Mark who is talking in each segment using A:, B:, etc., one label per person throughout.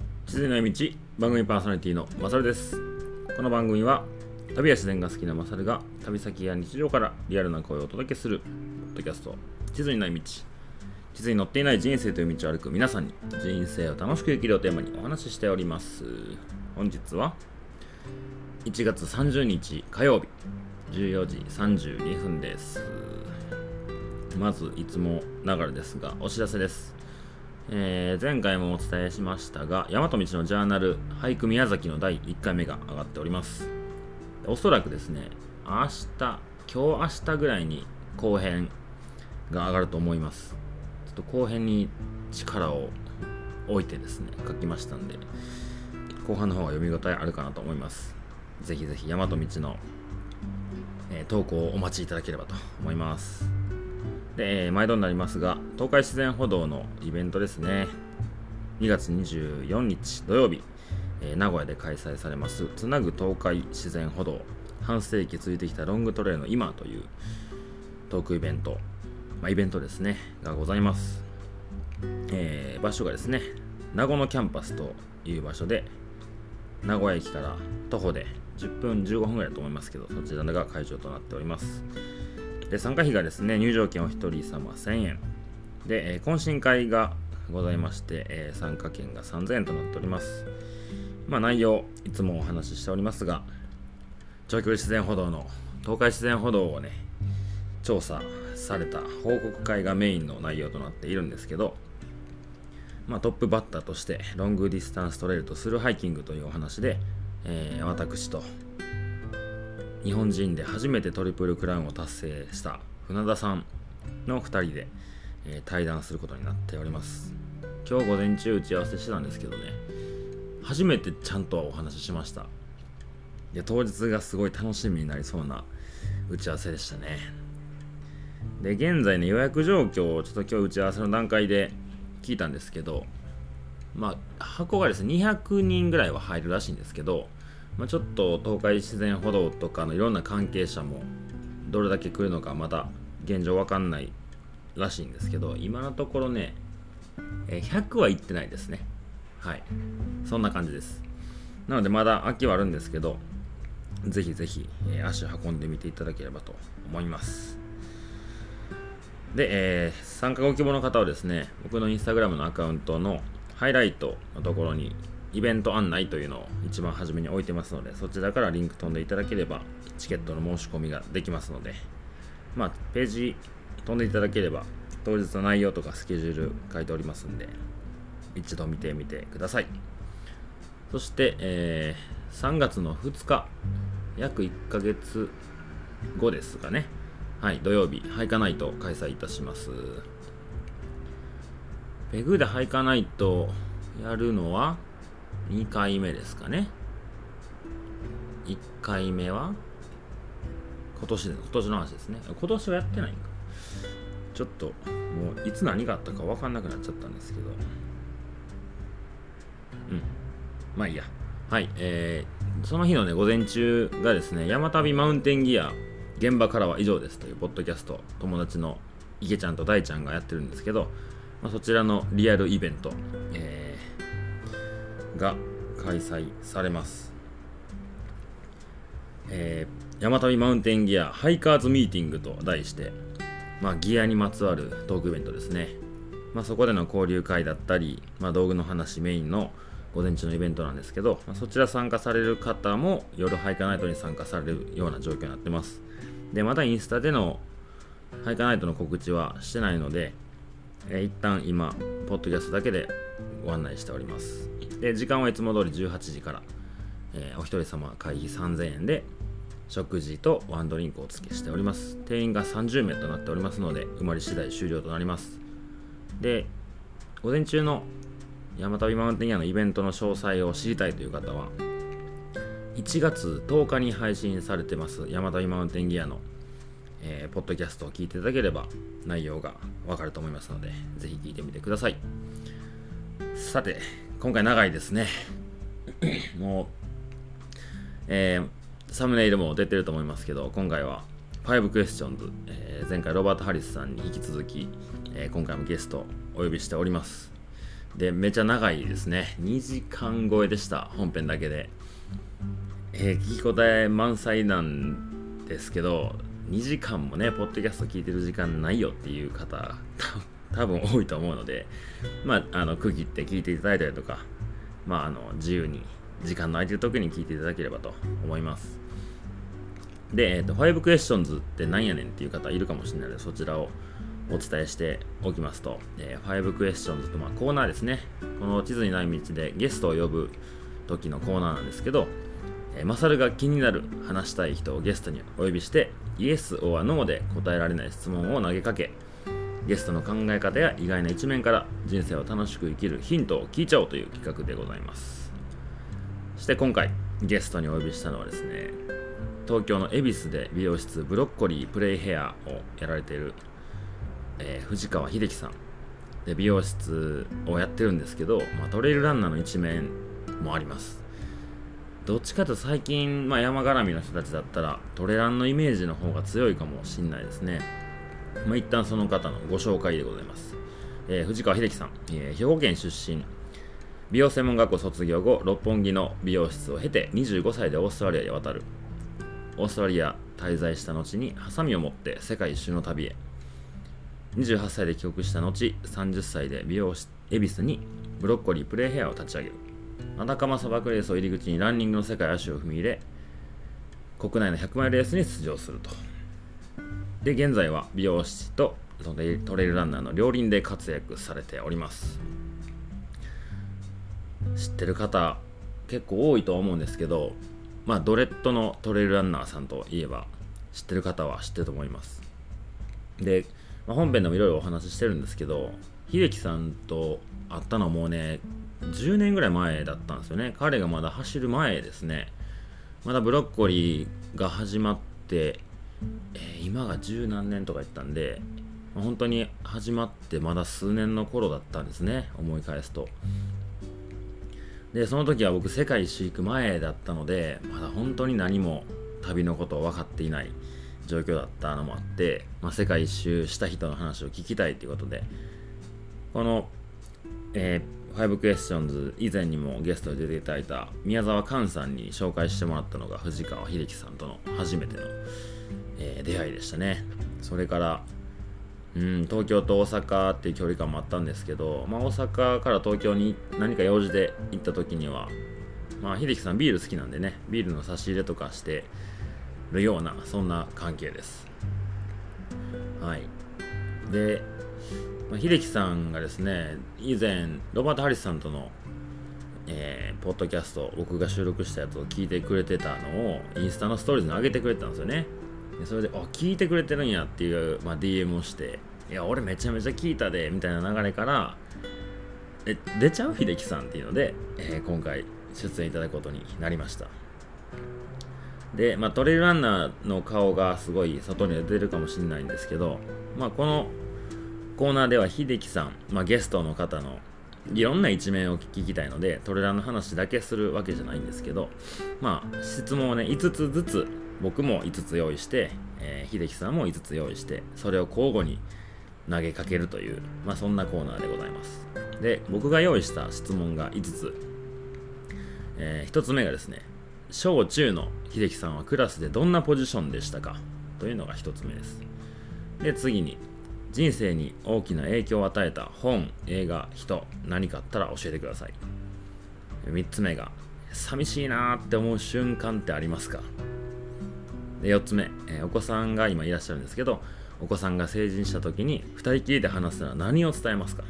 A: 道番組パーソナリティのマサルですこの番組は旅や自然が好きなマサルが旅先や日常からリアルな声をお届けするポッドキャスト地図にない道地図に載っていない人生という道を歩く皆さんに人生を楽しく生きるをテーマにお話ししております本日は1月30日火曜日14時32分ですまずいつもながらですがお知らせですえー前回もお伝えしましたが、大和道のジャーナル、俳句宮崎の第1回目が上がっております。おそらくですね、明日、今日明日ぐらいに後編が上がると思います。ちょっと後編に力を置いてですね、書きましたんで、後半の方が読み応えあるかなと思います。ぜひぜひ大和道の、えー投稿をお待ちいただければと思います。で、えー毎度になりますが、東海自然歩道のイベントですね。2月24日土曜日、えー名古屋で開催されます、つなぐ東海自然歩道、半世紀続いてきたロングトレイルの今というトークイベント、まあ、イベントですね、がございます。えー場所がですね、名護のキャンパスという場所で、名古屋駅から徒歩で10分15分ぐらいだと思いますけど、そちらが会場となっております。で参加費がですね入場券お一人様1000円で、えー懇親会がございまして、えー参加券が3000円となっておりますまあ内容いつもお話ししておりますが長距離自然歩道の東海自然歩道をね調査された報告会がメインの内容となっているんですけど、まあ、トップバッターとしてロングディスタンストレイルとスルーハイキングというお話で、えー私と日本人で初めてトリプルクラウンを達成した船田さんの2人で、えー対談することになっております今日午前中打ち合わせしてたんですけどね初めてちゃんとお話ししましたで当日がすごい楽しみになりそうな打ち合わせでしたねで現在ね予約状況をちょっと今日打ち合わせの段階で聞いたんですけどまあ箱がですね200人ぐらいは入るらしいんですけどまあ、ちょっと東海自然歩道とかのいろんな関係者もどれだけ来るのかまだ現状わかんないらしいんですけど今のところねえー100は行ってないですねはいそんな感じですなのでまだ秋はあるんですけどぜひぜひ、えー足を運んでみていただければと思いますで、えー参加ご希望の方はですね僕のインスタグラムのアカウントのハイライトのところにイベント案内というのを一番初めに置いてますのでそちらからリンク飛んでいただければチケットの申し込みができますのでまあページ飛んでいただければ当日の内容とかスケジュール書いておりますんで一度見てみてくださいそして、えー3月の2日約1ヶ月後ですかねはい土曜日ハイカナイトを開催いたしますペグでハイカナイトやるのは2回目ですかね1回目は今年で今年の話ですね今年はやってないんかちょっともういつ何があったか分かんなくなっちゃったんですけどうんまあいいやはいえー、その日のね午前中がですね山旅マウンテンギア現場からは以上ですというポッドキャスト友達の池ちゃんと大ちゃんがやってるんですけど、まあ、そちらのリアルイベント、えー、が開催されます、えー、山旅マウンテンギアハイカーズミーティングと題して、まあ、ギアにまつわるトークイベントですね、まあ、そこでの交流会だったり、まあ、道具の話メインの午前中のイベントなんですけど、まあ、そちら参加される方も夜ハイカーナイトに参加されるような状況になってますでまたインスタでのハイカーナイトの告知はしてないので、えー一旦今、ポッドキャストだけでご案内しております。で、時間はいつも通り18時から、えーお一人様会議3000円で、食事とワンドリンクをお付けしております。定員が30名となっておりますので、埋まり次第終了となります。で、午前中の山旅マウンテンギアのイベントの詳細を知りたいという方は、1月10日に配信されてます、山旅マウンテンギアのえーポッドキャストを聞いていただければ内容がわかると思いますので、ぜひ聞いてみてください。さて、今回長いですね。もう、えーサムネイルも出てると思いますけど、今回は5 questions、えー前回ロバート・ハリスさんに引き続き、えー今回もゲストをお呼びしております。でめちゃ長いですね2時間超えでした本編だけで、えー聞き応え満載なんですけど2時間もねポッドキャスト聞いてる時間ないよっていう方 た多分多いと思うのでまああの区切って聞いていただいたりとかまああの自由に時間の空いてる時に聞いていただければと思いますで、えっと5クエスチョンズってなんやねんっていう方いるかもしれないのでそちらをお伝えしておきますと、えー、5クエスチョンズとまあコーナーですねこの地図にない道でゲストを呼ぶ時のコーナーなんですけど、えー、マサルが気になる話したい人をゲストにお呼びしてイエス or NO で答えられない質問を投げかけゲストの考え方や意外な一面から人生を楽しく生きるヒントを聞いちゃおうという企画でございますそして今回ゲストにお呼びしたのはですね東京の恵比寿で美容室ブロッコリープレイヘアをやられているえー藤川秀樹さんで美容室をやってるんですけど、まあ、トレイルランナーの一面もありますどっちかというと最近、まあ、山絡みの人たちだったらトレランのイメージの方が強いかもしんないですね、まあ、一旦その方のご紹介でございます、えー藤川秀樹さん、えー兵庫県出身美容専門学校卒業後六本木の美容室を経て25歳でオーストラリアへ渡るオーストラリア滞在した後にハサミを持って世界一周の旅へ28歳で帰国した後30歳で美容師恵比寿にブロッコリープレイヘアを立ち上げる荒釜砂漠レースを入り口にランニングの世界へ足を踏み入れ国内の100マイルレースに出場するとで現在は美容師とトレトレイルランナーの両輪で活躍されております知ってる方結構多いと思うんですけどまあドレッドのトレイルランナーさんといえば知ってる方は知ってると思いますで、まあ本編でもいろいろお話ししてるんですけど秀樹さんと会ったのはもうね10年ぐらい前だったんですよね彼がまだ走る前ですねまだブロッコリーが始まって、えー今が十何年とか言ったんでまあ本当に始まってまだ数年の頃だったんですね思い返すとでその時は僕世界一周行く前だったのでまだ本当に何も旅のことを分かっていない状況だったのもあって、まあ、世界一周した人の話を聞きたいということでこの、えー、5クエスチョンズ以前にもゲストで出ていただいた宮沢寛さんに紹介してもらったのが藤川秀樹さんとの初めての、えー出会いでしたねそれからうん東京と大阪っていう距離感もあったんですけど、まあ、大阪から東京に何か用事で行った時には、まあ、秀樹さんビール好きなんでねビールの差し入れとかしてるようなそんな関係ですはいで、まあ、秀樹さんがですね以前ロバート・ハリスさんとのえーポッドキャスト僕が収録したやつを聞いてくれてたのをインスタのストーリーズに上げてくれてたんですよねでそれで「あ聞いてくれてるんや」っていう、まあ、DM をして「いや俺めちゃめちゃ聞いたで」みたいな流れから「え出ちゃう秀樹さん」っていうので、えー今回出演いただくことになりましたで、まあ、トレイルランナーの顔がすごい外に出てるかもしれないんですけど、まあ、このコーナーでは秀樹さん、まあ、ゲストの方のいろんな一面を聞きたいのでトレランの話だけするわけじゃないんですけどまあ質問をね5つずつ僕も5つ用意して、えー秀樹さんも5つ用意してそれを交互に投げかけるという、まあ、そんなコーナーでございますで僕が用意した質問が5つ、え1つ目がですね小中の秀樹さんはクラスでどんなポジションでしたかというのが1つ目ですで次に人生に大きな影響を与えた本映画人何かあったら教えてください3つ目が寂しいなーって思う瞬間ってありますかで4つ目、えーお子さんが今いらっしゃるんですけどお子さんが成人した時に2人きりで話すなら何を伝えますか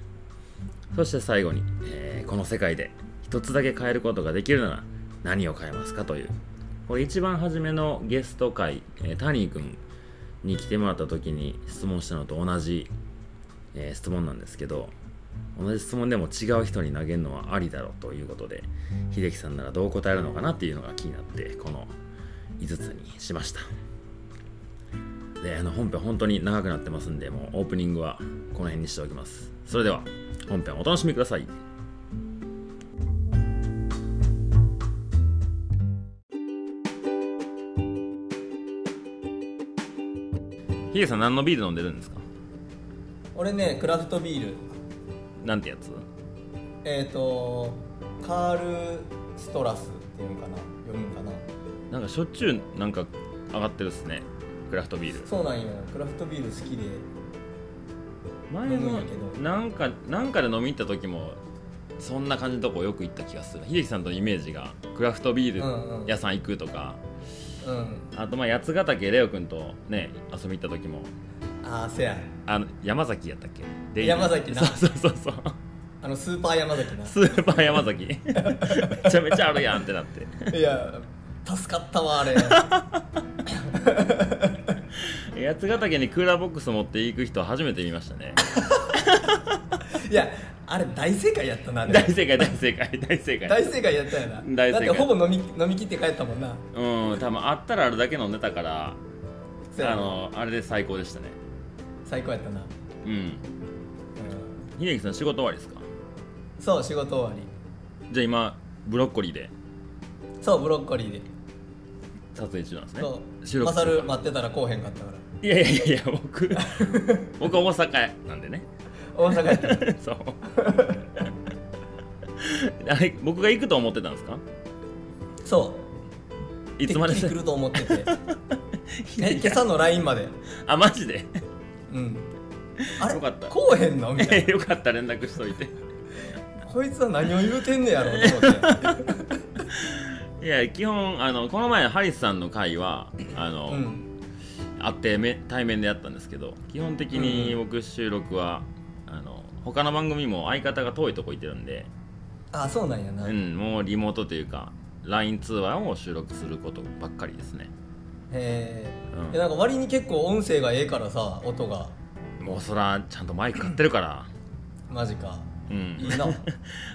A: そして最後に、えーこの世界で一つだけ変えることができるなら何を変えますかというこれ一番初めのゲスト会、えー、タニー君に来てもらった時に質問したのと同じ、えー質問なんですけど同じ質問でも違う人に投げるのはありだろうということで秀樹さんならどう答えるのかなっていうのが気になってこの5つにしましたであの本編本当に長くなってますんでもうオープニングはこの辺にしておきますそれでは本編お楽しみくださいヒデさん何のビール飲んでるんですか
B: 俺ねクラフトビール
A: なんてやつ
B: えっ、とカール・ストラスっていうのかな読むのかな
A: なんかしょっちゅうなんか上がってるっすねクラフトビール
B: そうなんよクラフトビール好きで
A: 前
B: 飲むん
A: の
B: やけど
A: なんかなんかで飲み行った時もそんな感じのとこよく行った気がする秀樹さんとのイメージがクラフトビ
B: う
A: ー
B: んうん
A: ル屋さん行くとか、
B: うん
A: あとまあ八ヶ岳レオ君とね遊び行った時も
B: ああせや
A: あの山崎やったっけデイ
B: 山崎な
A: そうそうそうそう
B: あのスーパー山崎な
A: スーパー山崎 めちゃめちゃあるやんってなって
B: いや助かったわあれ
A: 八ヶ岳にクーラーボックス持っていく人初めて見ま したね
B: いやあれ大正解やったなあれ
A: 大正解大正解大正解
B: 大正解やったよな
A: 大正
B: だっ
A: 解
B: てほぼ飲み飲み切って帰ったもんな
A: うん多分あったらあるだけ飲んでたから
B: せや
A: あのあれで最高でしたね
B: 最高やったな、うん
A: うん秀樹さん仕事終わりですか
B: そう仕事終わり
A: じゃあ今ブロッコリーで
B: そうブロッコリーで
A: 撮影中なんですね
B: そう
A: 収録
B: マ
A: 中
B: サル待ってたらこうへんかったか
A: い
B: ら
A: やいやいやいや僕 僕大阪なんでね
B: 大阪やった
A: そう あれ僕が行くと思ってたんですか
B: そう
A: いつまで
B: てっきり来ると思っててえ
A: い
B: 今朝の LINE まで
A: あマジで
B: うんあれ
A: よかった
B: こうへんのみたい
A: よかったら連絡しといて
B: なこいつは何を言うてんねやろ うと思って
A: いや基本あのこの前のハリスさんの会はあの、
B: うん
A: 会ってめ対面でやったんですけど基本的に僕収録は、あの他の番組も相方が遠いとこ行ってるんで、
B: あそうなんやな、
A: う
B: へ
A: ん、もうリモートというか LINE 通話を収録することばっかりですね
B: え、
A: うん
B: えなんか割に結構音声がええからさ音が
A: もうそらちゃんとマイク買ってるから
B: マジか
A: うん
B: いいな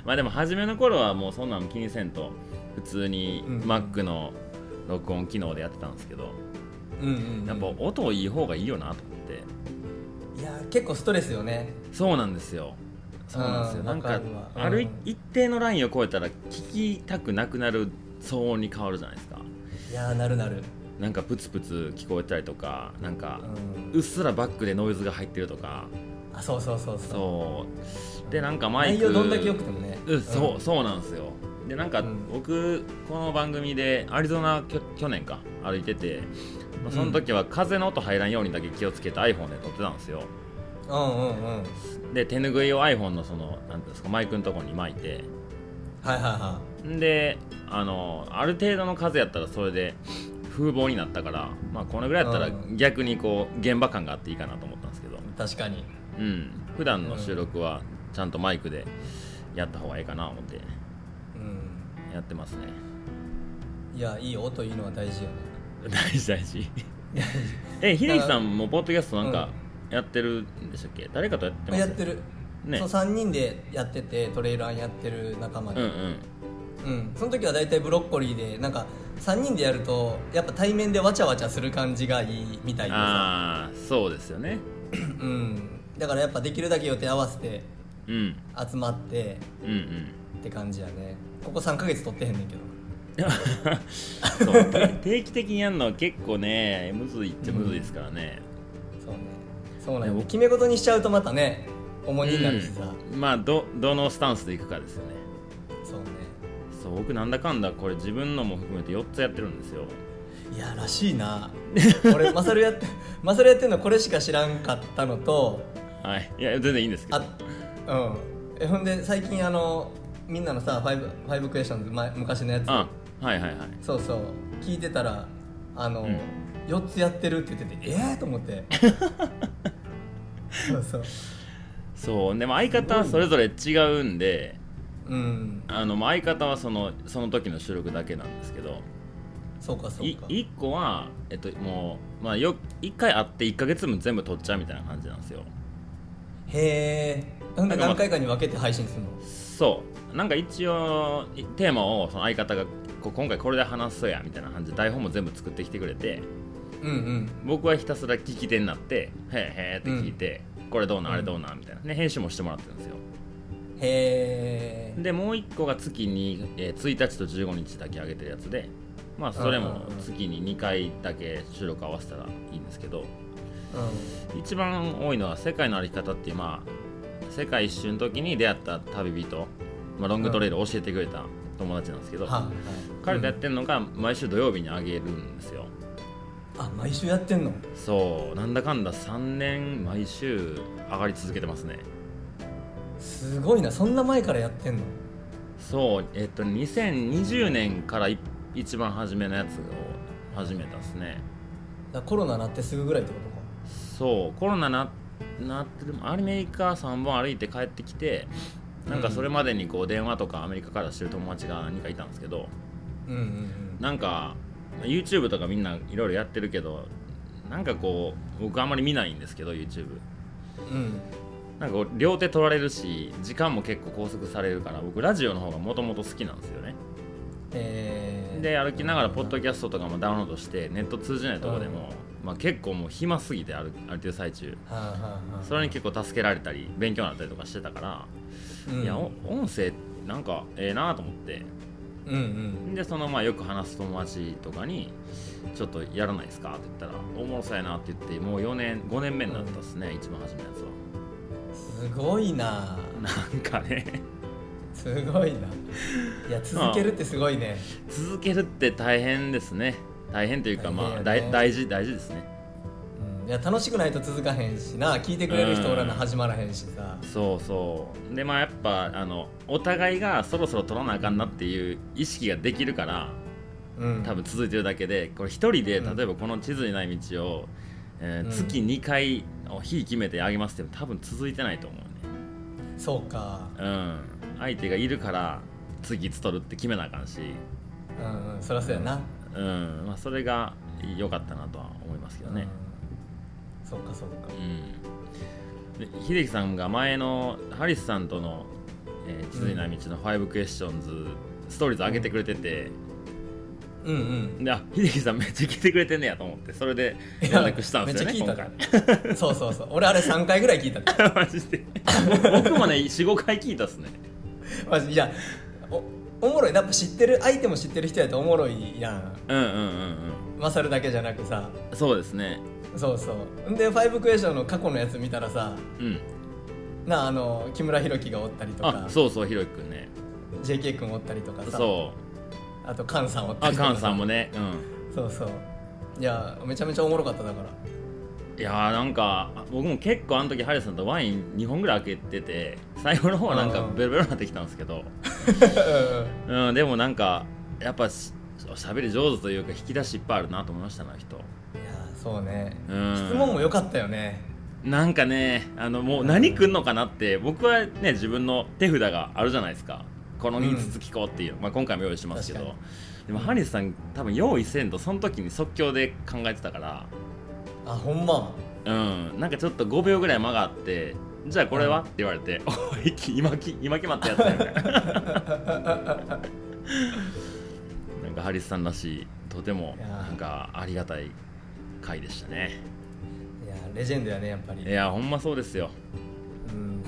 A: まあでも初めの頃はもうそんなん気にせんと普通に
B: うん
A: Mac の録音機能でやってたんですけど、
B: うんうん、うん、
A: やっぱ音いい方がいいよなと思って
B: いや結構ストレスよね
A: そうなんですよそうなんですよ
B: うん
A: なんか
B: わかるわ
A: あ
B: う
A: る
B: ん
A: 一定のラインを超えたら聞きたくなくなる騒音に変わるじゃないですか
B: いやーなるなる
A: なんかプツプツ聞こえたりとかなん
B: う
A: か
B: ん
A: うっすらバックでノイズが入ってるとか
B: あそうそうそうそう
A: そうでなんかマイク
B: 内容どんだけ良くてもね
A: うん、そう、そうなんですよでなんか、
B: うん
A: 僕この番組でアリゾナきょ去年か歩いてて、まあ、その時は風の音入らんようにだけ気をつけて iPhone で撮ってたんですよ
B: うんうんうんはい
A: で手拭いを iPhone のそのなんていうんですかマイクのとこに巻いて
B: はいは
A: んであのある程度の数やったらそれで風貌になったからまあこのぐらいやったら
B: うん
A: 逆にこう現場感があっていいかなと思ったんですけど
B: い確かに
A: うん普段の収録はちゃんとマイクでやった方がいいかな思って
B: うん
A: やってますね
B: いやいい音いいのは大事よね
A: 大事大 事え秀樹さんもポッドキャストなんかやってるんでしたっけ誰かとやってます
B: やってる、
A: ね
B: そう3人でやっててトレイルランやってる仲間
A: うん
B: で、
A: う
B: うん
A: ん
B: その時は大体ブロッコリーでなんか3人でやるとやっぱ対面でわちゃわちゃする感じがいいみたいでさ、
A: ああそうですよね
B: うん、だからやっぱできるだけ予定合わせて
A: うん
B: 集まって
A: うん うん
B: って感じやねここ3ヶ月撮ってへんねんけど
A: そう定定期的にやるのは結構ねむずいっちゃむずいですからね、
B: そうねそうなん
A: で
B: よ
A: も
B: 決め事にしちゃうとまたね重荷になるしさ、
A: うんまあどどのスタンスでいくかですよね
B: そうね
A: そう僕なんだかんだこれ自分のも含めて4つやってるんですよ
B: いやらしいな俺マサルやってマサルやってんのこれしか知らんかったのと
A: はいいや全然いいんですけど
B: あうんえほんで最近あのみんなのさ「ファイブファイブクエスチョンズ前」昔のやつ
A: あはいはいはい
B: そうそう聞いてたらあの、
A: うん
B: 4つやってるって言っててええー、と思って そうそう
A: そうでも相方はそれぞれ違うんで
B: うん
A: あのまあ相方はそのその時の収録だけなんですけど
B: そうかそう
A: い
B: か
A: 1個は、えっと、もう、まあ、よ1回会って1ヶ月分全部撮っちゃうみたいな感じなんですよ
B: へえほんで何回かに分けて配信するの
A: そうなんか一応いテーマをその相方がこう今回これで話そうやみたいな感じで台本も全部作ってきてくれて
B: うんうん
A: 僕はひたすら聞き手になって「へーへーって聞いて、これどうなんあれどうなんみたいなね編集もしてもらってるんですよ
B: へえ
A: でもう一個が月に、えー1日と15日だけ上げてるやつでまあそれも月に2回だけ収録合わせたらいいんですけど
B: う
A: 一番多いのは「世界の歩き方」っていうまあ世界一周の時に出会った旅人まあ、ロングトレイルを教えてくれた友達なんですけど、
B: はい
A: 彼とやってるのが毎週土曜日にあげるんですよ
B: あ毎週やってんの
A: そうなんだかんだ3年毎週上がり続けてますね
B: すごいなそんな前からやってんの
A: そうえっと2020年からい一番初めのやつを始めたんですね
B: だコロナなってすぐぐらいってことか
A: そうコロナななってでもアメリカ3本歩いて帰ってきてなんかそれまでにこう電話とかアメリカからしてる友達が何人かいたんですけど
B: うんうんうん
A: なんか YouTube とかみんないろいろやってるけどなんかこう僕あんまり見ないんですけど YouTube
B: うん
A: なんかこう両手取られるし時間も結構拘束されるから僕ラジオの方がもともと好きなんですよね
B: えー、
A: で歩きながらポッドキャストとかもダウンロードしてネット通じないとこでも、まあ、結構もう暇すぎて歩歩いてる最中
B: はあ、はあはあ
A: それに結構助けられたり勉強になったりとかしてたから、
B: うん、
A: いやお音声なんかええなと思って
B: うんうん
A: でそのまあよく話す友達とかに「ちょっとやらないですか?」って言ったら「おもろそうやな」って言ってもう4年5年目になったっすね、一番初めのやつは
B: すごいな
A: なんかね
B: すごいないや続けるってすごいね
A: 続けるって大変ですね大変というかまあ、
B: 大変
A: 大
B: やね
A: 大事大事ですね
B: うんいや楽しくないと続かへんしな聞いてくれる人おらな
A: うん
B: 始まらへんしさ
A: そうそうでまあやっぱあのお互いがそろそろ取らなあかんなっていう意識ができるから
B: うん
A: 多分続いてるだけでこれ一人で
B: うん
A: 例えばこの地図にない道を、えー
B: うん
A: 月2回を日決めてあげますっても多分続いてないと思うね
B: そうか
A: うん相手がいるから次いつ取るって決めなあかんし、
B: うんうんそらそうやな、
A: うんまあ、それが良かったなとは思いますけどね、
B: うんそうかそうか
A: うん、で秀樹さんが前のハリスさんとの「えー地図にない道」の5クエスチョンズストーリーズ上げてくれてて、
B: うんうん
A: であ秀樹さんめっちゃ聞いてくれてんねやと思ってそれで連絡したんですよね
B: いやめっちゃ
A: 今回
B: 聞いたからそうそうそう俺あれ3回ぐらい聞いたって
A: マジで僕もね45回聞いたっすね
B: マジいやおおもろいやっぱ知ってる相手も知ってる人やとおもろいやん
A: うんうんうん
B: 勝るだけじゃなくさ
A: うんそうですね
B: そうそうんで「ファイブクエスチョン」の過去のやつ見たらさ
A: うん
B: なああの木村弘樹がおったりと
A: あ
B: か
A: そうそうひろゆきくんね
B: JK 君おったりとかさ
A: そう
B: あと菅さんおった
A: あ
B: りとか
A: カンさんもねうん
B: そうそういやめちゃめちゃおもろかっただから
A: いやーなんかあ僕も結構あの時ハリスさんとワイン2本ぐらい開けてて最後の方はなんか
B: うん
A: ベロベロになってきたんですけど うんでもなんかやっぱししゃべり上手というか引き出しいっぱいあるなと思いましたな人
B: いやそうね
A: うん
B: 質問も良かったよね
A: なんかねあのもう何くんのかなって僕はね自分の手札があるじゃないですかこの
B: うん
A: 5つ聞こうっていう、まあ、今回も用意してますけ
B: 確
A: ど
B: か
A: でもハリスさん多分用意せんとその時に即興で考えてたから
B: あほんま
A: うんなんかちょっと5秒ぐらい間があってじゃあこれは、
B: うん
A: って言われて「 おいき今き今決まったやつやんか」 なんかハリスさんらしいとても
B: いやー
A: なんかありがたい回でしたね
B: いやレジェンドやねやっぱり
A: いやーほんまそうですよ
B: うん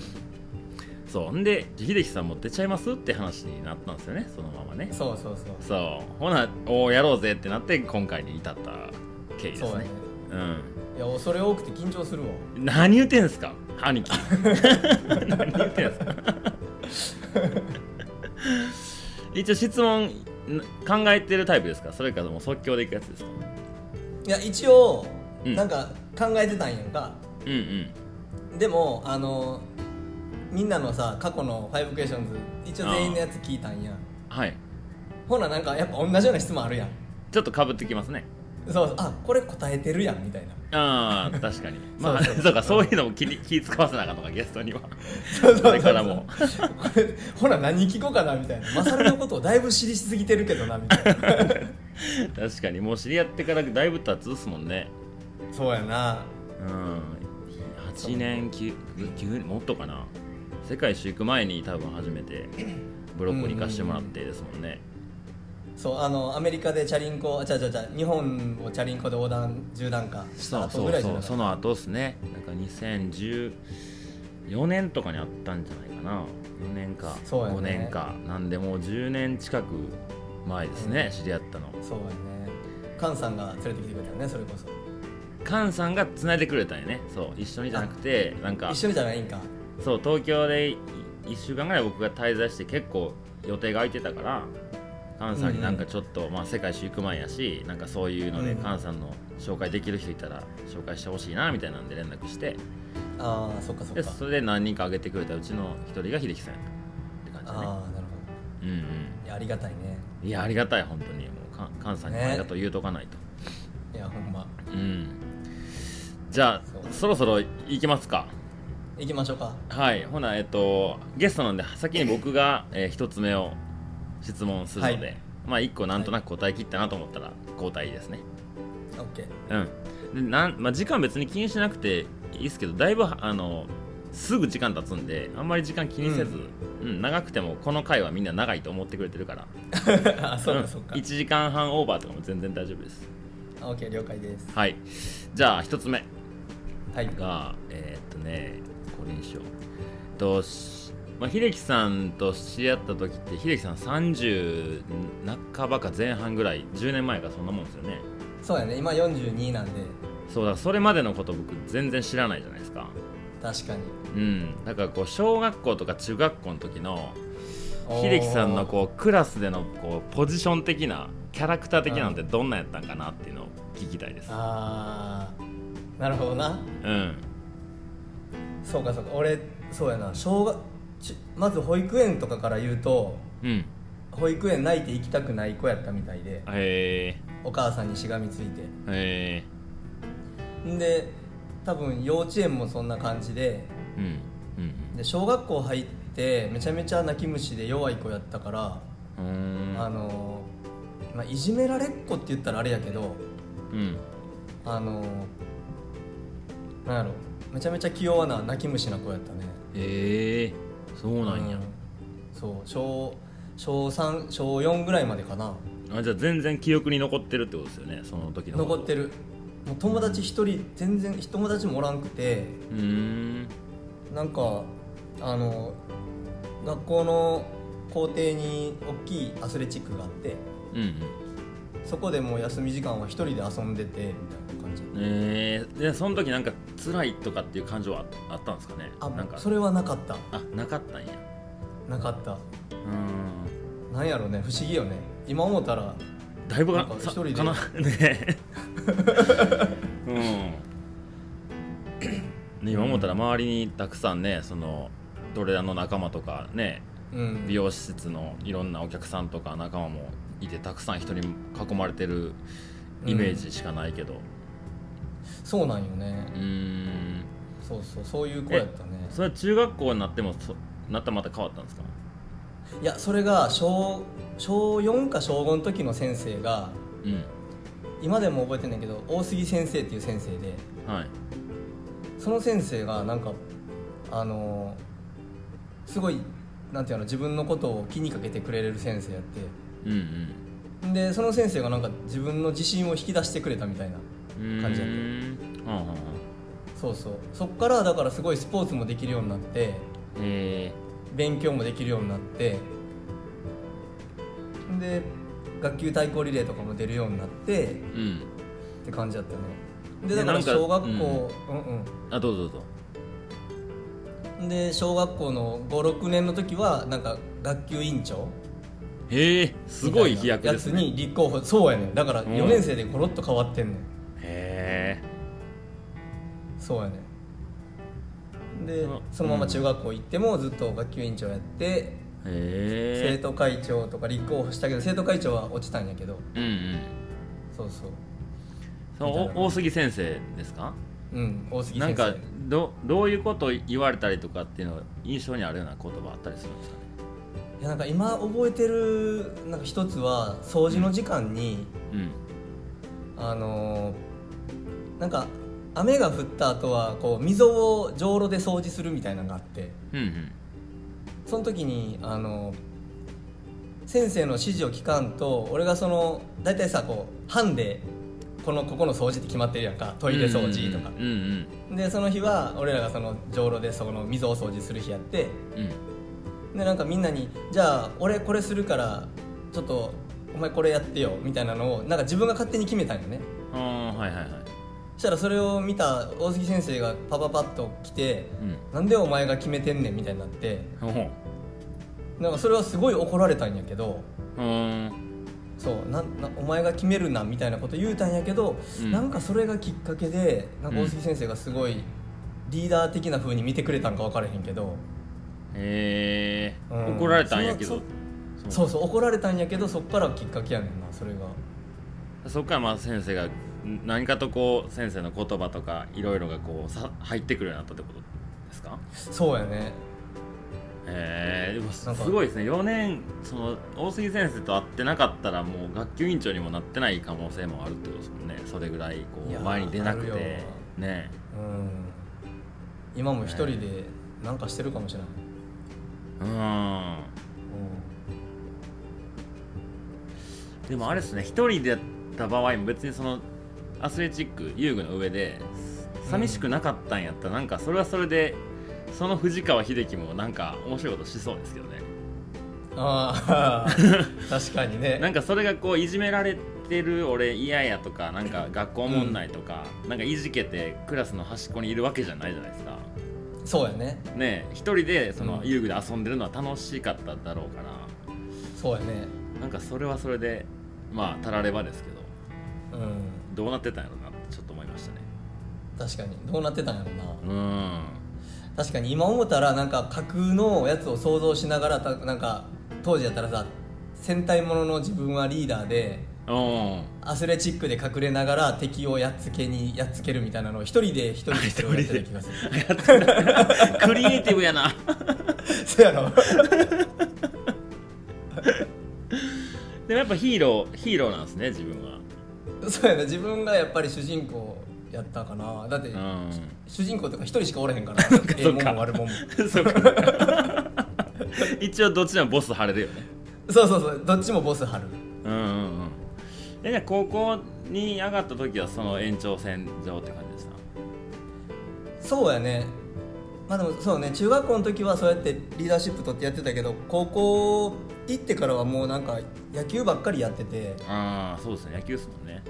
A: そうんで秀樹さんも出ちゃいますって話になったんですよねそのままね
B: そうそうそう
A: そうほなおーやろうぜってなって今回に至った経緯です
B: そうや
A: ね
B: ね
A: うん
B: いや恐れ多くて緊張するわ
A: 何言ってんすか兄 貴何言ってんすか一応質問ん考えてるタイプですかそれかもう即興でいくやつですか
B: いや一応、
A: うん
B: なんか考えてたんやんか
A: うんうん
B: でもあのみんなのさ過去の「ファイブクエスチョンズ一応全員のやつ聞いたんや
A: はい
B: ほななんかやっぱ同じような質問あるやん
A: ちょっとかぶってきますね
B: そうそうあこれ答えてるやんみたいな
A: ああ確かに まあ
B: そうそう
A: そうかそういうのも気に 気使わせなあかんのかゲストには
B: そうそうそう
A: これからも
B: これほな何聞こうかなみたいなマサルのことをだいぶ知りしすぎてるけどなみたい な
A: 確かにもう知り合ってからだいぶ経つっすもんね
B: そうやな
A: うん8年 9, 9年もっとかな世界一周行く前に多分初めてブロッコに行かしてもらってですもんね
B: そうあのアメリカでチャリンコあちゃうちゃうちゃう日本をチャリンコで横断縦断かし
A: そ
B: た
A: う
B: 後
A: そ
B: ぐ
A: う
B: らいじゃ
A: そ
B: な
A: う
B: い
A: その後っすねなんか2014年とかにあったんじゃないかな4年か、
B: そうやね
A: 5年かなんでもう10年近く前ですね、
B: うん
A: 知り合ったの
B: そうやね菅さんが連れてきてくれたよねそれこそ
A: 菅さんが繋いでくれたんやねそう一緒にじゃなくてなんか
B: 一緒にじゃないんか
A: そう東京で1週間ぐらい僕が滞在して結構予定が空いてたから菅さんになんかちょっと、まあ、世界一周行く前やしなんかそういうので
B: うん
A: 菅さんの紹介できる人いたら紹介してほしいなみたいなんで連絡して
B: ああそっかそっ
A: で
B: か
A: それで何人か挙げてくれたうちの一人が秀樹さんやったって感じだね
B: ああなるほ
A: うん
B: どいやありがたいね
A: うんいやありがたい本当にもうか菅さんにありがとう言うとかないと、
B: いやほんま
A: うんじゃあ
B: そう
A: そろそろ行きますか
B: 行きましょうか
A: はいほなえっとゲストなんで先に僕が、え1つ目を質問するので、
B: はい
A: まあ1個なんとなく答え切ったなと思ったら交代ですね
B: オッケー
A: うんでなん、まあ、時間別に気にしなくていいですけどだいぶあのすぐ時間経つんであんまり時間気にせず、うん長くてもこの回はみんな長いと思ってくれてるから
B: あそう
A: うん
B: かそうか
A: 1時間半オーバーとかも全然大丈夫です
B: あオッケー了解です
A: はいじゃあ1つ目
B: はい
A: がえーっとねこれにしようえっとしまあ、秀樹さんと知り合った時って秀樹さん30半ばか前半ぐらい10年前かそんなもんですよね
B: そうやね今42なんで
A: そうだそれまでのこと僕全然知らないじゃないですか
B: 確かに
A: うんだからこう小学校とか中学校の時の
B: おー
A: 秀樹さんのこうクラスでのこうポジション的なキャラクター的なんてどんなんやったんかなっていうのを聞きたいです
B: ああなるほどな
A: うん
B: そうかそうか俺そうやな小学ちまず保育園とかから言うと
A: うん
B: 保育園泣いて行きたくない子やったみたいで
A: へ
B: お母さんにしがみついて
A: えへえ
B: んで多分幼稚園もそんな感じで
A: うんうん
B: で小学校入ってめちゃめちゃ泣き虫で弱い子やったから、
A: うんうーん
B: あのーまあ、いじめられっ子って言ったらあれやけど
A: うん
B: あのーなんやろめちゃめちゃ器用な泣き虫な子やったね
A: ええそうなんや
B: う、そう小小3小4ぐらいまでかな
A: あじゃあ全然記憶に残ってるってことですよねその時の
B: 残って
A: る
B: るもう友達一人全然友達もおらんくて
A: うーん
B: なんかあの学校の校庭に大きいアスレチックがあって
A: うんうん
B: そこでもう休み時間は一人で遊んでてみたいな感じ
A: ええでその時なんか辛いとかっていう感情はああったんですかね
B: あ
A: なんか
B: それはなかった
A: あなかったんや
B: なかった
A: うー
B: なんやろね不思議よね今思ったら
A: んだいぶ
B: な
A: が
B: んか
A: さ
B: 一人で
A: かなね えうんね今思ったら周りにたくさんねそのトレーラーの仲間とかね
B: うん
A: 美容施設のいろんなお客さんとか仲間もいてたくさん人に囲まれてるイメージしかないけど
B: そうなんよね
A: うーん
B: そうそうそういう子やったね
A: それは中学校になってもそなったらまた変わったんですか
B: いやそれが小小4か小5の時の先生が
A: うん
B: 今でも覚えてんねんけど大杉先生っていう先生で
A: はい
B: その先生がなんかあのーすごいなんていうの自分のことを気にかけてくれる先生やっ
A: うん
B: てでその先生がなんか自分の自信を引き出してくれたみたいな
A: うん
B: 感じやった
A: たはあ、はあは
B: そうそうそっからだからすごいスポーツもできるようになって
A: あ、へえ
B: 勉強もできるようになってで学級対抗リレーとかも出るようになって
A: う
B: っ
A: ん
B: て感じだったね
A: で
B: でだから
A: なんか
B: 小学校うんうん
A: あどうぞどうぞ
B: で小学校の56年の時はなんか学級委員長
A: へえすごい飛躍です
B: やつ
A: ね
B: に立候補そうやねんだから
A: うん
B: 4年生でゴロッと変わってんねん、
A: へ
B: そうやねんで
A: うん
B: そのまま中学校行ってもずっと学級委員長やって、
A: えへ
B: 生徒会長とか立候補したけど生徒会長は落ちたんやけど
A: えうんうん
B: そうそう
A: そのお大杉先生ですか
B: うん大杉
A: な
B: 先
A: ん
B: 生
A: かどどういうことを言われたりとかっていうのは印象にあるような言葉あったりするんですかね
B: いやなんか今覚えてるなんか一つは掃除の時間に、
A: うん
B: あのーなんか雨が降った後はこう溝をじょうろで掃除するみたいなのがあって
A: うん
B: その時にあの先生の指示を聞かんと俺がその大体さこう班でこのここの掃除って決まってるやんかトイレ掃除とか
A: うん、うん
B: でその日は俺らがその上路でその溝を掃除する日やって
A: うん
B: でなんかみんなに「じゃあ俺これするからちょっとお前これやってよ」みたいなのをなんか自分が勝手に決めたんよね
A: ああはいはいはい
B: そしたらそれを見た大杉先生がパパパッと来て
A: うん
B: 「なんでお前が決めてんねん」みたいになって
A: ほほ
B: なんかそれはすごい怒られたんやけど
A: うーん
B: そうなんなお前が決めるなみたいなこと言うたんやけど、
A: うん
B: なんかそれがきっかけでなんか大杉先生がすごいリーダー的な風に見てくれたんか分からへんけど、
A: へえ
B: うん
A: 怒られたんやけど
B: そうそう怒られたんやけどそっからきっかけやねんなそれが
A: そっからまあ先生がん何かとこう先生の言葉とかいろいろがこうさ入ってくるようになったってことですか
B: そうやね
A: えー、でもす
B: なんか
A: すごいですね4年その大杉先生と会ってなかったらもう学級委員長にもなってない可能性もあるってことですもんねそれぐらいこ
B: いや
A: う
B: ー
A: 前に出なくて
B: あるよ
A: ねえ
B: うん今も一人でなんかしてるかもしれない、
A: うんでもあれですね一人でやった場合も別にそのアスレチック遊具の上で寂しくなかったんやったらなんかそれはそれでその藤川秀樹もなんか面白いことしそうですけどね
B: うん、ああ 確かにね
A: なんかそれがこういじめられてる俺嫌やとかなんか学校おもんないとか、なんかいじけてクラスの端っこにいるわけじゃないじゃないですか
B: そうやね
A: ねえ一人でその
B: うん
A: 遊具で遊んでるのは楽しかっただろうから、
B: そうやね
A: なんかそれはそれでまあたらればですけど
B: うん
A: どうなってたんやろうなってちょっと思いましたね
B: 確かにどうなってたんやろ
A: う
B: な、
A: ん
B: 確かに今思ったらなんか架空のやつを想像しながらたなんか当時やったらさ戦隊ものの自分はリーダーで
A: おん
B: アスレチックで隠れながら敵をやっつけにやっつけるみたいなのを一人で一人でそれをやってた気がする
A: クリエイティブやな
B: そうやろ
A: でもやっぱヒーローヒーローなんですね自分は
B: そうやな自分がやっぱり主人公やったかなだって、
A: うん
B: 主人公とか一人しかおらへん からええもんも悪もんも
A: そうか 一応どっちでもボス張れるよね
B: そうそうそうどっちもボス張る
A: うんうんうんえじゃあ高校に上がった時はその延長線上って感じでした
B: そうやねまあでもそうね中学校の時はそうやってリーダーシップ取ってやってたけど高校行ってからはもうなんか野球ばっかりやってて
A: ああそうですね野球ですもんね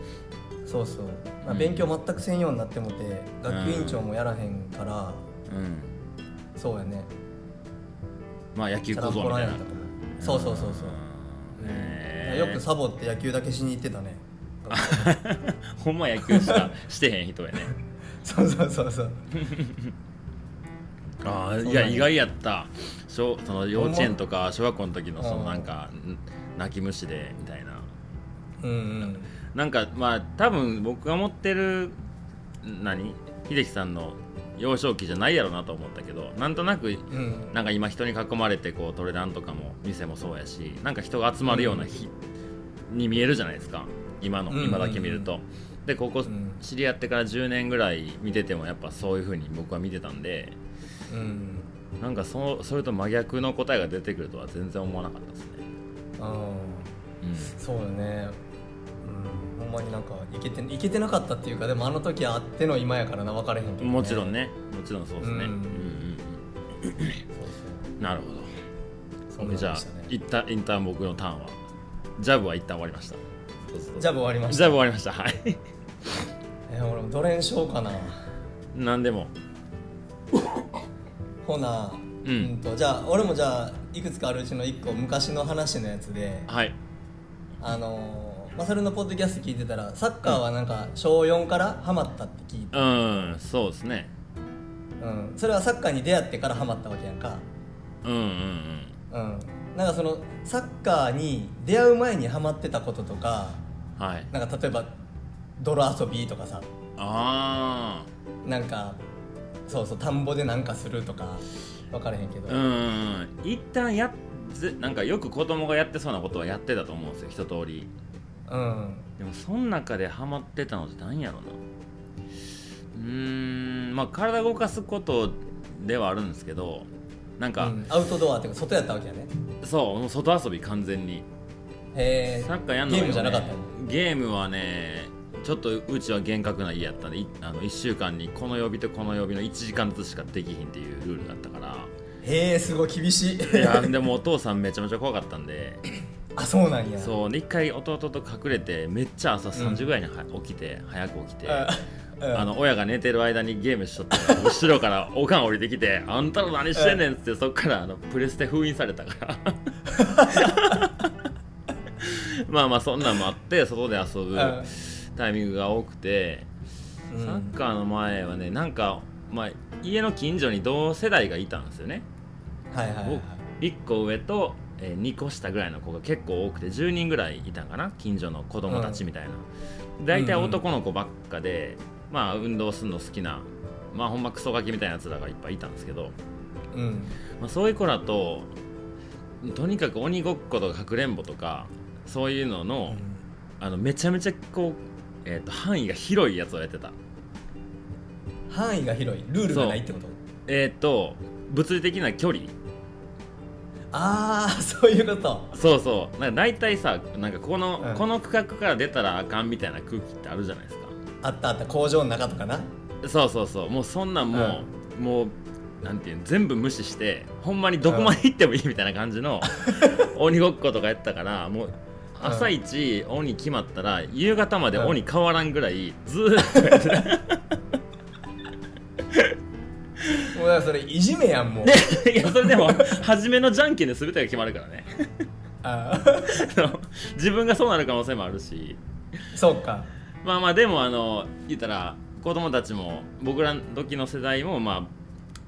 B: そうそう、
A: う
B: まあ、
A: ん
B: 勉強全くせんようになってもて、学級委員長もやらへんから、
A: うん
B: そうやね
A: まあ野球
B: チャラ
A: 小
B: ン
A: 僧
B: ポ
A: み
B: ラン
A: たい
B: や
A: な
B: ったと思うそうそうそうそう、
A: うんねえ
B: よくサボって野球だけしに行ってたね
A: ほんま野球しか してへん人やね
B: そうそうそうそう
A: ああ
B: そうなんや
A: いや意外やった小その幼稚園とか小学校の時のその
B: うん
A: なんかん泣き虫でみたいな
B: うんうん
A: なんかまあ多分僕が持ってるん何秀樹さんの幼少期じゃないやろうなと思ったけどなんとなく
B: うん
A: なんか今人に囲まれてこうトレランとかも店もそうやしなんか人が集まるような日に見えるじゃないですか今の
B: うんうんうん
A: 今だけ見ると。でここ
B: うん
A: 知り合ってから10年ぐらい見ててもやっぱそういう風に僕は見てたんで
B: うん
A: なんかそそれと真逆の答えが出てくるとは全然思わなかったですね。
B: うん
A: うん
B: そうよねうんほんまになんかいけていけてなかったっていうかでもあの時あっての今やからな分かれへんけど、
A: もちろんねもちろんそうですね。う
B: うん
A: うん
B: ん
A: うんなるほど。
B: そうそうそんなんで
A: じゃあ
B: したね
A: 一旦インターン僕のターンはジャブは一旦終わりました。
B: ジャブ終わりまし
A: ジャ
B: た
A: ブ終わりましたはい。
B: えー俺もどれにしようかな
A: 何でも。
B: ほな
A: うん
B: とじゃあ俺もじゃあいくつかあるうちの1個昔の話のやつで
A: はい。
B: あのー、マサルのポッドキャスト聞いてたらサッカーはなんか小4からハマったって聞いて、
A: うんそうですね
B: うん、それはサッカーに出会ってからハマったわけやんか
A: うんうんうん
B: うんなんかそのサッカーに出会う前にハマってたこととか
A: はい
B: なんか例えば泥遊びとかさ
A: あ
B: なんかそうそう田んぼでなんかするとか分からへんけど、
A: あうんうんうん一旦やっずなんかよく子供がやってそうなことはやってたと思うんですよ一通り
B: うん
A: でもその中でハマってたのって何やろなうーんまあ体動かすことではあるんですけどなんか、
B: うんアウトドアっていうか外やったわけやね
A: そうもう外遊び完全に
B: へえ
A: サッカーやんのがいい
B: ゲームじ
A: よ
B: ゃ
A: ね
B: なかったの
A: ゲームはねちょっとうちは厳格な家やったんでいあの1週間にこの曜日とこの曜日の1時間ずつしかできひんっていうルールだったから
B: へえすごい厳しい
A: いやでもお父さんめちゃめちゃ怖かったんで
B: あそうなん やう
A: そうで一回弟と隠れてめっちゃ朝3時ぐらいには、起きて早く起きて
B: あうん
A: あの親が寝てる間にゲームしとったら後ろからおかん降りてき て「あんたら何してんねん」っつってそっからあのプレステ封印されたから まあまあそんなんもあって外で遊ぶ
B: うん
A: タイミングが多くて、
B: うん
A: サッカーの前はねなんか、まあ、家の近所に同世代がいたんですよね
B: はいはいはい
A: 1個上と、え2個下ぐらいの子が結構多くて10人ぐらいいたんかな近所の子供たちみたいな、大体男の子ばっかで、まあ運動するの好きなまあほんまクソガキみたいなやつらがいっぱいいたんですけど、
B: うん
A: まあ、そういう子らととにかく鬼ごっことかかくれんぼとかそういうのの,、あのめちゃめちゃこう、えーと範囲が広いやつをやってた
B: 範囲が広いルールがないってこと
A: えっ、と物理的な距離
B: ああ そういうこと
A: そうそうなんか大体さなんかこの、
B: うん
A: この区画から出たらあかんみたいな空気ってあるじゃないですか
B: あったあった工場の中とかな
A: そうそうそうもうそんなんもう、もうなんていうの全部無視してほんまにどこまで行ってもいいみたいな感じ の鬼ごっことかやってたからもう朝一鬼決まったら夕方まで鬼変わらんぐらいずー っとやってた
B: もうだからそれいじめやんもう、
A: いやそれでも初めのじゃんけんで全てが決まるからね
B: あー
A: あの自分がそうなる可能性もあるし
B: そうか
A: まあまあでもあの言ったら子供たちも僕ら時の世代もま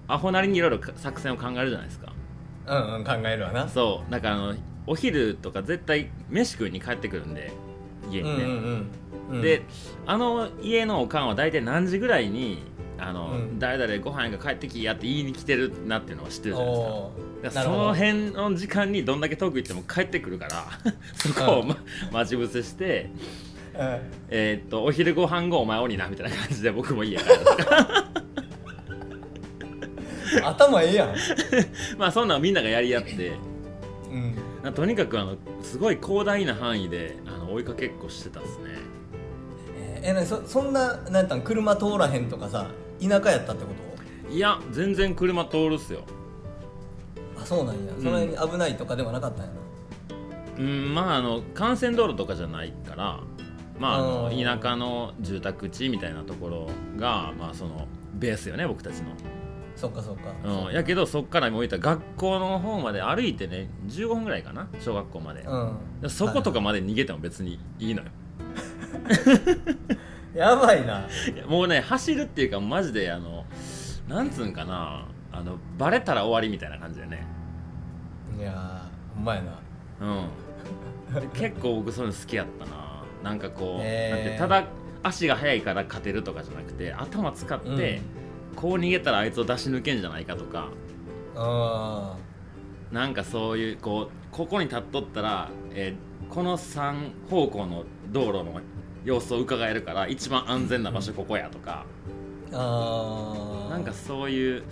A: あアホなりにいろいろ作戦を考えるじゃないですか
B: うんうん考えるわな
A: そうだからあのお昼とか絶対飯食いに帰ってくるんで家
B: うんう
A: にね、
B: んうんうん
A: であの家のおかんは大体何時ぐらいにあの、
B: うん
A: 誰々ご飯が帰ってきやって言いに来てるなっていうのは知ってるじゃないですか
B: お
A: だ
B: ー
A: か
B: な
A: らそ
B: るほ
A: の
B: ど
A: 辺の時間にどんだけ遠く行っても帰ってくるから そこを、ま待ち伏せして
B: うん
A: えーっとお昼ご飯後お前鬼なみたいな感じで僕も家帰るとか
B: 頭ええやん、
A: まあそんなんみんながやり合って
B: うん、
A: なんかとにかくあのすごい広大な範囲であの追いかけっこしてたっすね
B: えーえなそそんななんやったん車通らへんとかさ田舎やったってこ
A: いや全然車通るっすよ
B: とあそうなんや
A: ん
B: それに危ないとかではなかったんやな、
A: うんまああの幹線道路とかじゃないからまああ
B: あ
A: の
B: ー
A: 田舎の住宅地みたいなところがまあそのベースよね僕たち
B: そっかそっか、
A: の、うん、やけどそっからもう言ったら学校の方まで歩いてね15分ぐらいかな小学校まで、
B: うん
A: そことかまで逃げても別にいいのよ
B: やばいない
A: やもうね走るっていうかマジであのなんつうんかなあのバレたら終わりみたいな感じだよね
B: いやーほんまやな
A: うんで結構僕そういうの好きやったななんかこう、
B: へー
A: なんてただ足が速いから勝てるとかじゃなくて頭使って、こう逃げたらあいつを出し抜けんじゃないかとか
B: あ
A: なんかそういうこうここに立っとったら、えーこの3方向の道路の様子を伺えるから一番安全な場所ここやとか、
B: ーあー
A: なんかそういう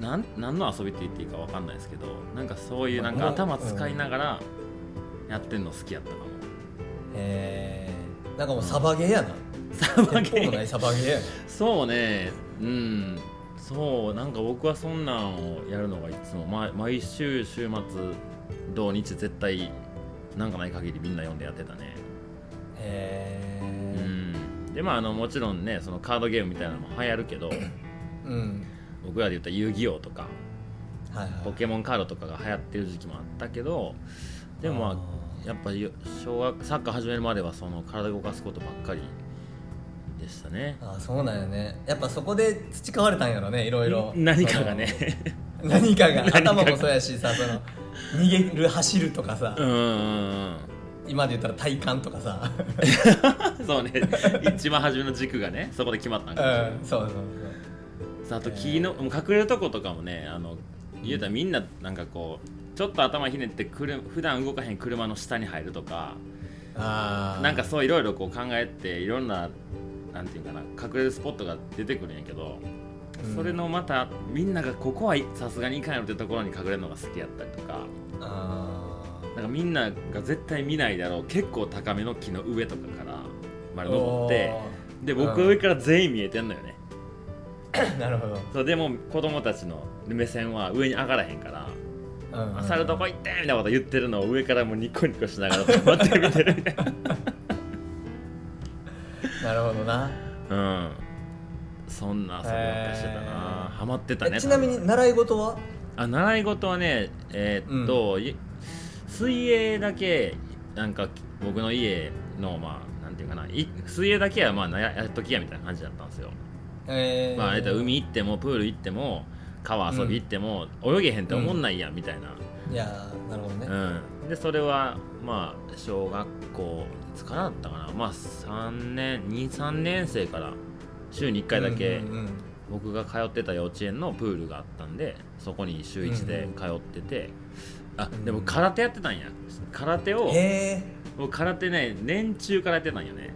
A: なん何の遊びって言っていいかわかんないですけどなんかそういうなんか
B: まあ
A: 頭使いながらやってんの好きやったかも、
B: えー、なんかもうサバゲーやな
A: サバ
B: 鉄
A: ゲ
B: 砲の
A: ー
B: ないサバゲーや
A: そうねうんそうなんか僕はそんなんをやるのがいつも、ま、毎週週末土日絶対なんかない限りみんな読んでやってたね
B: え
A: う
B: ー
A: んでまああのもちろんねそのカードゲームみたいなのも流行るけど
B: うん
A: 僕らで言ったら遊戯王とか
B: はいはい
A: ポケモンカードとかが流行ってる時期もあったけどでもまあやっぱり小学サッカー始めるまではその体動かすことばっかりでしたね
B: あーあーそうなんやねやっぱそこで培われたんやろねいろいろ
A: 何かがね
B: その何かが
A: 何かが
B: 頭もそうやしさその逃げる走るとか さ、
A: うんうん
B: 今で言ったら体幹とかさ
A: うん そうね一番初めの軸がねそこで決まったんかもしれない
B: うんそうそうそう
A: さああと木のもう隠れるとことかもねあの言うたらみんななんかこうちょっと頭ひねってくる普段動かへん車の下に入るとか
B: ああ
A: なんかそういろいろこう考えていろんななんていうかな隠れるスポットが出てくるんやけど、
B: うん
A: それのまたみんながここはさすがにいかんやろってところに隠れるのが好きやったりとか
B: あー
A: なんかみんなが絶対見ないだろう結構高めの木の上とかからまで登ってで僕
B: うん
A: 上から全員見えてんのよね、
B: おー なるほど、
A: そうでも子供たちの目線は上に上がらへんから
B: うん
A: 「猿どこ行って!」みたいなこと言ってるのを上からもうニコニコしながら待って見てるみたいな
B: なるほどな
A: うんそんな遊びばっかりしてたな、
B: へー
A: ハマってた
B: え
A: ね
B: ちなみ
A: 多
B: に
A: 分
B: 習い事は
A: あ習い事はねえーっと、い水泳だけなんか僕の家のまあなんていうかない水泳だけはまあなややっときやみたいな感じだったんですよ、
B: えー
A: まあ、あれだ海行ってもプール行っても川遊び行っても、泳げへんって思んないやんみたいな、
B: いやーなるほどね、
A: うん、でそれはまあ小学校いつからだったかなまあ3年23年生から週に1回だけ
B: うんうん
A: 僕が通ってた幼稚園のプールがあったんでそこに週1で通ってて、あでも空手やってたんや空手を
B: うんへえ
A: 僕空手ね年中からやってたんよね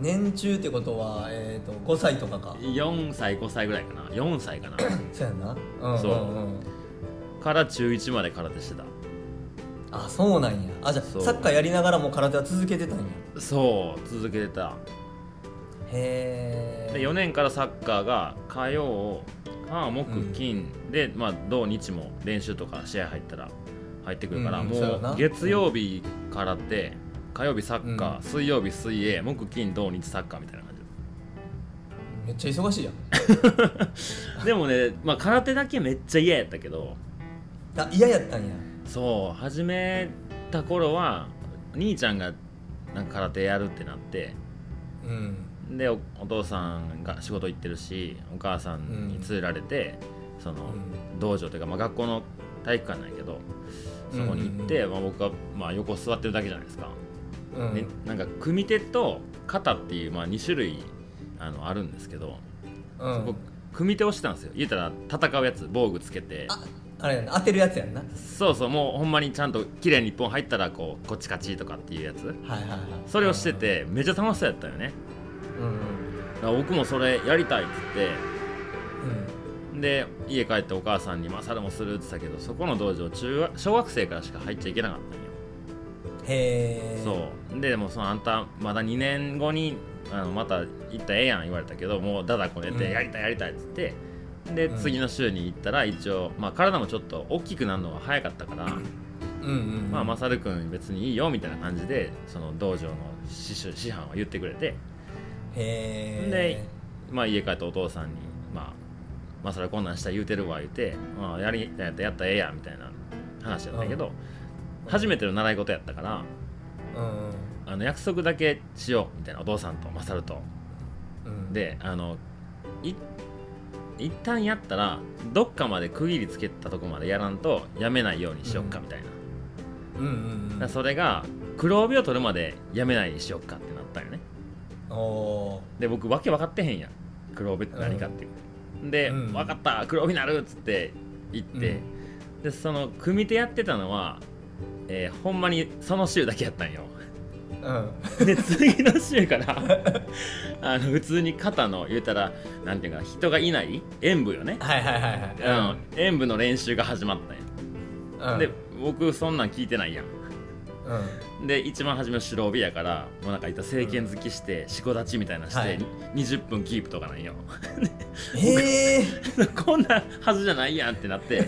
B: 年中ってことは、えー、と5歳とかか
A: 4歳5歳ぐらいかな4歳かな
B: そうやんなうん
A: そうん
B: うん、
A: から中1まで空手してた
B: あそうなんやあじゃ
A: そ
B: あ
A: う
B: サッカーやりながらも空手は続けてたんや
A: そう続けてた
B: へえ
A: で4年からサッカーが火曜火木金で、まあ、土日も練習とか試合入ったら入ってくるから、
B: うん
A: も
B: そうやな
A: う月曜日からって火曜日サッカー、
B: うん
A: 水曜日水泳木金土日サッカーみたいな感じ
B: めっちゃ忙しいやん
A: でもね、まあ、空手だけめっちゃ嫌やったけど
B: あ嫌やったんや
A: そう始めた頃は兄ちゃんがなんか空手やるってなって
B: うん
A: でおお父さんが仕事行ってるしお母さんに連れられて、その、道場というか、まあ、学校の体育館なんやけどそこに行って、
B: うん
A: まあ、僕はまあ横座ってるだけじゃないですか、
B: うん、うん
A: ね、なんか組手と肩っていう、まあ、2種類あのあるんですけど、
B: うん
A: 僕組手をしてたんですよ言うたら戦うやつ防具つけて
B: ああれやな当てるやつやんな
A: そうそうもうほんまにちゃんと綺麗に1本入ったらこうこっちカチとかっていうやつ
B: はいはいはい
A: それをしててめっちゃ楽しそうやったよね
B: うんうん
A: だから僕もそれやりたいっつって
B: うん
A: で家帰ってお母さんに「まあ、猿もする」って言ってたけどそこの道場中学小学生からしか入っちゃいけなかったんよ
B: へえ
A: そうででもそのあんたまだ2年後にあのまた行ったらええやん言われたけどもうだだこね
B: うん
A: てやりたいやりたいっつってで、
B: うん
A: 次の週に行ったら一応、まあ、体もちょっと大きくなるのが早かったから、
B: ううんうん
A: まあ、勝君別にいいよみたいな感じでその道場の師匠師範は言ってくれて、
B: へえ
A: で、まあ、家帰ってお父さんに「まあ、勝こんなんしたら言うてるわ」言うて「まあ、やりたいやったらやったらええやん」みたいな話やったけど、初めての習い事やったから。
B: うん
A: あの約束だけしようみたいなお父さんとマサルと
B: うん、
A: であのい一旦やったらどっかまで区切りつけたとこまでやらんとやめないようにしよっかみたいな、
B: うんうん
A: だ
B: う
A: から
B: ん
A: それが黒帯を取るまでやめないにしよっかってなったんよね
B: お
A: で僕わけ分かってへんやん黒帯って何かっていう、で、
B: うん
A: 分かった黒帯になるっつって行って、でその組手やってたのは、えーほんまにその週だけやったんよ
B: ーうん
A: で次の週からあの普通に肩の言うたらなんていうか人がいない演舞よね、
B: はいはいはい
A: うん
B: は
A: 演舞の練習が始まったんや、
B: いうん
A: で僕そんなん聞いてないやん
B: うんうん
A: で一番初めの白帯やからもうなんかいった政権好きしてしこ立ちみたいなして、
B: はい
A: 20分キープとかなんよ
B: へえ
A: こんなはずじゃないやんってなって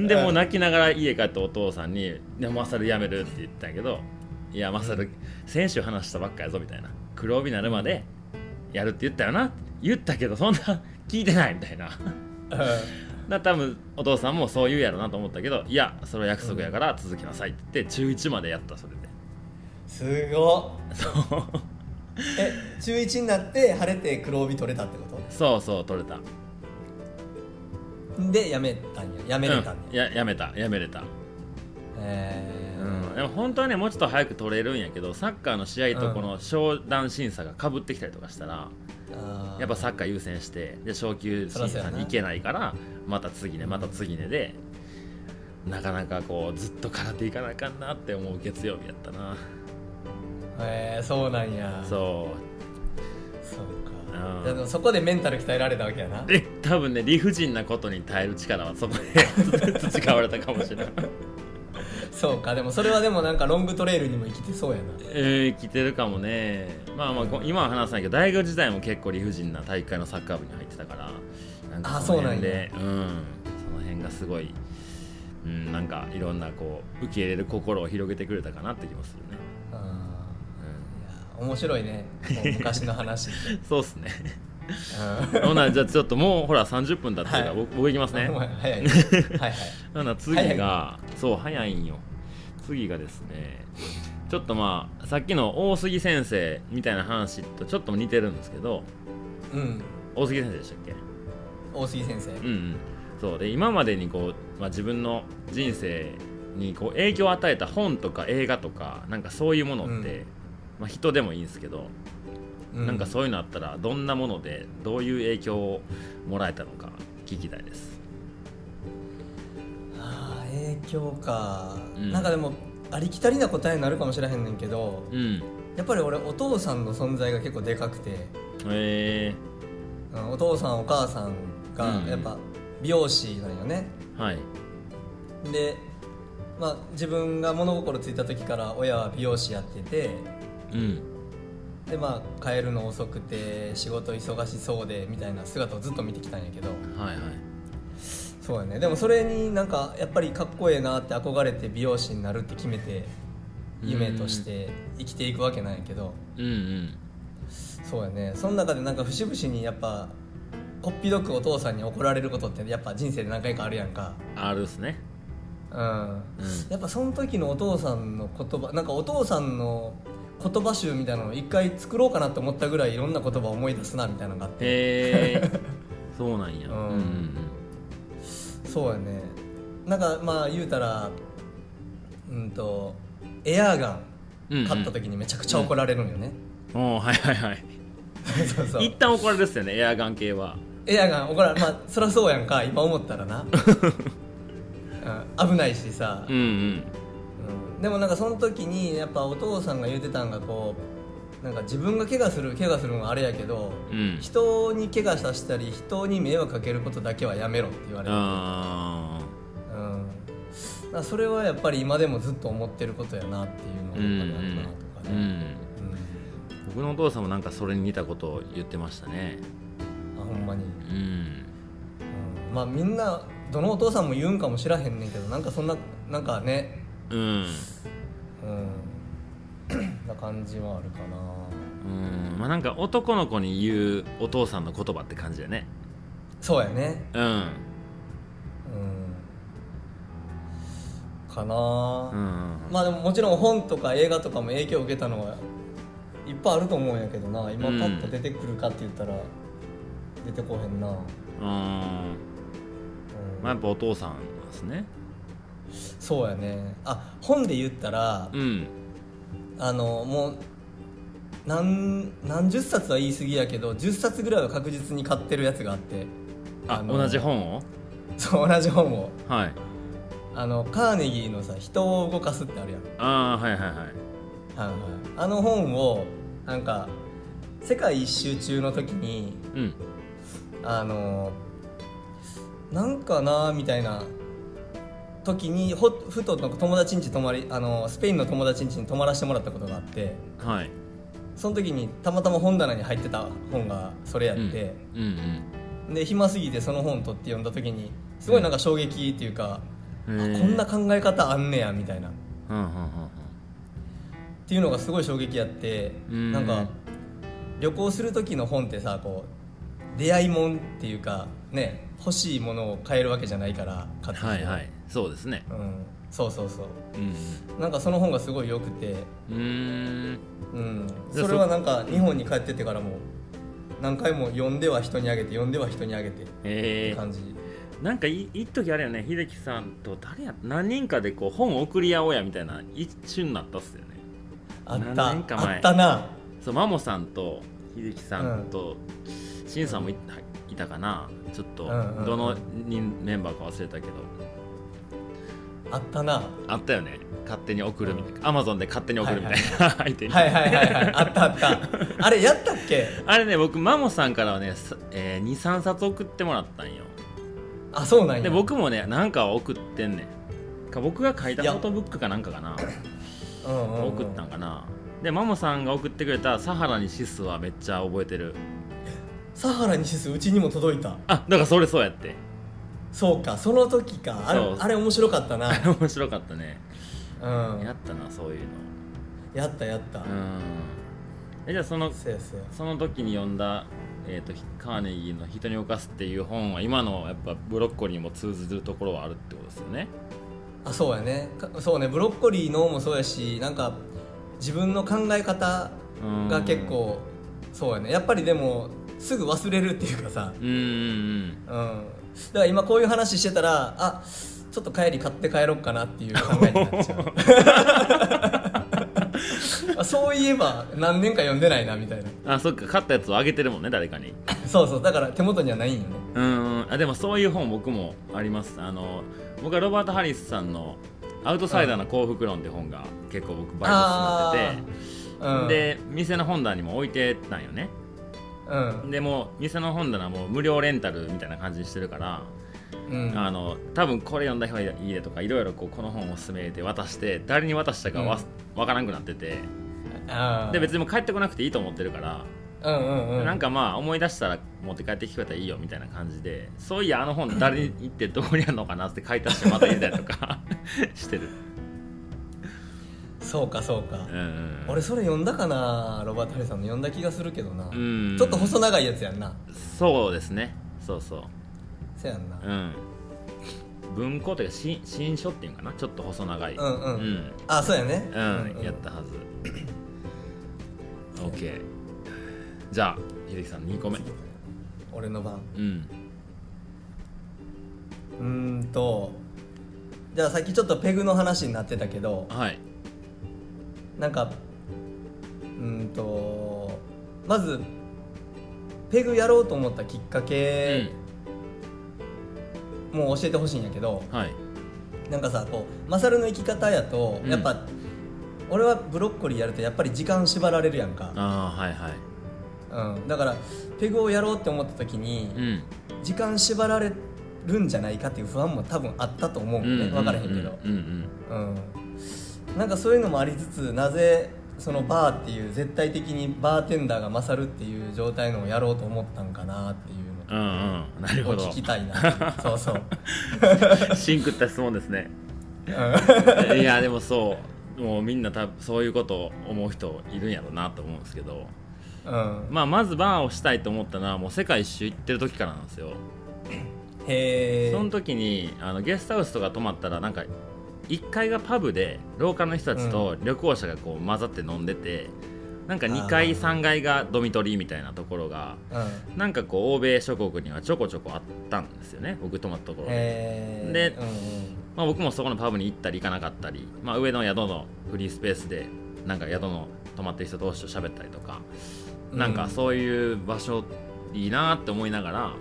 A: んでもう泣きながら家帰ってお父さんに「ねマサルやめる」って言ったんやけど「いやマサル先週話したばっかやぞ」みたいな「黒帯になるまでやるって言ったよな」言ったけどそんな聞いてないみたいなだか
B: う
A: ら多分お父さんもそう言うやろなと思ったけど「いやそれは約束やから続きなさい」って言って中1までやったそれで
B: んすごっ
A: そう
B: え中1になって晴れて黒帯取れたってこ
A: そうそう取れた
B: とでやめたんややめれたん
A: うん
B: や、
A: ややめたやめれた
B: へえ
A: うん、でも本当はねもうちょっと早く取れるんやけどサッカーの試合
B: う
A: と
B: ん
A: この商談審査がかぶってきたりとかしたら、
B: あー
A: やっぱサッカー優先してで昇級審
B: そら
A: 査
B: そうやな
A: に行けないからまた次ねまた次ねで、なかなかこうずっと空手行かなあかんなって思う月曜日やったな、
B: へえそうなんやう
A: そう
B: そう
A: うん
B: かでもそこでメンタル鍛えられたわけやな
A: で多分ね理不尽なことに耐える力はそこ で培われたかもしれない、
B: そうかでもそれはでもなんかロングトレイルにも生きてそうやな
A: えー、来てるかもねまあまあこ今は話さないけど大学時代も結構理不尽な体育会のサッカー部に入ってたからなんか
B: あ
A: その辺でうんその辺がすごい、うん、なんかいろんなこう受け入れる心を広げてくれたかなって気もするね、
B: あーいや面白いねもう昔の話
A: うん、そうっすねほなじゃあちょっともうほら30分だったから、
B: はい
A: 僕僕いきます
B: ね、
A: ね
B: お前早いねはいはい
A: なんだ次がそう早いんよ次がですねちょっとまあさっきの大杉先生みたいな話とちょっと似てるんですけど
B: うん
A: 大杉先生でしたっけ
B: 大杉先生
A: うんうんそうで今までにこう、まあ、自分の人生にこう影響を与えた本とか映画とかなんかそういうものって、まあ、人でもいいんですけど、
B: う
A: なんかそういうのあったらどんなものでどういう影響をもらえたのか聞きたいです
B: はあ影響か、
A: うん
B: なんかでもありきたりな答えになるかもしれへんねんけど
A: うん
B: やっぱり俺お父さんの存在が結構でかくて
A: え
B: うんお父さんお母さん
A: うん
B: がやっぱ美容師なんよね、
A: ー、はい
B: で、まあ、自分が物心ついた時から親は美容師やってて
A: うん
B: でまあ帰るの遅くて仕事忙しそうでみたいな姿をずっと見てきたんやけど
A: はいはい
B: そうやねでもそれになんかやっぱりかっこええなって憧れて美容師になるって決めて夢として生きていくわけなんやけど
A: うんうん
B: そうやねその中でなんか節々にやっぱこっぴどくお父さんに怒られることってやっぱ人生で何回かあるやんか
A: あるですね
B: うん、
A: うん
B: やっぱその時のお父さんの言葉なんかお父さんの言葉集みたいなのを一回作ろうかなと思ったぐらいいろんな言葉を思い出すなみたいなのがあって
A: へ えそうなんやう
B: うん
A: う
B: ん
A: ん
B: そうやねなんかまあ言うたらうんとエアーガ
A: うんうん
B: ン買った時にめちゃくちゃ怒られるんよね、
A: うんおーはいはいはい
B: そうそう
A: 一旦怒られるっすよねエアガン系は
B: エアガン怒られまあそりゃそうやんか今思った らな、うん、危ないしさ、
A: うんうん
B: うんでもなんかその時にやっぱお父さんが言うてたんがこうなんか自分が怪我する怪我するのはあれやけど、
A: うん
B: 人に怪我させたり人に迷惑かけることだけはやめろって言われて、
A: あ
B: うん、だからそれはやっぱり今でもずっと思ってることやなっていうのを
A: ー
B: やっぱりあるなと
A: う
B: か
A: んう
B: ね、
A: ん
B: うん
A: 僕のお父さんもなんかそれに似たことを言ってましたね
B: あほんまに、
A: うん
B: うんまあみんなどのお父さんも言うんかもしらへんねんけどなんかそんななんかね
A: うん、
B: うん、な感じはあるかな
A: うん、まあなんか男の子に言うお父さんの言葉って感じだね
B: そうやね
A: うん
B: うんかな
A: う、ん
B: まあでももちろん本とか映画とかも影響を受けたのはいっぱいあると思うんやけどな今パッと出てくるかって言ったら出てこへんな、う
A: う
B: ん
A: んまあやっぱお父さんですね
B: そうやねあ本で言ったら、
A: うん
B: あのもう何何十冊は言い過ぎやけど10冊ぐらいは確実に買ってるやつがあって
A: あ
B: の
A: 同じ本を
B: そう同じ本を
A: はい
B: あのカーネギーのさ「人を動かす」ってあるやん
A: ああはいはいはい
B: はいはい、あの本をなんか世界一周中の時に
A: うん
B: あのなんかなみたいな時にほふとなんか友達ん家泊まりあのスペインの友達ん家に泊まらせてもらったことがあって
A: はい
B: その時にたまたま本棚に入ってた本がそれやって、
A: うんうん
B: で暇すぎてその本取って読んだ時にすごいなんか衝撃っていうか、
A: こ
B: あこんな考え方あんねやみたいな。
A: うんうん
B: っていうのがすごい衝撃やって
A: うん
B: なんか旅行する時の本ってさこう出会いもんっていうかね欲しいものを買えるわけじゃないから買
A: うん
B: ってきて
A: はいはいそうですね
B: うん、そうそうそう
A: うん
B: なんかその本がすごい良くて、
A: うーん
B: うん、
A: じゃあ
B: それはなんか日本に帰ってってからも何回も読んでは人にあげて読んでは人にあげてって
A: えー
B: 感じ、
A: なんかい一時あれよね秀樹さんと誰や何人かでこう本送り合おうやみたいな一瞬になったっすよね
B: あっ
A: 何年か
B: た
A: 前
B: あったな
A: そうマモさんと秀樹さんとしんさんもい,、いたかなちょっと
B: うんうんうん
A: どの人メンバーか忘れたけど
B: あったな
A: あったよね勝手に送るみたいなアマゾンで勝手に送るみたいな、相手に、
B: はいはいはいはいあったあったあれやったっけ
A: あれね僕マモさんからはね、さえー、23冊送ってもらったんよ
B: あそうなんや
A: で僕もねなんかは送ってんねんか僕が書いたフォトブックかなんかかな
B: うんうんうん
A: 送ったんかなでマモさんが送ってくれた「サハラにシス」はめっちゃ覚えてる
B: サハラにシスうちにも届いた
A: あだからそれそうやって
B: そうかその時かあれ
A: そう
B: あれ面白か ったな
A: 面白かったね
B: うん
A: やったなそういうの
B: やったやった、
A: うんえじゃあその
B: そうやそうや
A: その時に読んだ、ええー、とカーネギーの「人に犯す」っていう本は今のやっぱブロッコリーにも通ずるところはあるってことですよね
B: あそうやねかそうねブロッコリーのもそうやしなんか自分の考え方
A: うん
B: が結構そうやねやっぱりでもすぐ忘れるっていうかさ、
A: うんうん
B: うん、だから今こういう話してたらあちょっと帰り買って帰ろうかなっていう考えになっちゃ う あそういえば何年か読んでないなみたいな
A: うんあそっか買ったやつをあげてるもんね誰かに
B: そうそうだから手元にはないんよね
A: うんうんあでもそういう本僕もありますあの僕はロバート・ハリスさんの「アウトサイダーの幸福論」って本が結構僕バイトになってて
B: うん、
A: で店の本棚にも置いてたんよね
B: うん
A: でもう店の本棚も無料レンタルみたいな感じにしてるから、
B: うん、
A: あの多分これ読んだ方がいいでとかいろいろこうこの本を勧めて渡して誰に渡したかわ、わからなくなってて
B: あー
A: で別にもう帰ってこなくていいと思ってるから、
B: うんうんうん
A: なんかまあ思い出したら持って帰ってきてくれたらいいよみたいな感じでそういやあの本誰に行ってどこにあるのかなって書いたしてまた入れたりとか してる、
B: そうかそうか、
A: うんうん、
B: 俺それ読んだかなロバート・ハリさんの読んだ気がするけどな、
A: うん
B: ちょっと細長いやつやんな
A: そうですねそうそう
B: せやんな、
A: うん文庫というか新新書っていうんかなちょっと細長い
B: うんうん
A: うん
B: あそうやね
A: うん、やったはず OK じゃあ秀樹さん2個目
B: 俺の番
A: うん
B: うーんとじゃあさっきちょっとペグの話になってたけど
A: はい
B: なんかうーんとまずペグやろうと思ったきっかけ、もう教えてほしいんやけど
A: うん、はい
B: なんかさこうマサルの生き方やと
A: うん
B: やっぱ、俺はブロッコリーやるとやっぱり時間縛られるやんか、
A: ああはいはい
B: うん、だからペグをやろうって思った時に、
A: うん
B: 時間縛られるんじゃないかっていう不安も多分あったと思う
A: うん
B: ね、
A: ん
B: 分からへんけど、
A: うんうん
B: うん、なんかそういうのもありつつなぜそのバーっていう絶対的にバーテンダーが勝るっていう状態のをやろうと思ったんかなっていう
A: うんうんうんなる
B: の
A: ほ
B: を
A: ど
B: 聞きたい なそうそう、
A: シンクった質問ですね
B: う ん
A: いやでもそうもうみんな多分そういうことを思う人いるんやろうなと思うんですけど、
B: うん、
A: まあ、まずバーをしたいと思ったのはもう世界一周行ってる時からなんですよ
B: へえ
A: その時にあのゲストハウスとか泊まったらなんか1階がパブで廊下の人たちと旅行者がこう混ざって飲んでて、なんか2
B: あ
A: 階
B: ー
A: 3階がドミトリーみたいなところが
B: うん
A: なんかこう欧米諸国にはちょこちょこあったんですよね僕泊まったところで、
B: へえ
A: で
B: うんうん
A: まあ、僕もそこのパブに行ったり行かなかったり、まあ、上の宿のフリースペースでなんか宿の泊まってる人同士と喋ったりとか、なんかそういう場所いいなって思いながら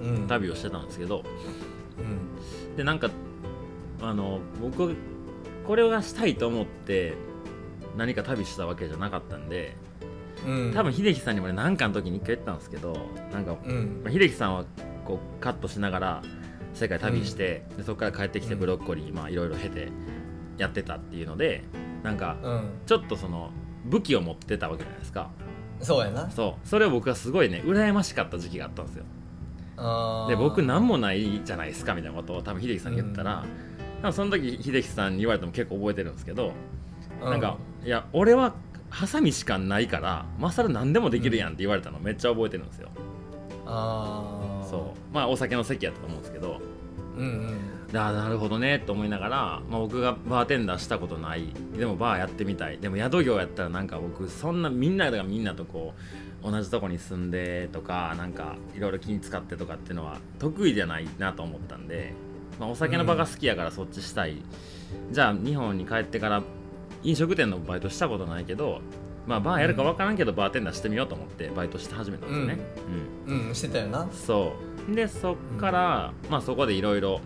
B: うん、
A: 旅をしてたんですけど、
B: うん
A: でなんかあの僕これがしたいと思って何か旅したわけじゃなかったんで
B: うん、
A: 多分秀樹さんにもね何かの時に一回言ったんですけどなんか、
B: うん
A: まあ、秀樹さんはこうカットしながら世界旅して、でそこから帰ってきて
B: うん
A: ブロッコリーまあいろいろ経てやってたっていうのでなんか
B: うん
A: ちょっとその武器を持ってたわけじゃないですか
B: そうやな
A: そうそれを僕はすごいね羨ましかった時期があったんですよ
B: あー
A: で僕何もないじゃないですかみたいなことを多分秀樹さんに言ったら、多分その時秀樹さんに言われても結構覚えてるんですけど、
B: う
A: なんか「いや俺はハサミしかないからマサル何でもできるやん」って言われたのめっちゃ覚えてるんですよ、
B: ああ
A: そうまあお酒の席やったと思うんですけど
B: ううん
A: ああなるほどねと思いながら、まあ、僕がバーテンダーしたことないでもバーやってみたいでも宿業やったらなんか僕そんなみんながみんなとこう同じとこに住んでとかなんかいろいろ気に使ってとかっていうのは得意じゃないなと思ったんで、まあ、お酒の場が好きやからそっちしたい、じゃあ日本に帰ってから飲食店のバイトしたことないけどまあバーやるか分からんけどバーテンダーしてみようと思ってバイトして始めたんですよね、うん
B: うんうんしてたよな
A: そうでそっから、まあそこでいろいろ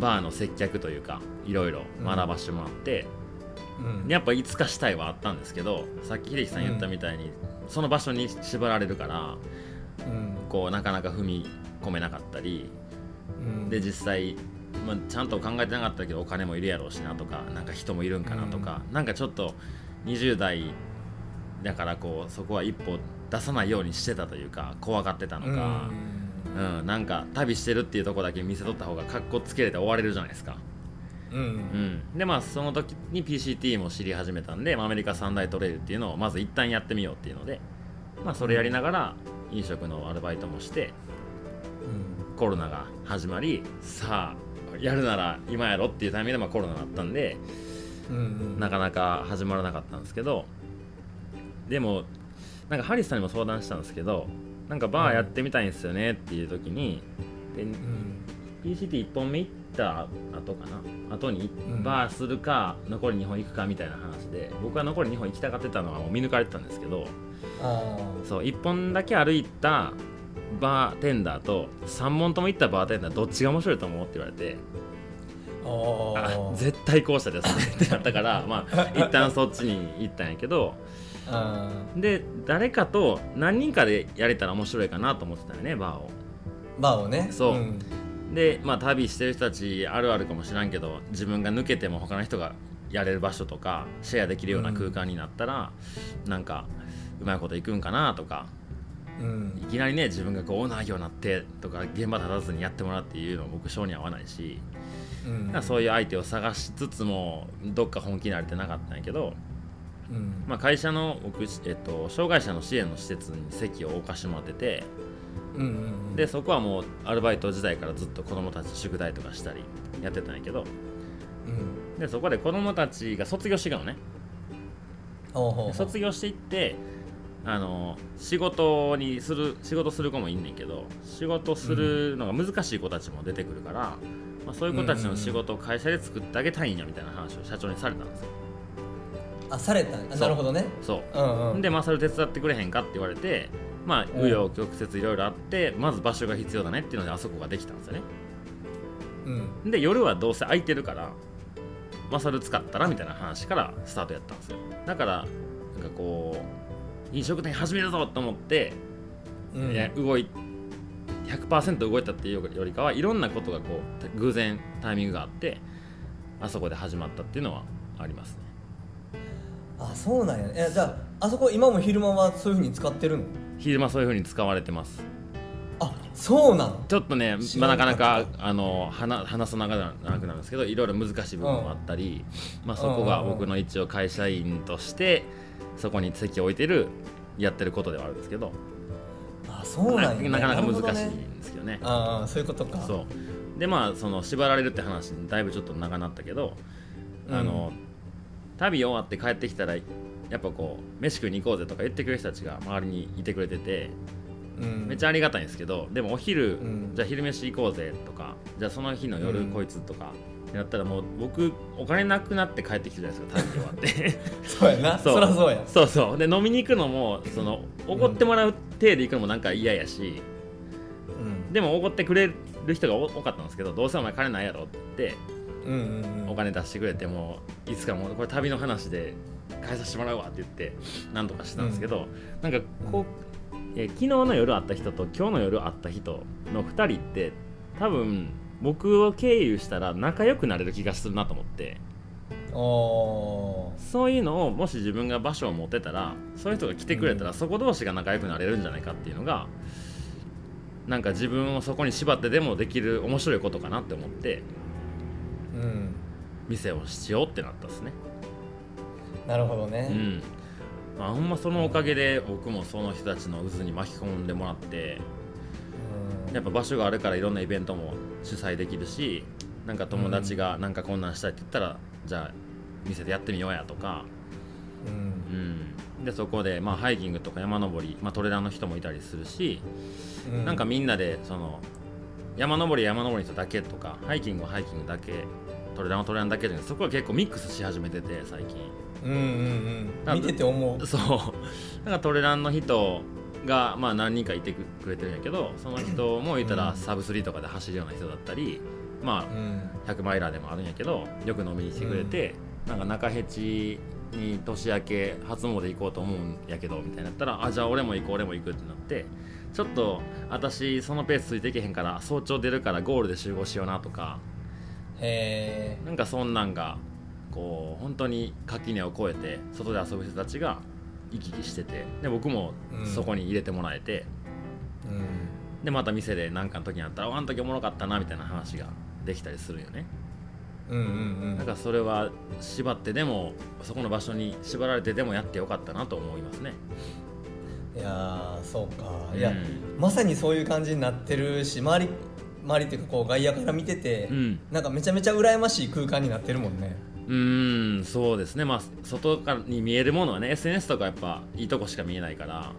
A: バーの接客というかいろいろ学ばしてもらって、
B: うん
A: やっぱいつかしたいはあったんですけどさっき秀樹さん言ったみたいに、その場所に縛られるから
B: うん
A: こうなかなか踏み込めなかったり
B: うん
A: で実際、まあ、ちゃんと考えてなかったけどお金もいるやろうしなとかなんか人もいるんかなとか、なんかちょっと20代だからこうそこは一歩出さないようにしてたというか怖がってたのか。うん、なんか旅してるっていうとこだけ見せとった方が格好つけれて終われるじゃないですか、
B: うんうん
A: うん、でまあその時に PCT も知り始めたんで、まあアメリカ三大トレイルっていうのをまず一旦やってみようっていうので、まあ、それやりながら飲食のアルバイトもして
B: うん
A: コロナが始まりさあやるなら今やろっていうタイミングでまあコロナがあったんで
B: うんうん
A: なかなか始まらなかったんですけどでもなんかハリスさんにも相談したんですけどなんかバーやってみたいんですよねっていう時にで
B: うん
A: PCT1 本目行った後かな後に
B: ん
A: バーするか残り2本行くかみたいな話で僕は残り2本行きたがってたのはもう見抜かれてたんですけど
B: あ
A: そう1本だけ歩いたバーテンダーと3本とも行ったバーテンダーどっちが面白いと思うって言われて
B: ーあ
A: あ
B: ー
A: 絶対後者ですねってなった からまあ一旦そっちに行ったんやけど
B: あ
A: で誰かと何人かでやれたら面白いかなと思ってたよねバーを
B: ーバーをね
A: そうんでまあ旅してる人たちあるあるかもしらんけど自分が抜けても他の人がやれる場所とかシェアできるような空間になったら、なんかうまいこといくんかなとか
B: うん
A: いきなりね自分がこうオーナー業になってとか現場立たずにやってもらうっていうのは僕性に合わないし、
B: うん
A: だからそういう相手を探しつつもどっか本気になれてなかったんやけど、
B: うん
A: まあ、会社の僕、えっと、障害者の支援の施設に席を置かしてもらってて
B: うんうん
A: でそこはもうアルバイト時代からずっと子供たち宿題とかしたりやってたんやけど
B: うん
A: でそこで子供たちが卒業していくのね
B: ほうほうほう
A: 卒業していってあの仕事にする仕事する子もいんねんけど仕事するのが難しい子たちも出てくるから、まあ、そういう子たちの仕事を会社で作ってあげたいんやみたいな話を社長にされたんですよ
B: あされたあ
A: そう
B: なるほどね
A: そう
B: うんうん
A: で、まあ、それ手伝ってくれへんかって言われて、まあ、
B: うん
A: 紆余曲折いろいろあって、まず場所が必要だねっていうので、あそこができたんですよね。
B: うん
A: で、夜はどうせ空いてるから、マサル使ったらみたいな話からスタートやったんですよ。だから、なんかこう、飲食店始めるぞと思って、
B: うん
A: いや動い100%動いたっていうよりかは、いろんなことがこう、偶然タイミングがあって、あそこで始まったっていうのはありますね。
B: あそうなんやねえじゃああそこ今も昼間はそういうふうに使ってるの
A: 昼間そういう風に使われてます。
B: あそうなん
A: ちょっとね、
B: 知
A: まあ、
B: ら
A: な
B: なか
A: かな
B: った
A: かあの話話す長くなるんですけどいろいろ難しい部分もあったり、まあ、そこが
B: うんうんうん
A: 僕の一応会社員としてそこに席を置いてるやってることではあるんですけど
B: あそう
A: な
B: なんやね
A: なかなか難
B: るほど
A: しい
B: ね
A: んですけどね。
B: ああそういうことか
A: そうでまあその縛られるって話にだいぶちょっと長なったけど、
B: うん
A: あの旅終わって帰ってきたらやっぱこう飯食いに行こうぜとか言ってくれる人たちが周りにいてくれてて
B: うん
A: めっちゃありがたいんですけどでもお昼、
B: うん
A: じゃあ昼飯行こうぜとかじゃあその日の夜、
B: うん
A: こいつとかやったらもう僕お金なくなって帰ってきてるじゃ ないですか旅終わって
B: そうやな
A: そう
B: そらそうや
A: そうそうで飲みに行くのもそのおごってもらう体で行くのもなんか嫌やし
B: うん
A: でもおごってくれる人が多多かったんですけどどうせお前金ないやろって言って
B: うんうんう
A: お
B: ん
A: 金出してくれてもういつかもうこれ旅の話で返させてもらうわって言ってなんとかしてたんですけど、なんかこう、えー昨日の夜会った人と今日の夜会った人の2人って多分僕を経由したら仲良くなれる気がするなと思って
B: おー
A: そういうのをもし自分が場所を持ってたらそういう人が来てくれたら、
B: うん
A: そこ同士が仲良くなれるんじゃないかっていうのがなんか自分をそこに縛ってでもできる面白いことかなって思って
B: うん
A: 店をしようってなったんですね。
B: なるほど
A: う
B: ね
A: んまあ、ほんまそのおかげで僕もその人たちの渦に巻き込んでもらって
B: うん
A: やっぱ場所があるからいろんなイベントも主催できるしなんか友達がなんかこんなんしたいって言ったら、じゃあ店でやってみようやとか、
B: う
A: うんん、でそこでまあハイキングとか山登り、まあ、トレラーの人もいたりするし、
B: う
A: なんかみんなでその山登り山登りの人だけとかハイキングはハイキングだけトレラーのトレラーだけじゃなくてそこは結構ミックスし始めてて最近。
B: うんうんうん見てて思う
A: そう なんかトレランの人が、まあ、何人かいてくれてるんやけどその人もいた
B: う
A: ら
B: ん
A: サブ3とかで走るような人だったり、ま
B: うん
A: あ、100マイラーでもあるんやけどよく飲みに来てくれて、なんか中ヘチに年明け初詣行こうと思うんやけどみたいになったらあじゃあ俺も行こう俺も行くってなってちょっと私そのペースついていけへんから早朝出るからゴールで集合しようなとか
B: へ
A: なんかそんなんがこう本当に垣根を越えて外で遊ぶ人たちが行き来しててで僕も
B: うん
A: そこに入れてもらえて、
B: えうん
A: でまた店で何かの時になったら「ああの時おもろかったな」みたいな話ができたりするよね、
B: うんうんう
A: なん
B: ん
A: かそれは縛ってでもそこの場所に縛られてでもやってよかったなと思いますね
B: いやーそうかいや、
A: うん
B: まさにそういう感じになってるし周り周りっていうかこう外野から見てて、
A: うん
B: なんかめちゃめちゃ羨ましい空間になってるもんね
A: うーんそうですねまあ外からに見えるものはね SNS とかやっぱいいとこしか見えないから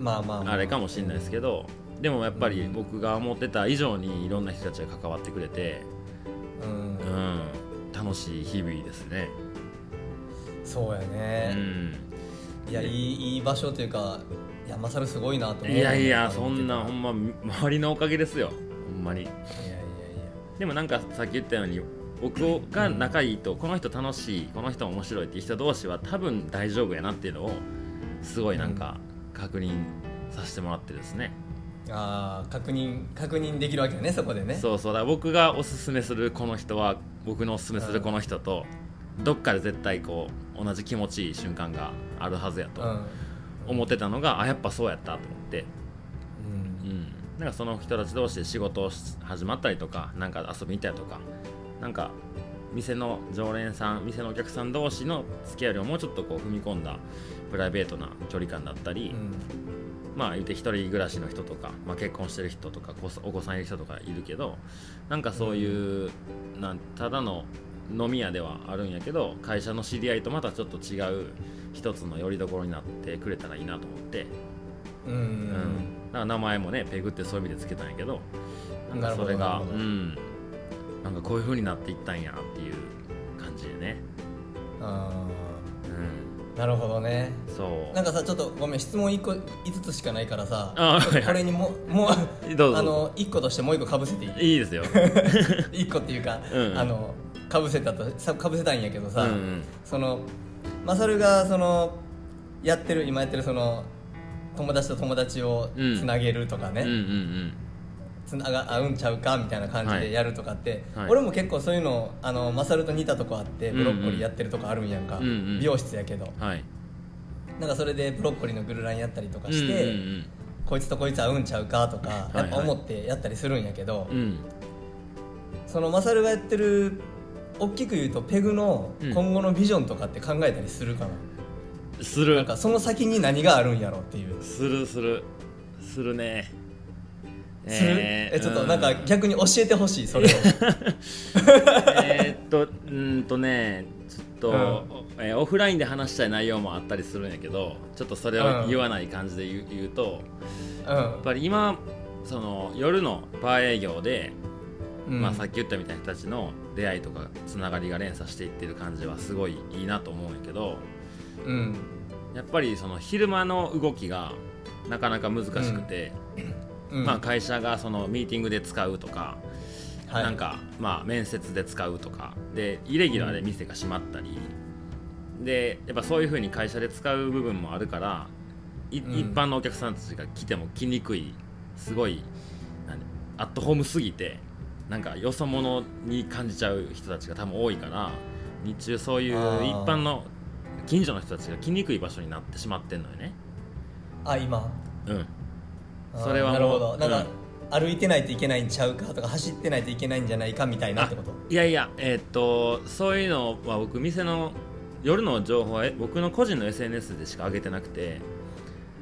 B: まあまあ、ま
A: あれかもしれないですけどでもやっぱり僕が思ってた以上にいろんな人たちが関わってくれて
B: う
A: う
B: ん
A: ん楽しい日々ですね
B: そうやね、いやいいいい場所というかいやマサルすごいな
A: う
B: と思
A: ん
B: う
A: いやいやそんな
B: 見
A: ほ
B: て
A: んま周りのおかげですよほんまに
B: たらいやいやい
A: でもなんかさっき言ったように僕が仲いいとこの人楽しいこの人面白いっていう人同士は多分大丈夫やなっていうのをすごいなんか確認させてもらってですね
B: やあー確認確認できるわけよねそこでね
A: そうそうだから僕がおすすめするこの人は僕のおすすめするこの人とどっかで絶対こう同じ気持ちいい瞬間があるはずや
B: う
A: と
B: ん
A: 思ってたのがあやっぱそうやったと思って
B: う
A: うんんなんかその人たち同士で仕事をし始まったりとかなんか遊びに行ったりとかなんか店の常連さん店のお客さん同士の付き合いよりももうちょっとこう踏み込んだプライベートな距離感だったり、
B: うん
A: まあ言うて一人暮らしの人とか、まあ、結婚してる人とかこお子さんいる人とかいるけどなんかそういう、なんただの飲み屋ではあるんやけど会社の知り合いとまたちょっと違う一つの拠り所になってくれたらいいなと思って、
B: うん、
A: うんだから名前もねペグってそういう意味でつけたんやけどなん
B: な
A: か
B: る
A: そ
B: ほど
A: れ
B: な
A: が
B: るほ
A: う
B: ど
A: んなんかこういう風になっていったんやっていう感じでね、
B: あ
A: う
B: ーなるほどね
A: ん、そう
B: なんかさちょっとごめん質問1個5つしかないからさ
A: あー
B: ちょっとこれにももう
A: どうぞ
B: あの1個としてもう1個かぶせ ていい
A: いいですよ、
B: 1個っていうか、
A: うん
B: あのかぶせたとさかぶせたんやけど
A: う
B: さ、
A: んうん、
B: そのマサルがそのやってる今やってるその友達と友達を
A: うん
B: つなげるとかね、
A: うんうんうん
B: つなが合うんちゃうかみたいな感じ
A: は
B: で
A: い
B: やるとかって、
A: はい
B: 俺も結構そういうのあのマサルと似たとこあって
A: うん
B: ブロッコリーやってるとこあるんやんか、
A: うんうん
B: 美容室やけど
A: はい
B: なんかそれでブロッコリーのグルランやったりとかして、
A: うんうん
B: こいつとこいつ合うんちゃうかとか
A: いは
B: や
A: い
B: っぱ思ってやったりするんやけど、
A: うんうん
B: そのマサルがやってる大きく言うとペグの
A: うん
B: 今後のビジョンとかって考えたりするかな、
A: する
B: なんかその先に何があるんやろっていう、
A: するするするね
B: するえちょっとなんか
A: うん
B: 逆に教えてほしい それを
A: えーっとうーんとねちょっと、えーオフラインで話したい内容もあったりするんやけどちょっとそれを言わない感じで言う,、言うと
B: うん
A: やっぱり今その夜のバー営業で、
B: うん
A: まあ、さっき言ったみたいな人たちの出会いとかつながりが連鎖していってる感じはすごいいいなと思うんやけど
B: うん
A: やっぱりその昼間の動きがなかなか難しくて、
B: うん
A: まあ、会社がそのミーティングで使うとか、
B: はい
A: なんか、まあ、面接で使うとかでイレギュラーで店が閉まったり、でやっぱそういうふうに会社で使う部分もあるからい
B: うん
A: 一般のお客さんたちが来ても来にくいすごい何アットホームすぎてなんかよそ者に感じちゃう人たちが多分多いから日中そういう一
B: あー
A: 般の近所の人たちが来にくい場所になってしまってんのよね。
B: あ今
A: うん、
B: あー
A: それはもう
B: なるほどなんか、歩いてないといけないんちゃうかとか走ってないといけないんじゃないかみたいなってこと
A: いやいや、えーっとそういうのは僕店の夜の情報はえ僕の個人の SNS でしか上げてなくて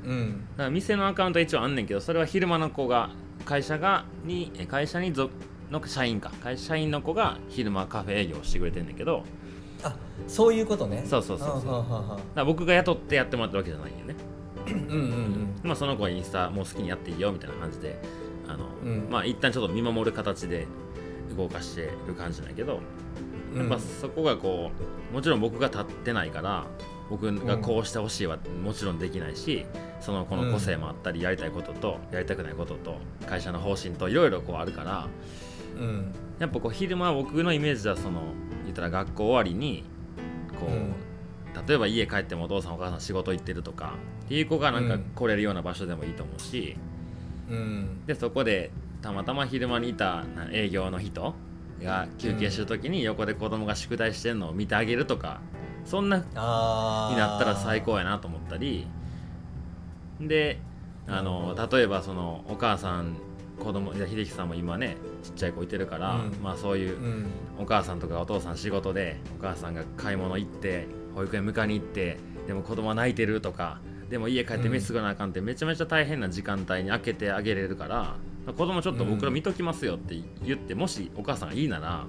B: うん
A: だから店のアカウントは一応あんねんけどそれは昼間の子が会社がにえ会社にぞの社員か会社員の子が昼間カフェ営業をしてくれてんだけどだか
B: あそういうことね
A: そうそうそうそう
B: はあはあはあ
A: ら僕が雇ってやってもらったわけじゃないんよね、
B: うんうんうん
A: まあ、その子はインスタもう好きにやっていいよみたいな感じであの、
B: うん
A: まあ一旦ちょっと見守る形で動かしてる感じなんやけどやっぱそこがこうもちろん僕が立ってないから僕がこうしてほしいはもちろんできないしその子の個性もあったりやりたいこととやりたくないことと会社の方針といろいろこうあるから
B: うん
A: やっぱこう昼間は僕のイメージではその言ったら学校終わりにこう、例えば家帰ってもお父さんお母さん仕事行ってるとかっていう子がなんか
B: うん
A: 来れるような場所でもいいと思うし、
B: うんうん
A: でそこでたまたま昼間にいたな営業の人が休憩してる時に横で子供が宿題してるのを見てあげるとかそんな
B: ああ
A: になったら最高やなと思ったりであの例えばそのお母さん子供いや秀樹さんも今ねちっちゃい子いてるから、
B: うん
A: まあそういううんお母さんとかお父さん仕事でお母さんが買い物行って保育園迎えに行ってでも子供は泣いてるとかでも家帰って飯作らなあかんってめちゃめちゃ大変な時間帯に開けてあげれるから子供ちょっと僕ら見ときますよって言って、もしお母さんがいいなら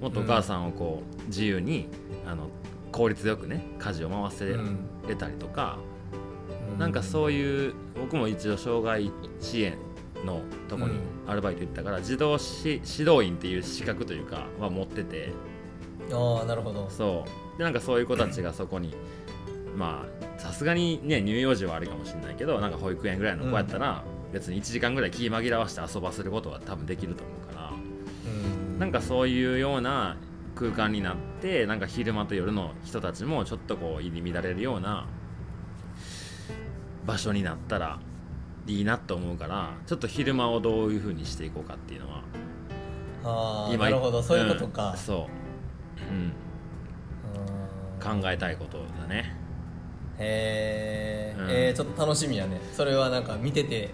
A: もっとお母さんをこう自由にあの効率よくね家事を回せ
B: うん
A: れたりとか、なんかそういう僕も一応障害支援のとこにアルバイト行ったから、児童し指導員っていう資格というかは持ってて
B: ああなるほど
A: そうでなんかそういう子たちがそこにまあさすがにね乳幼児はあれかもしれないけどなんか保育園ぐらいの子やったら、別に1時間ぐらい気紛らわして遊ばせることは多分できると思うから
B: うん
A: なんかそういうような空間になってなんか昼間と夜の人たちもちょっとこう入り乱れるような場所になったらいいなと思うからちょっと昼間をどういうふうにしていこうかっていうのは
B: ああなるほどそういうことか
A: うん、そう、うん、
B: うん
A: 考えたいことだね
B: へー
A: うん
B: えーちょっと楽しみやねそれはなんか見てて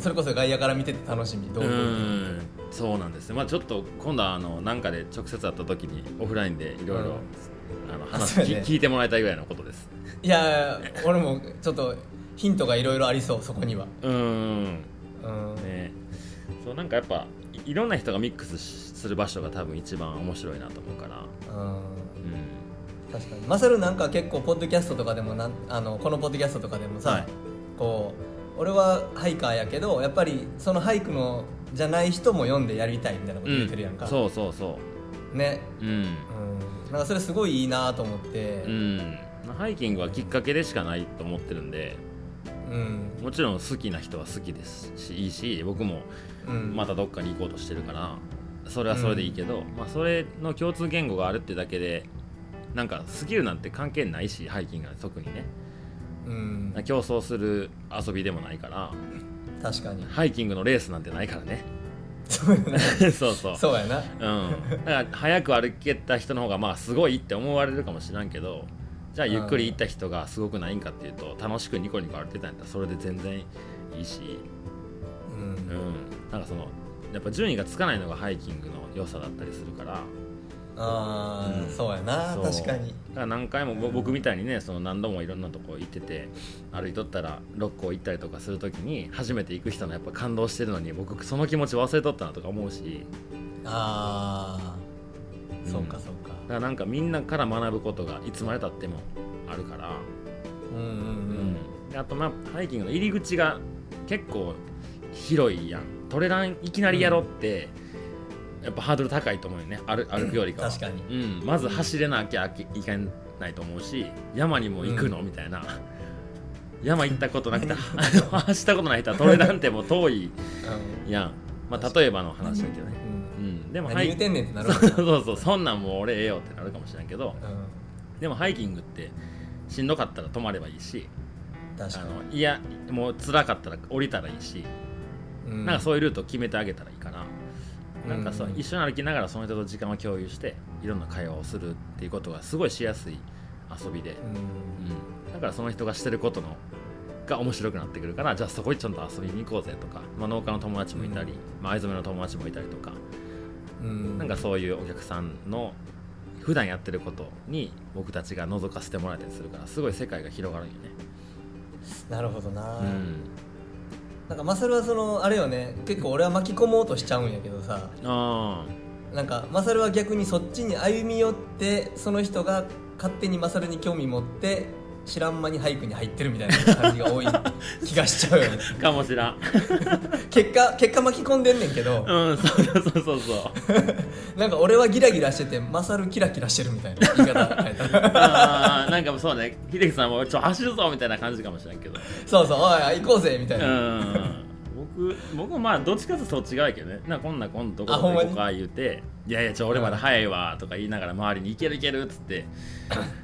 B: それこそ外野から見てて楽しみど
A: う
B: う動いてる
A: んそうなんですねまあちょっと今度はあのなんかで直接会った時にオフラインでいろいろあの話
B: そう
A: 聞
B: ね
A: 聞いてもらいたいぐらいのことです
B: いやー俺もちょっとヒントがいろいろありそうそこには
A: うん
B: うん、
A: ねそうなんかやっぱいいろんな人がミックスしする場所が多分一番面白いなと思うから
B: うん
A: うん
B: 確かにマサルなんか結構ポッドキャストとかでもなんあのこのポッドキャストとかでもさ、
A: はい
B: こう俺はハイカーやけどやっぱりそのハイクのじゃない人も読んでやりたいみたいなこと言ってるやんか、
A: そうそうそ
B: ね
A: ううん
B: うんなんかそれすごいいいなと思って
A: うんまあハイキングはきっかけでしかないと思ってるんで
B: うん
A: もちろん好きな人は好きですしいいし僕も
B: うん
A: またどっかに行こうとしてるからそれはそれでいいけど、まあ、それの共通言語があるってだけでなんかスキルなんて関係ないしハイキングは特にね
B: うん
A: 競争する遊びでもないから
B: 確かに
A: ハイキングのレースなんてないからね
B: そうやな
A: そうそう
B: そうやな
A: うん、だから早く歩けた人の方がまあすごいって思われるかもしらんけどじゃあゆっくり行った人がすごくないんかっていうと楽しくニコニコ歩いてたんだそれで全然いいし、
B: う
A: うんん、なんかそのやっぱ順位がつかないのがハイキングの良さだったりするから
B: あー
A: うん
B: そうやな
A: そう
B: 確かに
A: だから何回もぼ僕みたいにねその何度もいろんなとこ行ってて歩いとったら六甲行ったりとかする時に初めて行く人のやっぱ感動してるのに僕その気持ち忘れとったなとか思うし。
B: ああ
A: うん
B: そうかそうか
A: だからなんかみんなから学ぶことがいつまでたってもあるから、
B: うんうんうん
A: であとまあハイキングの入り口が結構広いやんトレランいきなりやろって、やっぱハードル高いと思うよね 歩歩くよりかは
B: 確かに
A: うん、まず走れなきゃいけないと思うし山にも行くの、みたいな山行ったことなくて 走ったことない人はトレランってもう遠いやん、まあ、例えばの話だけどね、
B: うん
A: うん、でもハ
B: 何
A: イ
B: 言うてんねんってなるわ
A: そう そうそうそんなんもう俺ええよってなるかもしれんけど
B: うん
A: でもハイキングってしんどかったら泊まればいいし
B: 確
A: あ
B: か
A: のいやもう辛かったら降りたらいいし、
B: に
A: なんかそう
B: う
A: いうルートを決めてあげたらいいかな、なんかそう
B: うん
A: 一緒に歩きながらその人と時間を共有していろんな会話をするっていうことがすごいしやすい遊びで、
B: うん
A: うん、だからその人がしてることのが面白くなってくるからじゃあそこにちょっと遊びに行こうぜとか、まあ、農家の友達もいたり、まあ、藍染めの友達もいたりとか
B: うん
A: なんかそういうお客さんの普段やってることに僕たちが覗かせてもらえたりするからすごい世界が広がるよね。
B: なるほどな
A: うん、
B: なんかマサルはそのあれよね結構俺は巻き込もうとしちゃうんやけどさ
A: あ
B: なんかマサルは逆にそっちに歩み寄ってその人が勝手にマサルに興味持って知らん間に俳句に入ってるみたいな感じが多い気がしちゃうよね
A: あかもしらん。
B: 結果結果巻き込んでんねんけど
A: うんそうそうそうそうそう。
B: なんか俺はギラギラしててマサルキラキラしてるみたいな言い方変えた
A: あーなんかそうね秀樹さんも「ちょ走るぞ」みたいな感じかもしれんけど
B: そうそうおい行こうぜみたいうな、
A: ん僕僕もまあどっちかとそっち側やけどねなんかこんな今度ど
B: あ
A: こ
B: ほんま
A: で
B: に
A: 行こうか言うて「いやいやちょ俺まだ早いわ」とか言いながら周りに「行ける行ける」っつって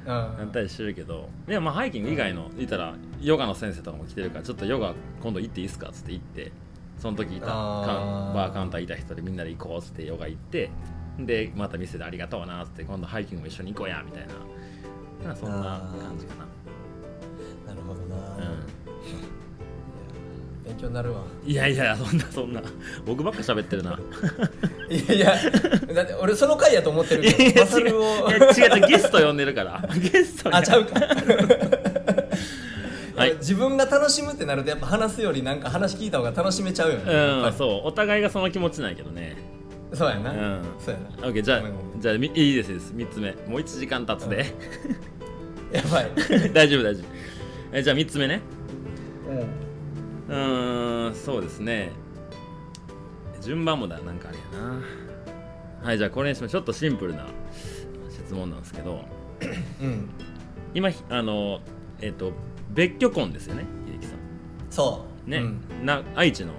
B: うん、
A: なったりしてるけどでもまあハイキング以外の言ったらヨガの先生とかも来てるからちょっとヨガ今度行っていいっすかっつって行ってその時いた
B: あー
A: カウンバーカウンターいた人でみんなで行こうっつってヨガ行ってでまた店でありがとうなっつって今度ハイキングも一緒に行こうやみたいななんかそんな感じかな
B: なるほどな、
A: う
B: 勉強になるわ
A: んいやいやそんなそんな僕ばっか喋ってるない
B: やいやだって俺その回やと思ってる
A: いや
B: け
A: い
B: ど
A: や
B: マサ
A: 違
B: ルを
A: ういや違う違うゲスト呼んでるからゲストに
B: あちゃうかい
A: はい
B: 自分が楽しむってなるとやっぱ話すよりなんか話聞いた方が楽しめちゃうよね、やっぱ
A: うん
B: り
A: そうお互いがその気持ちないけどね
B: そうやな、
A: うん
B: そうやな
A: OK じゃあ
B: ごめんごめん
A: じゃあみいいですいいです3つ目もう1時間経つで、
B: やばい、
A: 大丈夫大丈夫えじゃあ3つ目ね
B: うん、
A: うーんそうですね順番もだなんかあれやなはいじゃあこれにしましょうちょっとシンプルな質問なんですけど
B: うん、
A: 今ひあのえっ、と別居婚ですよね秀樹さん
B: そう
A: ね、
B: うん、
A: な愛知の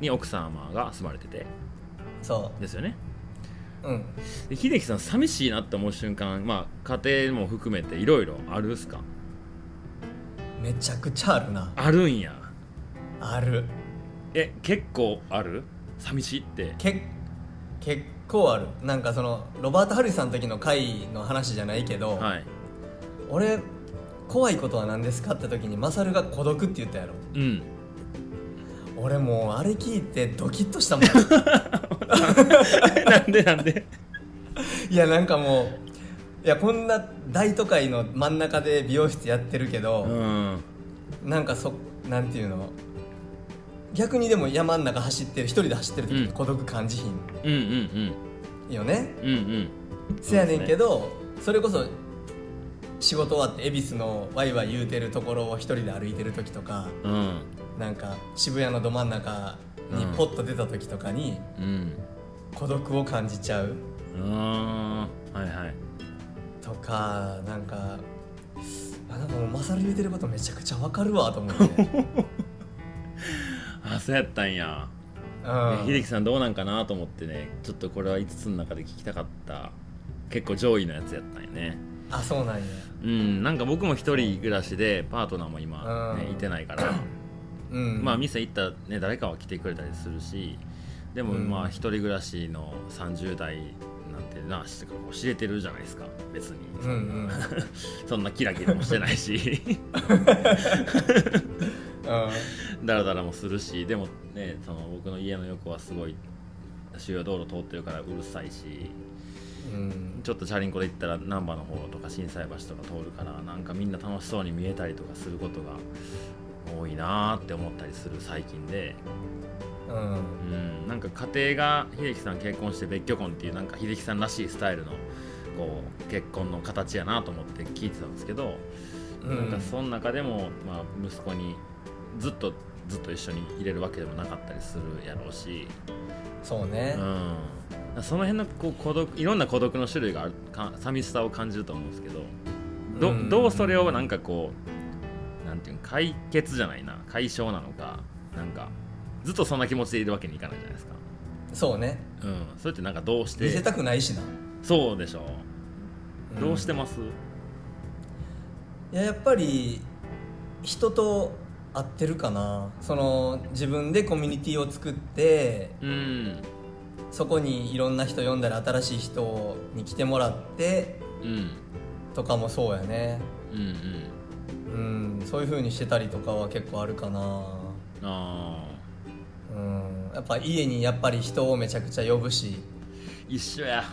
A: に奥様が住まれてて
B: そ
A: ですよね
B: ううん
A: で秀樹さん寂しいなって思う瞬間まあ家庭も含めていろいろあるっすか
B: めちゃくちゃあるな
A: あるんや
B: ある
A: え結構ある寂しいって
B: け結構あるなんかそのロバート・ハリスさんの時の回の話じゃないけど、
A: はい
B: 俺怖いことは何ですかって時にマサルが孤独って言ったやろ
A: うん
B: 俺もうあれ聞いてドキッとした もん
A: なんでなんで
B: いやなんかもういやこんな大都会の真ん中で美容室やってるけ
A: う
B: ど、
A: ん
B: なんかそなんていうの逆にでも山ん中走ってる一人で走ってる時に
A: うん
B: 孤独感じひ
A: うんうん
B: んよね、
A: うんうんうん
B: せやねんけどそれこそ仕事終わって恵比寿のワイワイ言うてるところを一人で歩いてる時とか
A: うん
B: なんか渋谷のど真ん中に
A: うん
B: ポッと出た時とかに
A: うん
B: 孤独を感じちゃう
A: あーはいはい
B: とかなんかあなんかもうマサル言うてることめちゃくちゃわかるわ と思って、ね
A: あそうやったんや、
B: うん、
A: 秀樹さんどうなんかなと思ってねちょっとこれは5つの中で聞きたかった結構上位のやつやったんやね
B: あそうなんや
A: うんなんか僕も一人暮らしでパートナーも今、ね
B: うん
A: いてないから
B: うん
A: まあ店行ったらね誰かは来てくれたりするしでも
B: うん
A: まあ一人暮らしの30代なんてなし教えてるじゃないですか別に
B: うんうん
A: そんなキラキラもしてないし
B: うん
A: ダラダラもするしでもねその僕の家の横はすごい主要道路通ってるからうるさいし
B: うん
A: ちょっとチャリンコで行ったら難波の方とか心斎橋とか通るからなんかみんな楽しそうに見えたりとかすることが多いなーって思ったりする最近で
B: うん
A: うんなんか家庭が秀樹さん結婚して別居婚っていうなんか秀樹さんらしいスタイルのこう結婚の形やなと思って聞いてたんですけど、
B: うん
A: なんかその中でも、まあ、息子にずっとずっと一緒に入れるわけでもなかったりするやろうし、
B: そう
A: う
B: ね
A: ん、その辺のこう孤独いろんな孤独の種類があるか寂しさを感じると思うんですけどど,、
B: うん
A: どうそれをなんかこうなんていうの解決じゃないな解消なのかなんかずっとそんな気持ちでいるわけにいかないじゃないですか。
B: そうね
A: うん、それってなんかどうし
B: 見せ
A: て
B: たくないしな、
A: そうでしょ
B: ん
A: どうしてます
B: いややっぱり人と合ってるかなその自分でコミュニティを作って
A: うん
B: そこにいろんな人呼んだり新しい人に来てもらって
A: うん
B: とかもそうやね
A: うんうん
B: うんそういう風にしてたりとかは結構あるかな
A: ああ
B: うんやっぱ家にやっぱり人をめちゃくちゃ呼ぶし
A: 一緒 や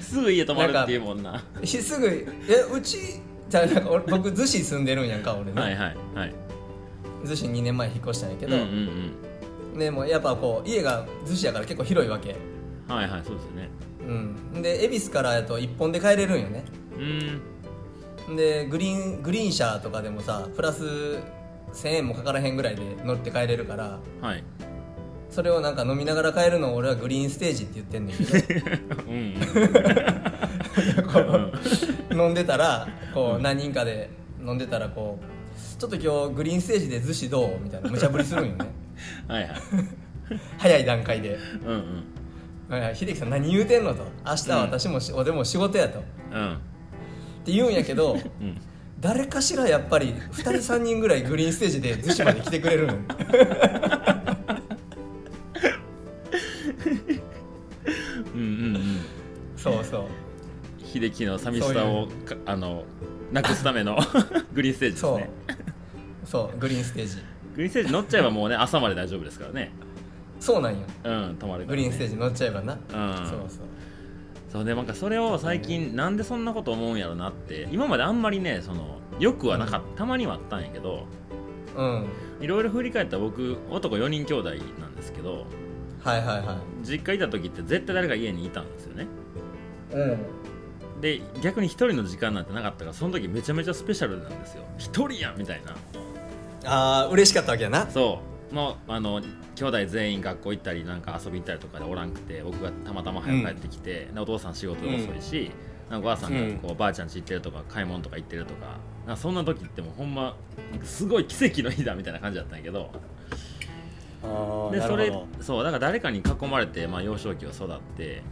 A: すぐ家泊まるっていうもんな
B: しすぐ「えうち」じゃあなんか俺僕逗子住んでるんやんか俺
A: はい
B: ね
A: はいはい
B: 逗子2年前引っ越したんやけ
A: う
B: ど、
A: んうん
B: でもやっぱこう家が逗子やから結構広いわけ
A: うんはいはいそうですよね
B: うん、で恵比寿からやと1本で帰れるんよね
A: うん
B: でグリーングリーン車とかでもさプラス1000円もかからへんぐらいで乗って帰れるから
A: はい
B: それをなんか飲みながら帰るのを俺はグリーンステージって言ってんねんけ
A: うん
B: どこう飲んでたらこう何人かで飲んでたらこうちょっと今日グリーンステージで逗子どうみたいな無茶ぶりするん よね
A: はい はい
B: 早い段階で
A: うんうん
B: 「いや秀樹さん何言うてんの?」と「明日は私もし、おでも仕事や」とっ
A: うん
B: て言うんやけど
A: うん
B: 誰かしらやっぱり2人3人ぐらいグリーンステージで逗子まで来てくれるの
A: うんうんうん
B: そうそう
A: 秀樹の寂しさをかあのなくすための グリーンステージです
B: そう
A: ね
B: そうグリーンステージ
A: グリーンステージ乗っちゃえばもうね朝まで大丈夫ですからね
B: そうなんよ
A: うん泊まるからね
B: グリーンステージ乗っちゃえばな、
A: ん
B: そうそう
A: そうでなんかそれを最近なんでそんなこと思うんやろなって今まであんまりねそのよくはなかった、たまにはあったんやけど
B: うん
A: いろいろ振り返ったら僕男4人兄弟なんですけど
B: はいはいは
A: 実家いた時って絶対誰か家にいたんですよね
B: いうん
A: で逆に一人の時間なんてなかったからその時めちゃめちゃスペシャルなんですよ一人やみたいな
B: ああ嬉しかったわけやな
A: そうもうあの兄弟全員学校行ったりなんか遊び行ったりとかでおらんくて僕がたまたま早く帰ってきて、でお父さん仕事が遅いし、なんかお母さんがこう、ばあちゃんち行ってるとか買い物とか行ってるとかなんかそんな時ってもうほんますごい奇跡の日だみたいな感じだったんやけど
C: ああ
A: で
C: な
A: そ
C: る
A: れ
C: ほ
A: そうだから誰かに囲まれて、まあ、幼少期を育って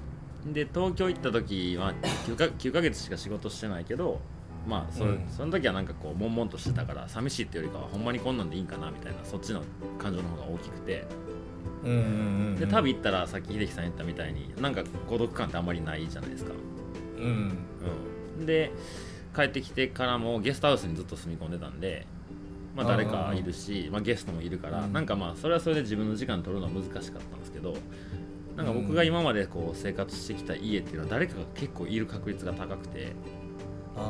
A: で東京行った時は9か ,9 ヶ月しか仕事してないけどまあそ,、
B: うん
A: その時はなんかこう悶々としてたから寂しいっていうよりかはほんまにこんなんでいいんかなみたいなそっちの感情の方が大きくて
B: うんうんうんうん
A: で旅行ったらさっき秀樹さん言ったみたいになんか孤独感ってあんまりないじゃないですか、
B: うん
A: うん、で帰ってきてからもゲストハウスにずっと住み込んでたんで、まあ、誰かいるしまあ、ゲストもいるから、
B: うん
A: なんかまあそれはそれで自分の時間取るのは難しかったんですけどなんか僕が今までこう生活してきた家っていうのは誰かが結構いる確率が高くて
B: あ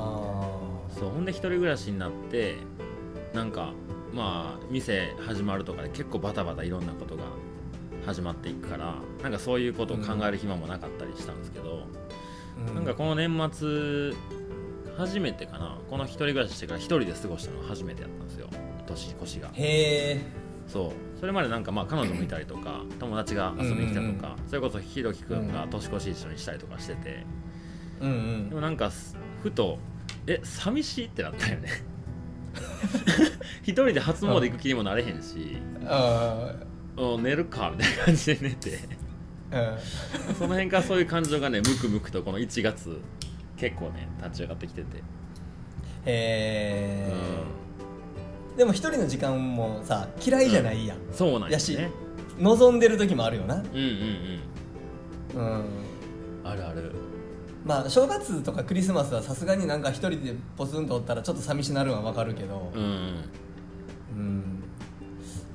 A: そうほんで一人暮らしになってなんかまあ店始まるとかで結構バタバタいろんなことが始まっていくからなんかそういうことを考える暇もなかったりしたんですけど、
B: あ
A: なんかこの年末初めてかなこの一人暮らししてから一人で過ごしたのが初めてだったんですよ年越しが
B: へえ
A: そうそれまでなんかまあ彼女もいたりとか友達が遊びに来たとか、それこそひろきくんが年越し一緒にしたりとかしてて、
B: うんう
A: で
B: ん
A: もなんかすふとえ寂しいってなったよね一人で初詣行く気にもなれへんし、
B: あ
A: お寝るかみたいな感じで寝て
B: ーうん
A: その辺からそういう感情がねムクムクとこの1月結構ね立ち上がってきてて、
B: へ
A: う
B: えでも一人の時間もさ嫌いじゃないやん
A: ん、そうなんで
B: や
A: す
B: し
A: ね
B: 望んでる時もあるよな
A: うんうん
B: うん
A: うんあるある
B: まあ正月とかクリスマスはさすがになんか一人でポツンとおったらちょっと寂しなるんはわかるけど
A: うんうん
B: うん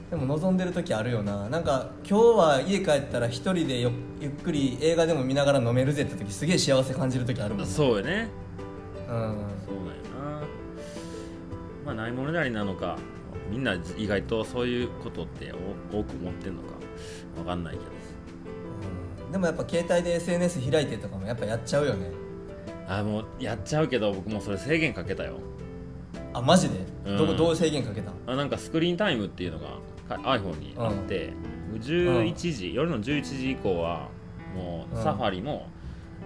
B: でも望んでる時あるよななんか今日は家帰ったら一人でよゆっくり映画でも見ながら飲めるぜって時すげえ幸せ感じる時あるもん
A: そうよね
B: うん
A: そうなんよなまあないものなりなのかみんな意外とそういうことってお多く持ってんのかわかんないけど
B: うんでもやっぱ携帯で SNS 開いてとかもやっぱやっちゃうよね
A: あもうやっちゃうけど僕もうそれ制限かけたよ
B: あマジで、ど
A: う
B: こ
A: ん
B: どう制限かけたん
A: あなんかスクリーンタイムっていうのがか iPhone にあって、11時、夜の11時以降はもう
B: うん
A: サファリも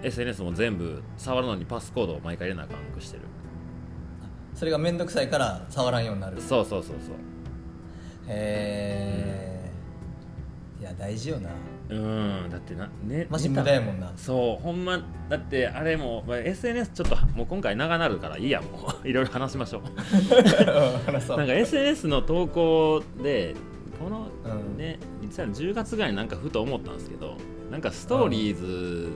A: SNS も全部触るのにパスコードを毎回入れなあかんくしてる
B: それが面倒くさいから触らんようになる
A: そうそうそうそう
B: へえいや大事よな
A: うんだってな、ね、
B: マジ
A: 寝た
B: 無駄やもんな
A: そうほんまだってあれも、まあ、SNS ちょっともう今回長なるからいいやもう いろいろ話しましょう
B: 話そう
A: なんか SNS の投稿でこの
B: うん
A: ね実は10月ぐらいになんかふと思ったんですけどなんかストーリーズ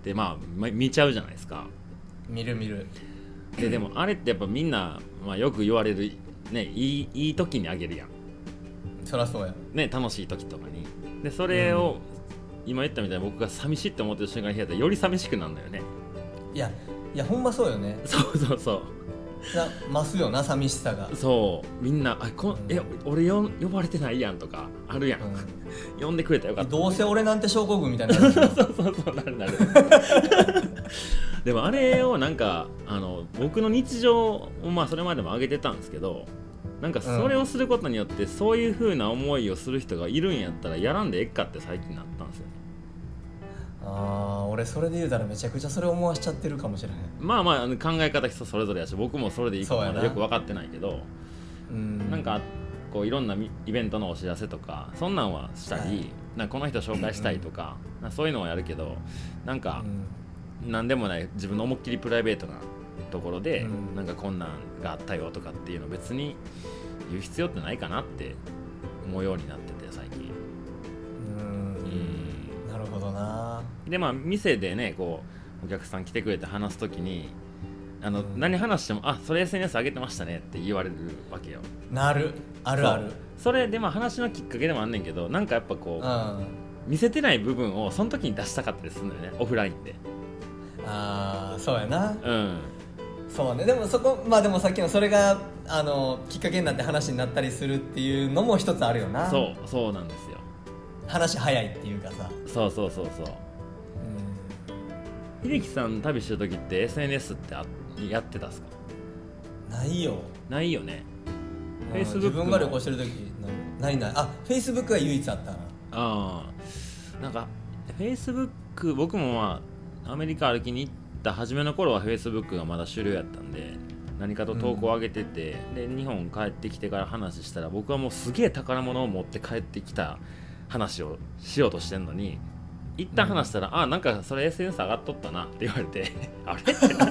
A: ってまあま見ちゃうじゃないですか
B: 見る見る
A: ででもあれってやっぱみんな、まあ、よく言われるねいいいい時にあげるやん
B: そらそうや
A: ね、楽しい時とかにでそれを、今言ったみたいに僕が寂しいって思ってる瞬間に開いたらより寂しくなるんだよね
B: いやいやほんまそうよね
A: そうそうそ
B: な増すよな寂しさが
A: うそうみんなあこん
B: うん
A: え俺よ呼ばれてないやんとかあるやん、
B: う
A: 呼んでくれたらよかっ
B: ん、
A: た
B: どうせ俺なんて症候群みたいになる し
A: そうそうそうなるなる でもあれをなんかあの僕の日常をまあそれまでも上げてたんですけどなんかそれをすることによって、そういう風な思いをする人がいるんやったらやらんでえっかって最近なったんですよね
B: あー俺それで言うたらめちゃくちゃそれ思わしちゃってるかもしれない
A: まあまああの考え方人それぞれやし僕もそれでいいか
B: そうや
A: ま
B: な
A: だよく分かってないけど
B: うん
A: なんかこういろんなみイベントのお知らせとかそんなんはしたり、
B: はい
A: なんかこの人紹介したいとか、なんかそういうのはやるけどなん
B: う
A: か
B: ん
A: 何でもない自分の思いっきりプライベートなところで、
B: うん
A: なんかこんなんがあったよとかっていうの別に言う必要ってないかなって思うようになってて最近。
B: うんなるほどな
A: でまあ店でねこうお客さん来てくれて話すときにあの、
B: うん
A: 何話しても「あそれ SNS 上げてましたね」って言われるわけよ
B: なるあるある
A: そうそれでまあ話のきっかけでもあんねんけどなんかやっぱ
B: う
A: こ
B: ん
A: う見せてない部分をその時に出したかったりするのよねオフラインで
B: ああそうやな
A: うん
B: そうねでもそこまあでもさっきのそれがあのきっかけになって話になったりするっていうのも一つあるよな
A: そうそうなんですよ
B: 話早いっていうかさ、
A: そうそうそうそう秀樹さん旅してる時って SNS ってあやってたっすか
B: うん、ないよ
A: ないよね
B: うん
A: Facebook
B: 自分が旅行してる時ないないないあフェイスブックが唯一あったな
A: ああなんか Facebook 僕もまあアメリカ歩きに行った初めの頃は Facebook がまだ主流やったんで何かと投稿を上げてて、で日本帰ってきてから話したら僕はもうすげえ宝物を持って帰ってきた話をしようとしてんのに一旦話したら「あなんかそれ SNS 上がっとったな」って言われて「 あれ?」ってな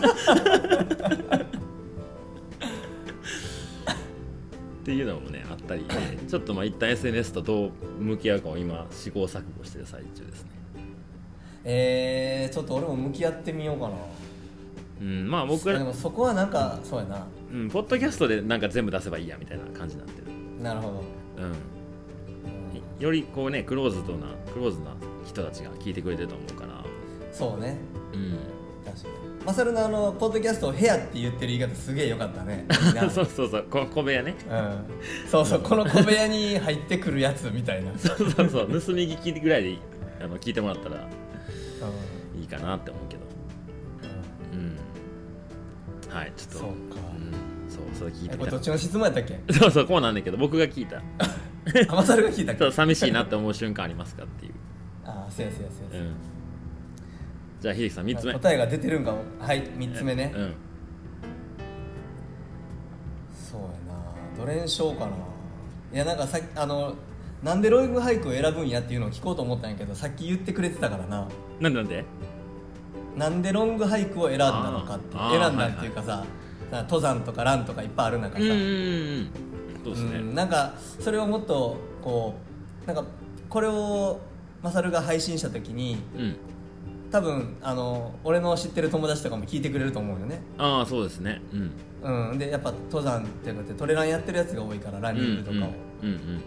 A: っていうのもねあったり ねちょっとまあ一旦 SNS とどう向き合うかを今試行錯誤してる最中ですね
B: えー、ちょっと俺も向き合ってみようかな
A: うんまあ僕
B: で
A: ら、
B: もそこはなんかそうやな
A: うん、ポッドキャストでなんか全部出せばいいやみたいな感じになって
B: なるほど、
A: るうん
B: うん
A: よりこうねクローズドなクローズな人たちが聞いてくれてると思うから
B: そうね
A: うん
B: 確かにマサルのあのポッドキャストを部屋って言ってる言い方すげえよかったね
A: そうそうそうこ小部屋ね
B: うん、そうそうこの小部屋に入ってくるやつみたいな、うん、
A: そうそうそう盗み聞きぐらいであの聞いてもらったらいいかなって思うけどうんはいちょっと
B: そうか
A: うん、そうそれ聞い
B: え
A: てみ
B: これ
A: た
B: どっちの質問やったっけ
A: そうそうこうなんだけど僕が聞いた
B: あマサルが聞いたっ
A: ちょっ
B: け
A: と寂しいなって思う瞬間ありますかっていう、
B: あせやせやせや
A: う
B: せや、
A: ん、じゃあ秀樹さん3つ目
B: 答えが出てるんかもはい3つ目ね、
A: うん
B: そうやなどれにしようかないやなんかさっきあのなんでロイグハイクを選ぶんやっていうのを聞こうと思ったんやけどさっき言ってくれてたからな
A: なんでなんで
B: なんでロングハイクを選んだのかって
A: あー
B: 選んだっていうかさ、さ登山とかランとかいっぱいある中さ、
A: うんうんうんそうですね、
B: うんなんかそれをもっとこうなんかこれをマサルが配信した時に
A: うん、
B: 多分あの俺の知ってる友達とかも聞いてくれると思うよね
A: ああそうですねうん
B: うんでやっぱ登山っていうのってトレランやってるやつが多いからランニングとかを、
A: うんうん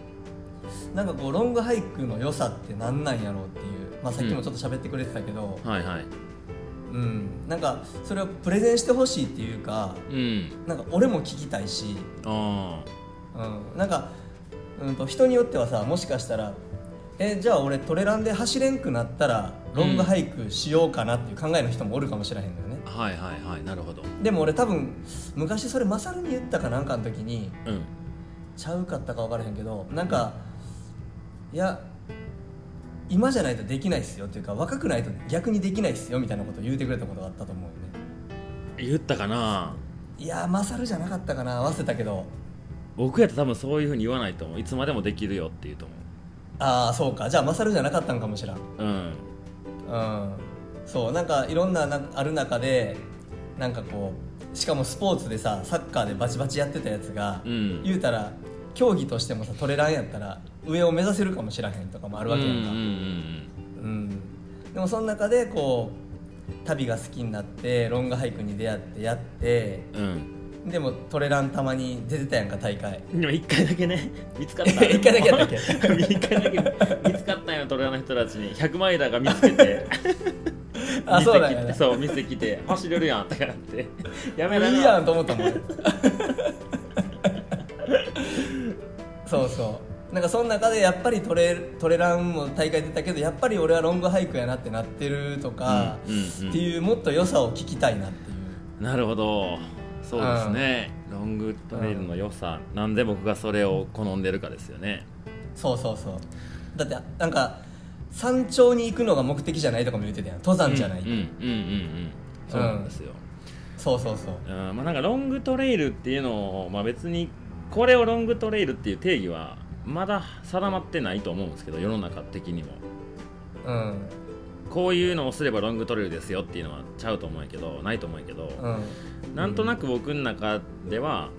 B: なんかこうロングハイクの良さって何なんやろうっていう、まあ、さっきもちょっと喋ってくれてたけど
A: うん、はいはい
B: うんなんかそれをプレゼンしてほしいっていうか
A: うん
B: なんか俺も聞きたいし、
A: あ
B: うん、なんか、うん、と人によってはさもしかしたらえじゃあ俺トレランで走れんくなったらロングハイクしようかなっていう考えの人もおるかもしれへんのよね
A: あはいはいはいなるほど
B: でも俺多分昔それマサルに言ったかなんかの時に
A: うん
B: ちゃうかったか分からへんけどなんかいや今じゃないとできないっすよっていうか若くないと逆にできないっすよみたいなことを言うてくれたことがあったと思うよね
A: 言ったかない
B: やーマサルじゃなかったかな忘れたけど
A: 僕やったら多分そういうふうに言わないと思ういつまでもできるよって言うと思
B: ああそうかじゃあマサルじゃなかったんかもしらん
A: ううん
B: うん、そうなんかいろんななある中でなんかこうしかもスポーツでさサッカーでバチバチやってたやつが、
A: うん
B: 言うたら競技としてもさトレランやったら上を目指せるかもしらへんとかもあ
A: あ
B: るわけやんか、
A: うんう
B: う
A: んん
B: でもその中でこう旅が好きになってロングハイクに出会ってやって
A: うんうん
B: でもトレランたまに出てたやんか大会
A: でも一回だけね見つかった
B: 一回だけやったっけ
A: 一回だけ見つかったんよトレーナーの人たちに100マイラーが見つけて
B: あそうだよ
A: 店来
B: ね
A: てそう店来て走れるやんってな ってやめられ
B: いいやんと思ったもん そうそうなんかその中でやっぱりトレトレランも大会出たけどやっぱり俺はロングハイクやなってなってるとか、
A: うんうんうん
B: っていうもっと良さを聞きたいなっていう
A: なるほどそうですね、ロングトレイルの良さ、なんで僕がそれを好んでるかですよね
B: そうそうそうだってなんか山頂に行くのが目的じゃないとかも言ってたやん登山じゃない、
A: うんうんうんうんうんそうなんですよ、
B: そうそうそう
A: うんまあ、なんかロングトレイルっていうのを、まあ、別にこれをロングトレイルっていう定義はまだ定まってないと思うんですけど世の中的にも
B: うん
A: こういうのをすればロングトレイルですよっていうのはちゃうと思うんやけどないと思うんやけど、
B: うん
A: なんとなく僕の中では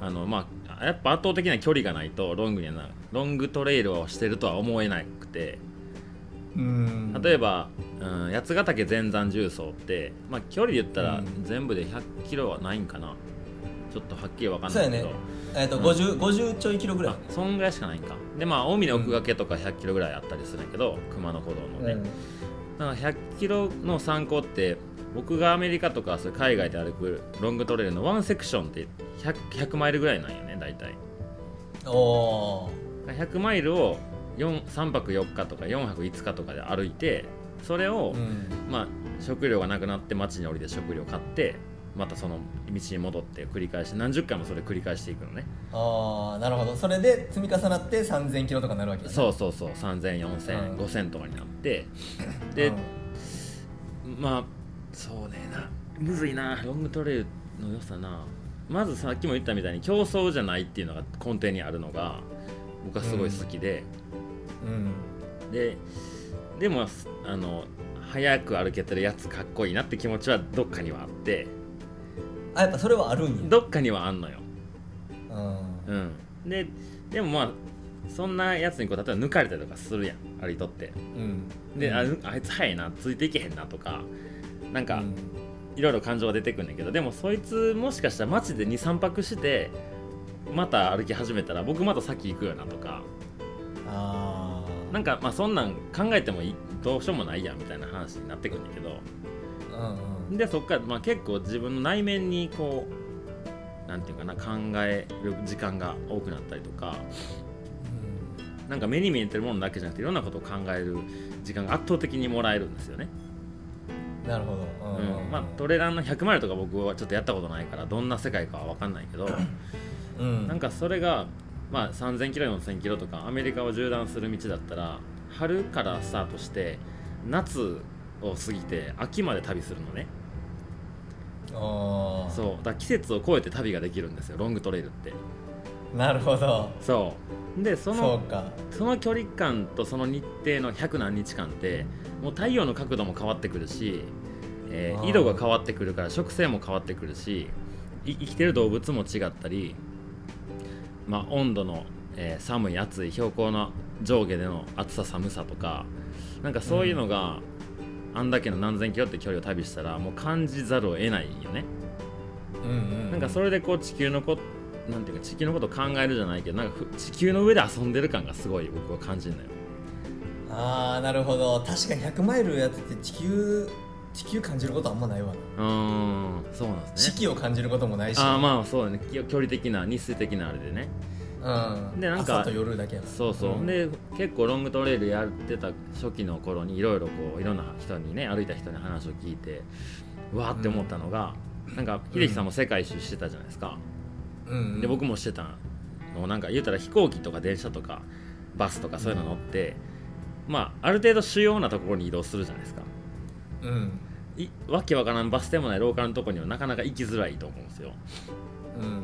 A: あの、まあ、やっぱ圧倒的な距離がないとロングにはなロングトレイルをしてるとは思えなくて
B: うん
A: 例えば、うん、八ヶ岳全山重走って、まあ、距離で言った
B: う
A: ら
B: ん
A: 全部で1 0 0キロはないんかなちょっとはっきり分かん
B: そ
A: な
B: うや
A: いけ
B: ね
A: ど。
B: えっ、と50、50ちょいキロぐらい
A: あそんぐらいしかないんかでまあ近江の奥掛けとか1 0 0キロぐらいあったりするんやけど、熊野古道のね、
B: うん
A: なんか100キロの参考って僕がアメリカとかそういう海外で歩くロングトレイルのワンセクションって 100, 100マイルぐらいなんよね大体
B: おー
A: 100マイルを4 3泊4日とか4泊5日とかで歩いてそれを、
B: うん
A: まあ、食料がなくなって町に降りて食料買ってまたその道に戻って繰り返して何十回もそれ繰り返していくのね
B: ああなるほどそれで積み重なって3000キロとかになるわけう
A: そうそうそう30004000、
B: うん
A: 5000とかになっ てで、まあそうねなむずいなロングトレイルの良さなまずさっきも言ったみたいに競争じゃないっていうのが根底にあるのが僕はすごい好きで、
B: うん
A: ででもあの早く歩けてるやつかっこいいなって気持ちはどっかにはあって
B: あやっぱそれはあるんや
A: どっかにはあんのよ、
B: うん
A: うん、ででもまあそんなやつにこう例えば抜かれたりとかするやん歩いとって
B: うん
A: で、
B: うん
A: ああいつ早いなついていけへんなとかなんか、
B: うん
A: いろいろ感情が出てくるんだけどでもそいつもしかしたら街で23泊してまた歩き始めたら僕また先行くよなとか
B: ああ
A: なんかまあそんなん考えてもいどうしようもないやんみたいな話になってくるんだけど
B: うんうん
A: でそっからまあ結構自分の内面にこうなんていうかな考える時間が多くなったりとかなんか目に見えてるものだけじゃなくていろんなことを考える時間が圧倒的にもらえるんですよね。
B: なるほど
A: うんまあ、トレランの100マイルとか僕はちょっとやったことないからどんな世界かは分かんないけど。
B: うん
A: なんかそれが、まあ、3 0 0 0キロ4 0 0 0キロとかアメリカを縦断する道だったら春からスタートして夏を過ぎて秋まで旅するのね
B: ああ
A: そうだから季節を超えて旅ができるんですよロングトレイルって
B: なるほど
A: そうでそ
B: そう
A: の
B: か
A: その距離感とその日程の100何日間ってもう太陽の角度も変わってくるし、え
B: あ
A: ー
B: ー
A: 緯度が変わってくるから植生も変わってくるしい生きてる動物も違ったり、まあ、温度の、えー寒い暑い標高の上下での暑さ寒さとかなんかそういうのが、あんだけの何千キロって距離を旅したらもう感じざるを得ないよね。
B: うんうん
A: なんかそれでこう地球のこなんていうか地球のことを考えるじゃないけどなんかふ地球の上で遊んでる感がすごい僕は感じるのよ。
B: ああなるほど確かに100マイルやってて地球地球感じることあんまないわ、
A: うーんそうなんです
B: 四
A: ね。
B: 季を感じることもないし
A: ああまあそうだねき距離的な日数的なあれでね
B: うん
A: でなんか
B: 朝と夜だけやから
A: そうそう、
B: ん
A: で結構ロングトレイルやってた初期の頃にいろいろこういろんな人にね歩いた人に話を聞いてうわーって思ったのが、なんか秀樹さんも世界一周してたじゃないですか、
B: うんうん、
A: で僕もしてたのなんか言うたら飛行機とか電車とかバスとかそういうの乗って、まあある程度主要なところに移動するじゃないですか
B: うん
A: いわけわからんバス停もないローカルのところにはなかなか行きづらいと思うんですよ
B: うん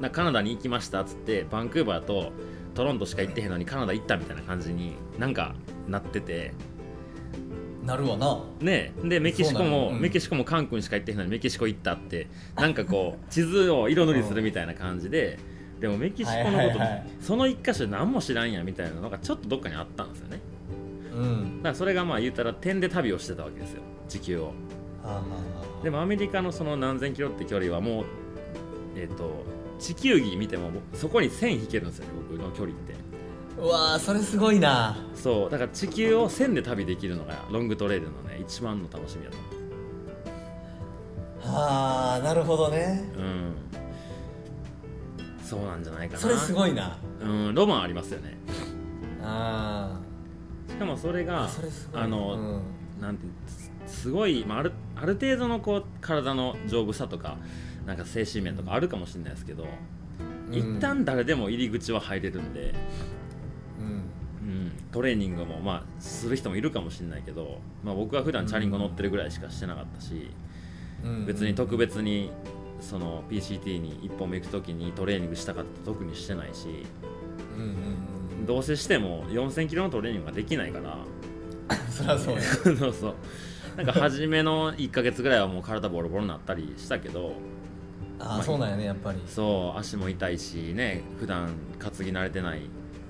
A: なんかカナダに行きましたっつってバンクーバーとトロントしか行ってへんのにカナダ行ったみたいな感じになんかなってて
B: なるわな
A: ねえでメキシコ
B: そうな
A: も、
B: のうん
A: メキシコもカン君しか行ってへんのにメキシコ行ったってなんかこう地図を色塗りするみたいな感じででもメキシコの
B: は
A: こ
B: いはい
A: と
B: はい
A: その一箇所で何も知らんやみたいなのがちょっとどっかにあったんですよね
B: うん
A: だからそれがまあ言ったら点で旅をしてたわけですよ地球を
B: はあはあはあ
A: でもアメリカのその何千キロって距離はもうえっ、と地球儀見てもそこに線引けるんですよね僕の距離って
B: うわーそれすごいな
A: そうだから地球を線で旅できるのがロングトレイルのね一番の楽しみだと思
B: はあなるほどね
A: ううんそうなんじゃないかな
B: それすごいな
A: うんロマンありますよね
B: あ
A: しかもそれ
B: あ
A: が
B: それすごい
A: あの、
B: うん
A: なんてすすごい、まあ、あるある程度のこう体の丈夫さとかなんか精神面とかあるかもしれないですけど、
B: うん
A: 一旦誰でも入り口は入れるんで、
B: うん
A: うん、トレーニングも、まあ、する人もいるかもしれないけど、まあ、僕は普段チャリンコ乗ってるぐらいしかしてなかったし、
B: うん
A: 別に特別にその PCT に一本目行く時にトレーニングしたかった特にしてないし
B: うんうん
A: どうせしても4000キロのトレーニングができないから。
B: うん そりゃそうや
A: そうそうなんか初めの1ヶ月ぐらいはもう体ボロボロになったりしたけど
B: ああそうなんやねやっぱり
A: そう足も痛いしね普段担ぎ慣れてない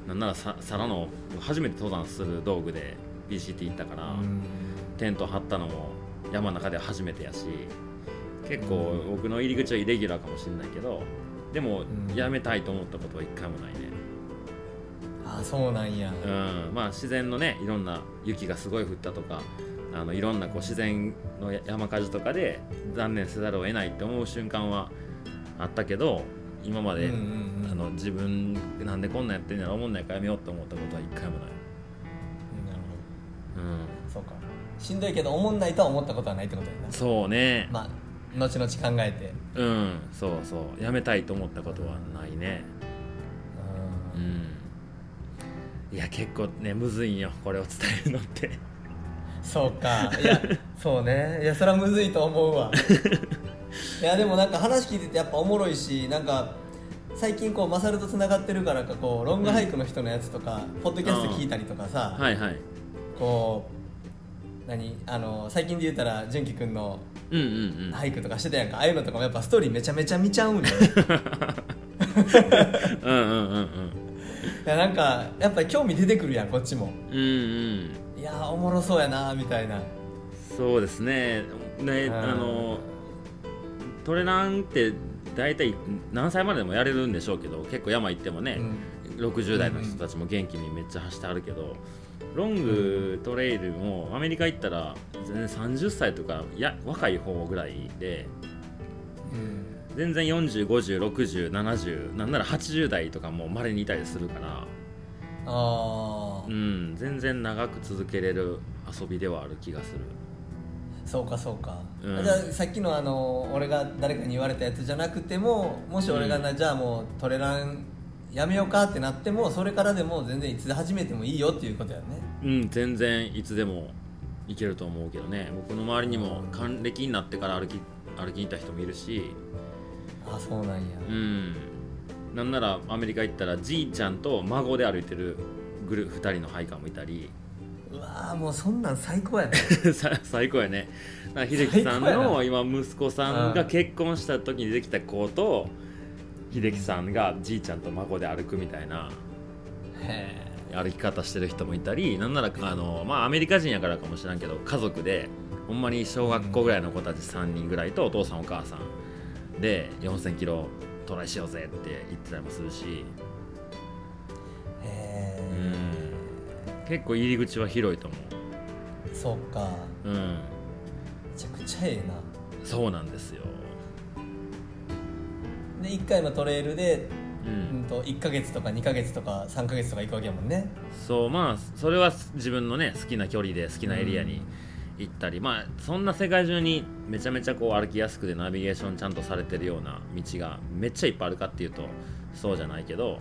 A: なんならさ皿の初めて登山する道具で BCT 行ったから、
B: うん
A: テント張ったのも山の中では初めてやし結構僕の入り口はイレギュラーかもしれないけどでも
B: ん
A: やめたいと思ったことは一回もないね、
B: ああそうなんや
A: うんまあ、自然のねいろんな雪がすごい降ったとかあのいろんなこう自然の山火事とかで残念せざるを得ないって思う瞬間はあったけど今ま
B: うんう
A: で、
B: んうん
A: あの自分なんでこんなんやってんやろ思んないからやめようって思ったことは一回もない、
B: なるほ
A: う、
B: どそうかしんどいけど思んないとは思ったことはないってことやなん
A: そうね、
B: まあ後々考えて
A: うんそうそうやめたいと思ったことはないねう
B: うん
A: んいや結構ねむずいんよこれを伝えるのって
B: そうか いやそうねいやそれはむずいと思うわいやでもなんか話聞いててやっぱおもろいしなんか最近こうマサルとつながってるからかこうロングハイクの人のやつとか、ポッドキャスト聞いたりとかさ、
A: はいはい
B: こう何あの最近で言ったら純喜くんの
A: うんうんうん、
B: 俳句とかしてたやんかああいうのとかもやっぱストーリーめちゃめちゃ見ちゃうんだよ
A: うんうんうんうん
B: いやなんかやっぱり興味出てくるやんこっちも
A: うんうん
B: いやーおもろそうやなーみたいな
A: そうですねね
B: うん
A: あのトレランって大体何歳まででもやれるんでしょうけど結構山行ってもね、60代の人たちも元気にめっちゃ走ってあるけど、ロングトレイルもアメリカ行ったら全然30歳とかいや若い方ぐらいで
B: うん
A: 全然40506070なんなら80代とかもまれにいたりするから、
B: ああ、
A: うん、全然長く続けれる遊びではある気がする。
B: そうかそうか、
A: うん
B: じゃあさっきのあの俺が誰かに言われたやつじゃなくてももし俺がな、じゃあもうトレランやめようかってなってもそれからでも全然いつ始めてもいいよっていうことやね
A: うん全然いつでも行けると思うけどね僕の周りにも還暦になってから歩き歩きに行った人もいるし
B: ああそうなんや、
A: うんなんならアメリカ行ったらじいちゃんと孫で歩いてるグル2人のハイカーもいたり
B: うわーもうそんなん最高やね
A: さ最高やねだから秀樹さん
B: 最高や
A: の
B: な
A: 今息子さん
B: う
A: が
B: ん
A: 結婚した時にできた子と秀樹さんがじいちゃんと孫で歩くみたいな
B: へえ
A: 歩き方してる人もいたりなんならあの、まあ、アメリカ人やからかもしらんけど家族でほんまに小学校ぐらいの子たち3人ぐらいとお父さんお母さんで4 0 0 0キロトライしようぜって言ってたりもするしう
B: へえ
A: ん結構入り口は広いと思
B: そうか
A: ううん
B: めちゃくちゃええな
A: そうなんですよ
B: で1回のトレイルで、
A: う
B: うんん、と1ヶ月とか2ヶ月とか3ヶ月とか行くわけやもんね
A: そうまあそれは自分のね好きな距離で好きなエリアに行ったり、まあそんな世界中にめちゃめちゃこう歩きやすくてナビゲーションちゃんとされてるような道がめっちゃいっぱいあるかっていうとそうじゃないけど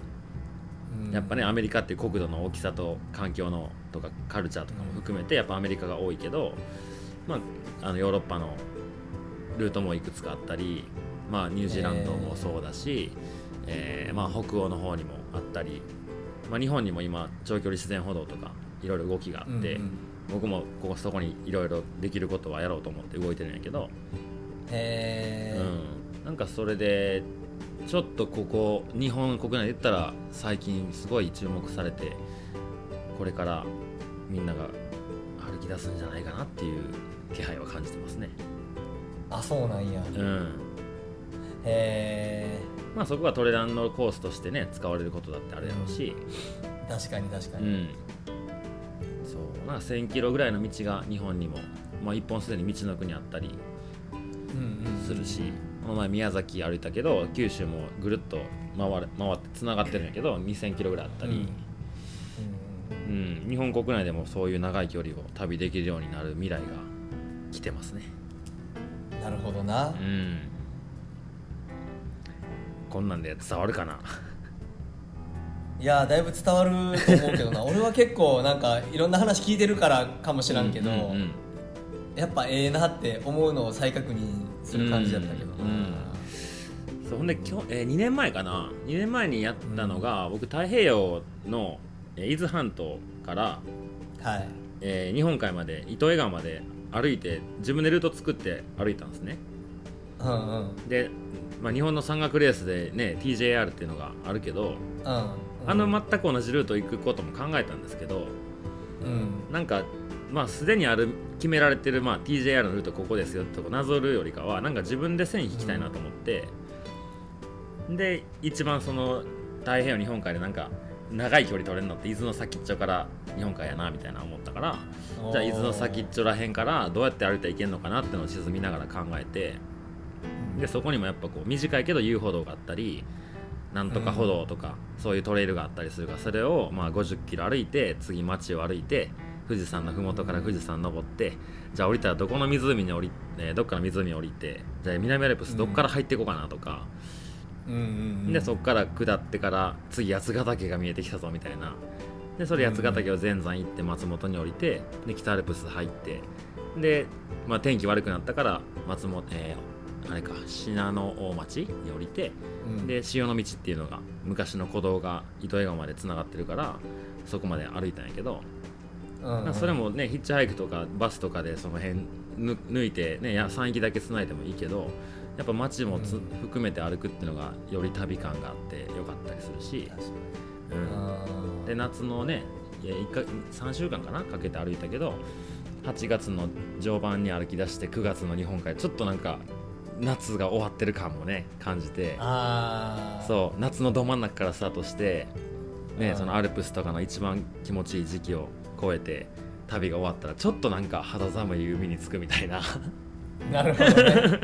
B: うん
A: やっぱねアメリカっていう国土の大きさと環境のとかカルチャーとかも含めてやっぱアメリカが多いけど、まあ、あのヨーロッパのルートもいくつかあったり、まあ、ニュージーランドもそうだし、えーまあ、北欧の方にもあったり、まあ、日本にも今長距離自然歩道とかいろいろ動きがあって、
B: うんうん
A: 僕もここそこにいろいろできることはやろうと思って動いてるんやけど。
B: へえ、
A: うん、なんかそれでちょっとここ日本国内で言ったら最近すごい注目されてこれからみんなが歩き出すんじゃないかなっていう気配は感じてますね、
B: あそうなんや、
A: う
B: へ
A: ん、
B: え
A: まあそこがトレランのコースとしてね使われることだってあるやろうし、
B: 確かに確か
A: う
B: に、
A: ん、そうまあ1000キロぐらいの道が日本にも、まあ、1本すでに道の国あったり
B: うんうん
A: するしこの前宮崎歩いたけど九州もぐるっと回る回ってつながってるんやけど2 0 0 0キロぐらいあったり、うん日本国内でもそういう長い距離を旅できるようになる未来が来てますね
B: うんなるほどな、
A: うんこんなんで伝わるかな
B: いやーだいぶ伝わると思うけ どな俺は結構なんかいろんな話聞いてるからかもしらんけど、
A: うんうん
B: やっぱええなって思うのを再確認する感じだったけどな、
A: うんうんそうほんできょ、えー、2年前かな2年前にやったのが、僕太平洋の、えー伊豆半島から
B: はい
A: えー日本海まで糸魚川まで歩いて自分でルート作って歩いたんですね
B: うんうん
A: で、まあ、日本の山岳レースでね TJR っていうのがあるけど
B: うん
A: あの全く同じルート行くことも考えたんですけど
B: うん
A: なんかまあすでにある決められてる、まあ、TJR のルートここですよってとこなぞるよりかはなんか自分で線引きたいなと思って、で一番その太平洋日本海でなんか長い距離取れるのって伊豆の先っちょから日本海やなみたいな思ったからじゃあ伊豆の先っちょらへんからどうやって歩いていけんのかなっていうのを沈みながら考えてでそこにもやっぱこう短いけど遊歩道があったりなんとか歩道とか、そういうトレイルがあったりするからそれをまあ50キロ歩いて次町を歩いて富士山の麓から富士山登ってじゃあ降りたらどこの湖に降り、えーどっかの湖に降りてじゃあ南アルプスどっから入っていこうかなとか、
B: うんうんうん
A: でそっから下ってから次八ヶ岳が見えてきたぞみたいなでそれ八ヶ岳を全山行って松本に降りてで北アルプス入ってで、まあ、天気悪くなったから松本、えーあれか信濃大町に降りて
B: うん
A: で潮の道っていうのが昔の古道が糸魚川までつながってるからそこまで歩いたんやけど、
B: うんうん
A: それもねヒッチハイクとかバスとかでその辺ぬ抜いて、ね、や山域だけつないでもいいけどやっぱ街もつ、
B: うん
A: 含めて歩くっていうのがより旅感があってよかったりするし、
B: 確かに
A: うん、
B: うん
A: で夏のねいや一か3週間かなかけて歩いたけど8月の上盤に歩き出して9月の日本海ちょっとなんか夏が終わってる感もね感じて
B: ああ
A: そう夏のど真ん中からスタートして、ね、
B: うん
A: そのアルプスとかの一番気持ちいい時期を越えて旅が終わったらちょっとなんか肌寒い海に着くみたいな
B: なるほど ね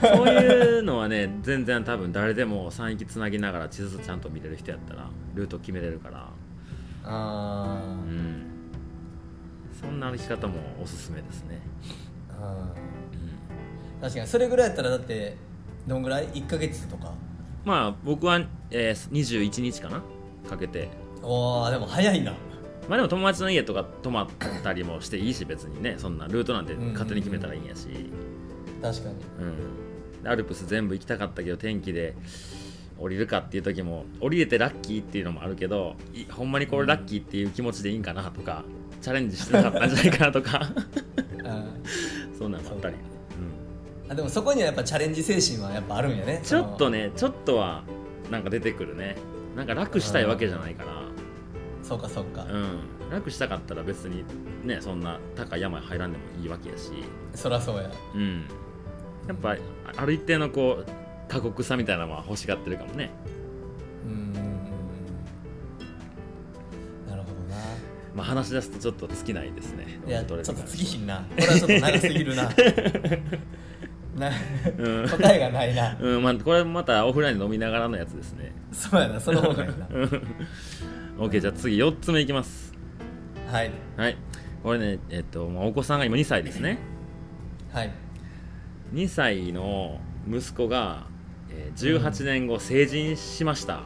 A: そういうのはね全然多分誰でも山域つなぎながら地図ちゃんと見れる人やったらルート決めれるから
B: あ
A: う
B: ー
A: んそんな歩き方もおすすめですね、
B: あ
A: うん、
B: ー確かにそれぐらいやったらだってどんぐらい1か月とか
A: まあ僕は、えー21日かなかけて
B: おーでも早いな
A: まあでも友達の家とか泊まったりもしていいし別にねそんなルートなんて勝手に決めたらいいんやし、
B: 確かに
A: うん、アルプス全部行きたかったけど天気で降りるかっていう時も降りれてラッキーっていうのもあるけどいほんまにこれラッキーっていう気持ちでいいんかなとかチャレンジしてなかったんじゃないかなとか
B: うん
A: そんなんもあったり、
B: あでもそこにはやっぱチャレンジ精神はやっぱあるんやね
A: うん、ちょっと
B: ね
A: ねちょっとはなんか出てくるねなんか楽したいわけじゃないから、
B: そうかそうか、
A: うん、楽したかったら別にねそんな高い山入らんでもいいわけやし、
B: そらそうや
A: うん、やっぱある一定のこう過酷さみたいなのは欲しがってるかもね
B: うんうんうんなるほどな
A: まあ、話し出すとちょっと尽きないですね。
B: いやち
A: ど
B: ょ
A: れ
B: っと
A: とか
B: 次ひんなこれはちょっと長す ぎるなな
A: うん
B: 答えがないな
A: うん、まあ、これまたオフラインで飲みながらのやつですね。
B: そうやなその方がいいな
A: うん OK、じゃあ次4つ目いきます。
B: はい
A: はい。これね、えっと、まあお子さんが今2歳ですね。
B: はい
A: 2歳の息子が、えー18年後成人しました。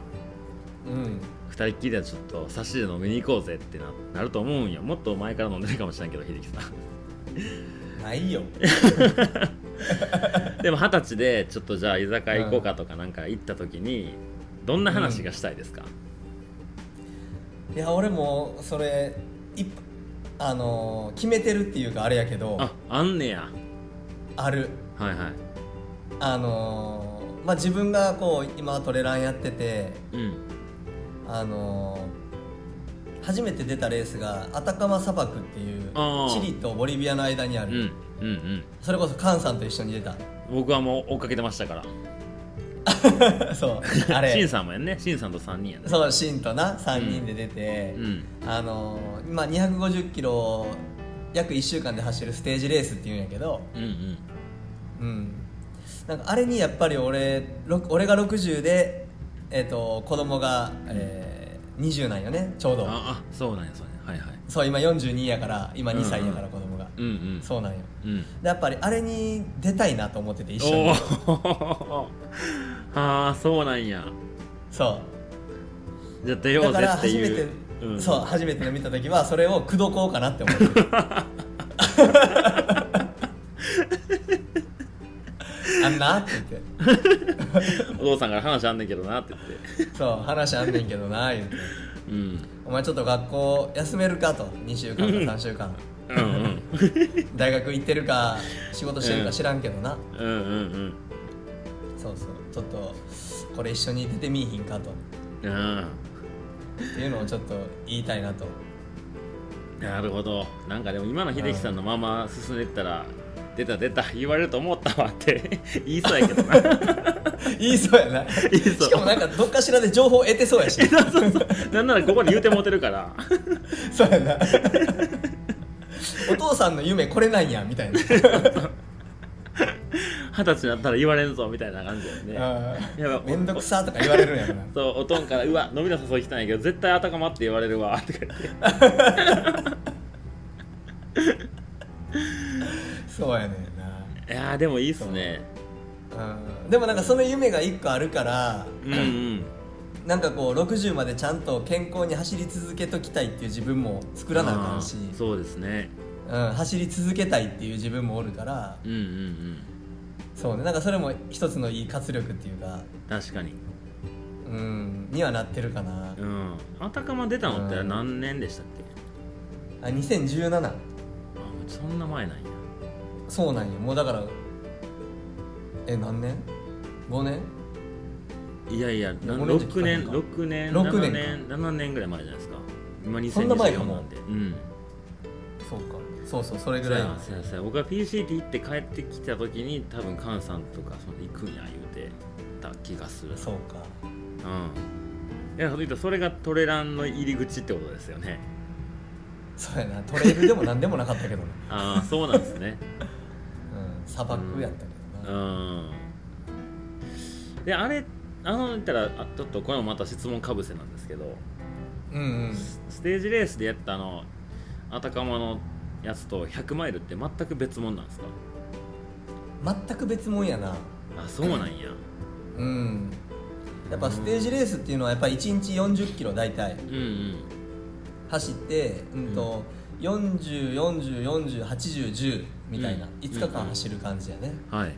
B: うん
A: 2人っきりではちょっと差しで飲みに行こうぜってななると思うんよ。もっと前から飲んでるかもしれんけど、秀樹さん。
B: ないよ
A: でも二十歳でちょっとじゃあ居酒屋行こうかとかなんか行った時にどんな話がしたいですか、
B: いや俺もそれいあのー決めてるっていうかあれやけど
A: ああんねや
B: ある
A: はいはい
B: あのーまあ自分がこう今トレランやってて
A: うん
B: あのー初めて出たレースがアタカマ砂漠っていう
A: あー
B: チリとボリビアの間にあ
A: うん
B: る、
A: うんうん
B: それこそカンさんと一緒に出た
A: 僕はもう追っかけてましたから
B: そうあ
A: シン
B: れ
A: さんもやんねシンさんと3人やね
B: そうシンとな3人で出て、
A: うん
B: あのーまあ、250キロ約1週間で走るステージレースっていうんやけど、
A: うんうん
B: うん、なんかあれにやっぱり俺ろく俺が60で、えっと子供が、えー20なんよねちょうど
A: ああそうなんやそうなんやはいはい
B: そう今42やから今2歳やから
A: うん
B: 子供が、
A: うんうん
B: そうなんよ
A: うん
B: でやっぱりあれに出たいなと思ってて一緒
A: お
B: に
A: お ああそうなんや
B: そ
A: じゃあ出
B: う
A: よ
B: だ
A: う
B: か
A: ぜ
B: ら
A: って
B: 初め
A: い
B: て
A: う、うん、
B: そう初めての見た時はそれを口説こうかなって思 ってるあんなって言っ
A: お父さんから話あんねんけどなって言って
B: てそう話あんねんけどな言うて
A: うん
B: お前ちょっと学校休めるかと2週間か3週間
A: うんうん
B: 大学行ってるか仕事してるか知らんけどな、
A: うんうんうん
B: そうそうちょっとこれ一緒に出てみいひんかと
A: うん
B: っていうのをちょっと言いたいな と
A: なるほどなんかでも今の秀樹さんのまま進んでいったら出た出た言われると思ったわって 言いそうやけどな
B: 言いそうやな
A: 言いそう
B: しかもなんかどっかしらで情報得てそう やし
A: なんならここで言うてもうてるから
B: そうやなお父さんの夢これなんやみたい な
A: 二十歳になったら言われんぞみたいな感じだよね
B: あ
A: やばい
B: ーめんどくさとか言われるんやろな
A: そうおとんから「うわ飲みの誘い来たんやけど絶対あたかまって言われるわ」 とか言って
B: そうやねん
A: いやーでもいいっすね
B: な、うん、でもなんかその夢が1個あるから
A: うんうん
B: なんかこう60までちゃんと健康に走り続けときたいっていう自分も作らなあかんし
A: あー、そうですね
B: うん、走り続けたいっていう自分もおるから
A: うんうんうん
B: そうねなんかそれも一つのいい活力っていうか
A: 確かに
B: うんにはなってるかな
A: うんあたかま出たのって
B: うん
A: 何年でしたっけ
B: あ2017
A: あもうそんな前なんや
B: そうなんよもうだからえ何年 ?5 年
A: いやいやな
B: オレンジ
A: 6年
B: 期間か
A: 6年
B: 六
A: 7
B: 年か
A: 年7年ぐらい前じゃないですか今
B: そんな前か
A: 2024
B: も
A: なんでうん
B: そうかそうそうそれぐ
A: そう
B: らい
A: や
B: なんです
A: そうやそうや僕が PCT 行って帰ってきた時に多分菅さんとかその行くんや言うてた気がする
B: そうか
A: うんいやそういったそれがトレランの入り口ってことですよ ね
B: そうやなトレイルでも何でもなかったけどな、
A: ああそうなんですね
B: うん、砂漠やったけど
A: う
B: な、
A: んであれあの言ったらあちょっとこれもまた質問かぶせなんですけど
B: うん、うん
A: ステージレースでやったあのあたかまのやつと100マイルって全く別物なんですか
B: 全く別もんやな
A: あそうなんや
B: うんやっぱステージレースっていうのはやっぱ1日4 0キロ大体
A: うんうん
B: 走って、うんと4040408010みたいな、
A: うん
B: 5日間走る感じやね、
A: はい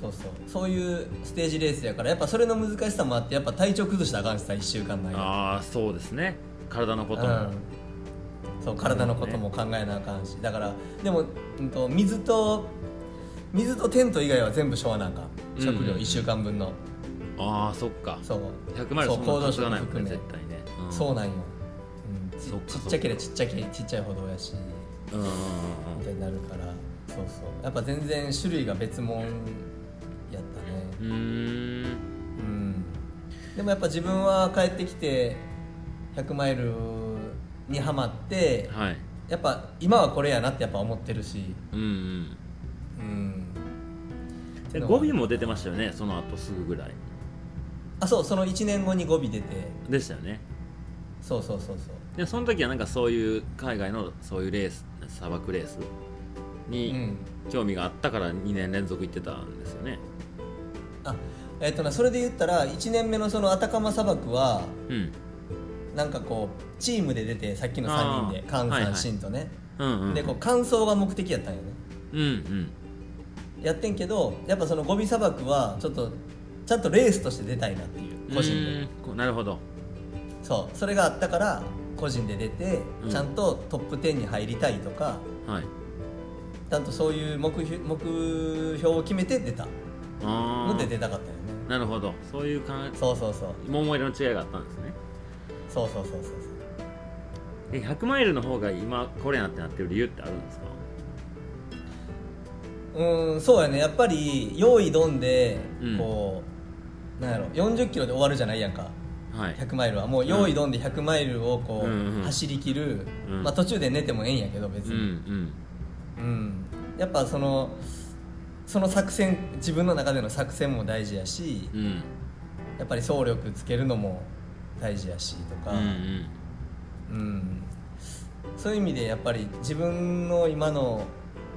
B: そうそうそういうステージレースやからやっぱそれの難しさもあってやっぱ体調崩したらあかんしさ1週間ない
A: ああそうですね体のことも、
B: うん、そう体のことも考えなあかんしだからでも、うん、と水と水とテント以外は全部しょわなあかん
A: うん
B: 食料1週間分の、
A: ああそっか
B: そう
A: 100マイル
B: そう
A: そんな
B: 行動
A: 稼
B: 食
A: がないも
B: 含
A: んね
B: め
A: 絶対ね、ん
B: そうなんよ、うん、
A: そっか
B: ち
A: そっ
B: ち
A: か
B: っちゃければちっちゃければちっちゃいほどやし
A: うんうんうん
B: みたいになるからそうそうやっぱ全然種類が別物やった
A: う
B: ね、
A: んうーん
B: うん、でもやっぱ自分は帰ってきて100マイルにはまって
A: はい
B: やっぱ今はこれやなってやっぱ思ってるし、
A: うんうん
B: うん、
A: で語尾も出てましたよねその後すぐぐらい
B: あそうその1年後に語尾出て
A: でしたよね
B: そうそうそうそう
A: でその時はなんかそういう海外のそういうレース砂漠レース
B: う
A: に
B: ん
A: 興味があったから2年連続行ってたんですよね
B: あえっ、となそれで言ったら1年目のそのアタカマ砂漠は
A: うん
B: なんかこうチームで出てさっきの3人で
A: あー
B: カン
A: はい
B: さ
A: は
B: ん
A: い
B: シンとね、
A: うんうん
B: でこう感想が目的やったんよね
A: うんうん
B: やってんけどやっぱそのゴビ砂漠はちょっとちゃんとレースとして出たいなっていう個人
A: う
B: で
A: ーんこなるほど
B: そうそれがあったから個人で出て、
A: うん
B: ちゃんとトップ10に入りたいとか
A: はい
B: ちゃんとそういう目標目標を決めて出た
A: あ
B: ので
A: あ
B: 出たかったよね
A: なるほどそういう感じ
B: そうそうそう
A: 桃色の違いがあったんですね
B: そうそうそうそう
A: え100マイルの方が今これなってなってる理由ってあるんですか
B: そううーんそうやねやっぱり用意どんで
A: うん
B: こう、なんやろ40キロで終わるじゃないやんか
A: はい
B: 100マイルはもう用意どんで100マイルをこう、
A: うんうん
B: 走り切る、
A: うん
B: まあ、途中で寝てもええんやけど別
A: うんう
B: に、
A: ん
B: うん、やっぱそのその作戦自分の中での作戦も大事やし
A: うん
B: やっぱり総力つけるのも大事やしと
A: う
B: か、
A: んうん
B: うんそういう意味でやっぱり自分の今の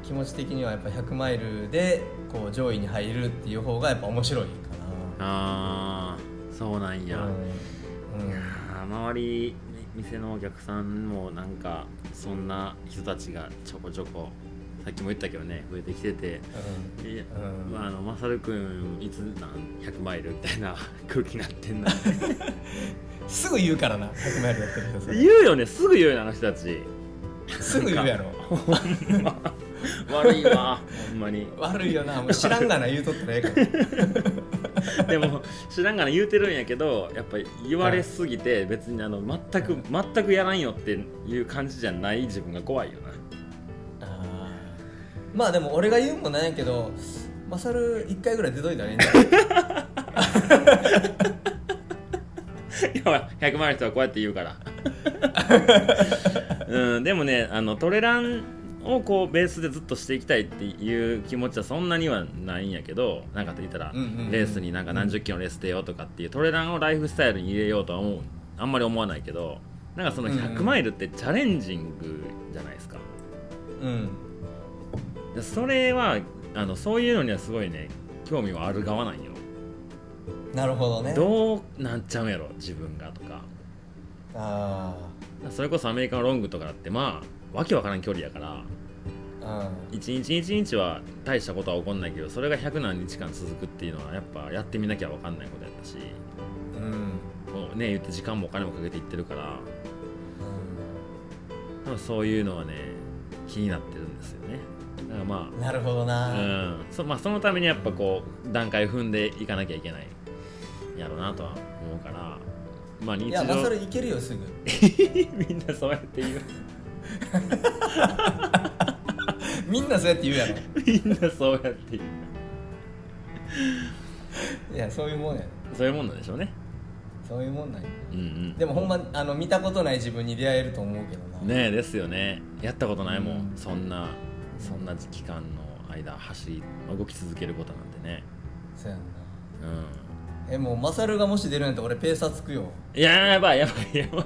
B: 気持ち的にはやっぱ100マイルでこう上位に入るっていう方がやっぱ面白いか
A: ああそうなん
B: な
A: や、
B: うん
A: いやー周り店のお客さんもなんかそんな人たちがちょこちょこさっきも言ったけどね増えてきてていや
B: うん
A: まあ、あのマサル君いつなん100マイルみたいな 空気になってんな
B: うんすぐ言うからな100マイルやってる人それ
A: 言うよねすぐ言うよねあの人たち
B: すぐ言うやろ
A: 悪いわほんまに
B: 悪いよなもう知らんがな言うとったら ええから
A: でも知らんがな言うてるんやけどやっぱり言われすぎて別にあの全く全くやらんよっていう感じじゃない自分が怖いよな
B: あまあでも俺が言うんもなんやけどマサル1回ぐらい出といたらいいんじゃない
A: やば い100万の人はこうやって言うから うんでもねあのトレランをこうベースでずっとしていきたいっていう気持ちはそんなにはないんやけどなんかと言ったら、
B: うんうんうん
A: レースになんか何十キロのレース出ようとかっていうトレランをライフスタイルに入れようとは思うあんまり思わないけどなんかその
B: うん
A: 100
B: うん
A: マイルってチャレンジングじゃないですか、
B: うん
A: でそれはあのそういうのにはすごいね興味はある側なんよ
B: なるほどね
A: どうなっちゃうんやろ自分がとか
B: あ
A: それこそアメリカのロングとかだってまあわけわからん距離やから
B: あ
A: 一日一日は大したことは起こんないけどそれが100何日間続くっていうのはやっぱやってみなきゃわかんないことやったし
B: うんうん
A: もうね言って時間もお金もかけていってるから多分そういうのはね気になってるんですよねだからま
B: うんなるほど
A: あ、う
B: な、
A: んそまあ、そのためにやっぱこう段階踏んでいかなきゃいけないやろうなとは思うからまあ日
B: いやマサ
A: 常
B: ルいけるよすぐ
A: みんなそうやって言う
B: みんなそうやって言うやろ
A: みんなそうやって言う
B: いやそういうもんや
A: そういうもんなんでしょうね
B: そういうもんなんや
A: うんうん
B: でもほんまあの見たことない自分に出会えると思うけどな、
A: ねえですよねやったことないもん、
B: うん
A: そんなそんな期間の間走り動き続けることなんてね
B: そうやんな
A: う
B: えもうマサルがもし出るんやったら俺ペーサーつくよ
A: んいやーやばいやばいやばい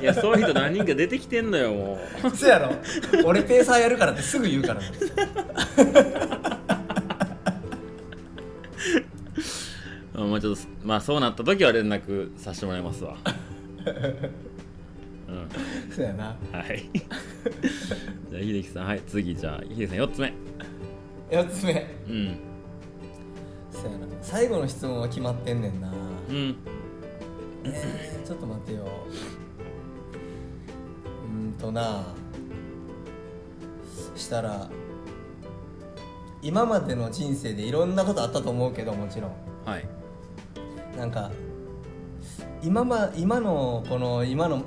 A: いやそういう人何人か出てきてんのよも
B: そうやろ俺ペーサーやるからってすぐ言うからな
A: うもうちょっとまあそうなった時は連絡させてもらいますわう
B: そうやなん
A: はいじゃあ秀樹さんはい次じゃあ秀樹さん4つ目
B: 4つ目
A: うん
B: そうやな最後の質問は決まってんねんな、
A: うん
B: えーちょっと待ってようーんとなしたら今までの人生でいろんなことあったと思うけどもちろん
A: はい
B: なんか今,、ま、今のこの今の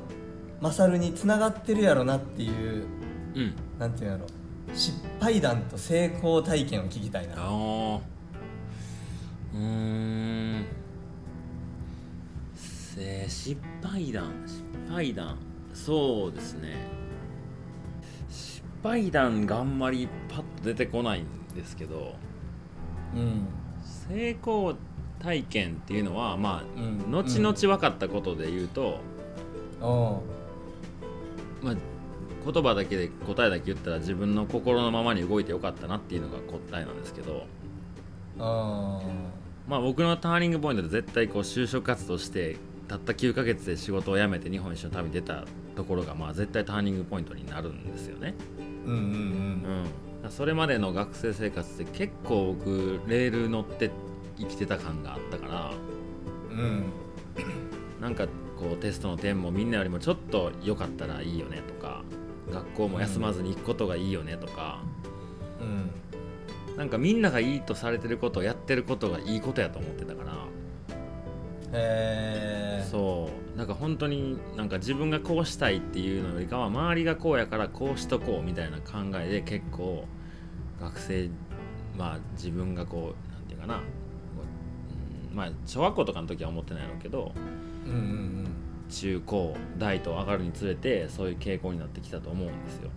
B: マサルにつながってるやろなっていう
A: うん
B: なんていうんやろ失敗談と成功体験を聞きたいな
A: あーうーんせ失敗談失敗談そうですね失敗談があんまりパッと出てこないんですけど
B: うん
A: 成功体験っていうのはまあ、
B: うん
A: 後々分かったことで言うと、
B: おう
A: まあ言葉だけで答えだけ言ったら自分の心のままに動いてよかったなっていうのが答えなんですけど、
B: あ
A: まあ、僕のターニングポイントで絶対こう就職活動してたった9ヶ月で仕事を辞めて日本一周の旅に出たところがまあ絶対ターニングポイントになるんですよね、
B: うんうんうん
A: うん、それまでの学生生活で結構僕レール乗って生きてた感があったから
B: うん
A: なんかこうテストの点もみんなよりもちょっと良かったらいいよねとか学校も休まずに行くことがいいよねとか、
B: うん
A: なんかみんながいいとされてることをやってることがいいことやと思ってたから。
B: へえ
A: そうなんか本当になんか自分がこうしたいっていうのよりかは周りがこうやからこうしとこうみたいな考えで結構学生まあ自分がこうなんていうかな、こううん、まあ小学校とかの時は思ってないのけど
B: うんうん
A: 中高大と上がるにつれてそういう傾向になってきたと思うんですよ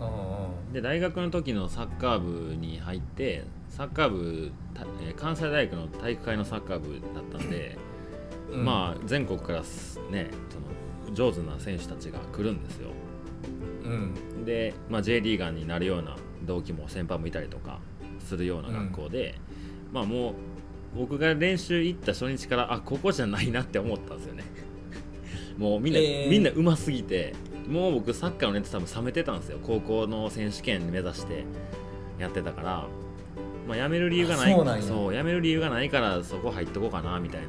B: うんうん
A: で大学の時のサッカー部に入ってサッカー部たえー関西大学の体育会のサッカー部だったんで
B: うん
A: まあ全国からすねその上手な選手たちが来るんですよ
B: あうん
A: で、まあ、J リーガーになるような同期も先輩もいたりとかするような学校で、まあもう僕が練習行った初日からあここじゃないなって思ったんですよね もうみんな、
B: えー
A: みんなうますぎてもう僕サッカーの熱多分冷めてたんですよ高校の選手権目指してやってたから、まあ、辞める理由がない
B: あそうなんや
A: そう辞める理由がないからそこ入っとこうかなみたいな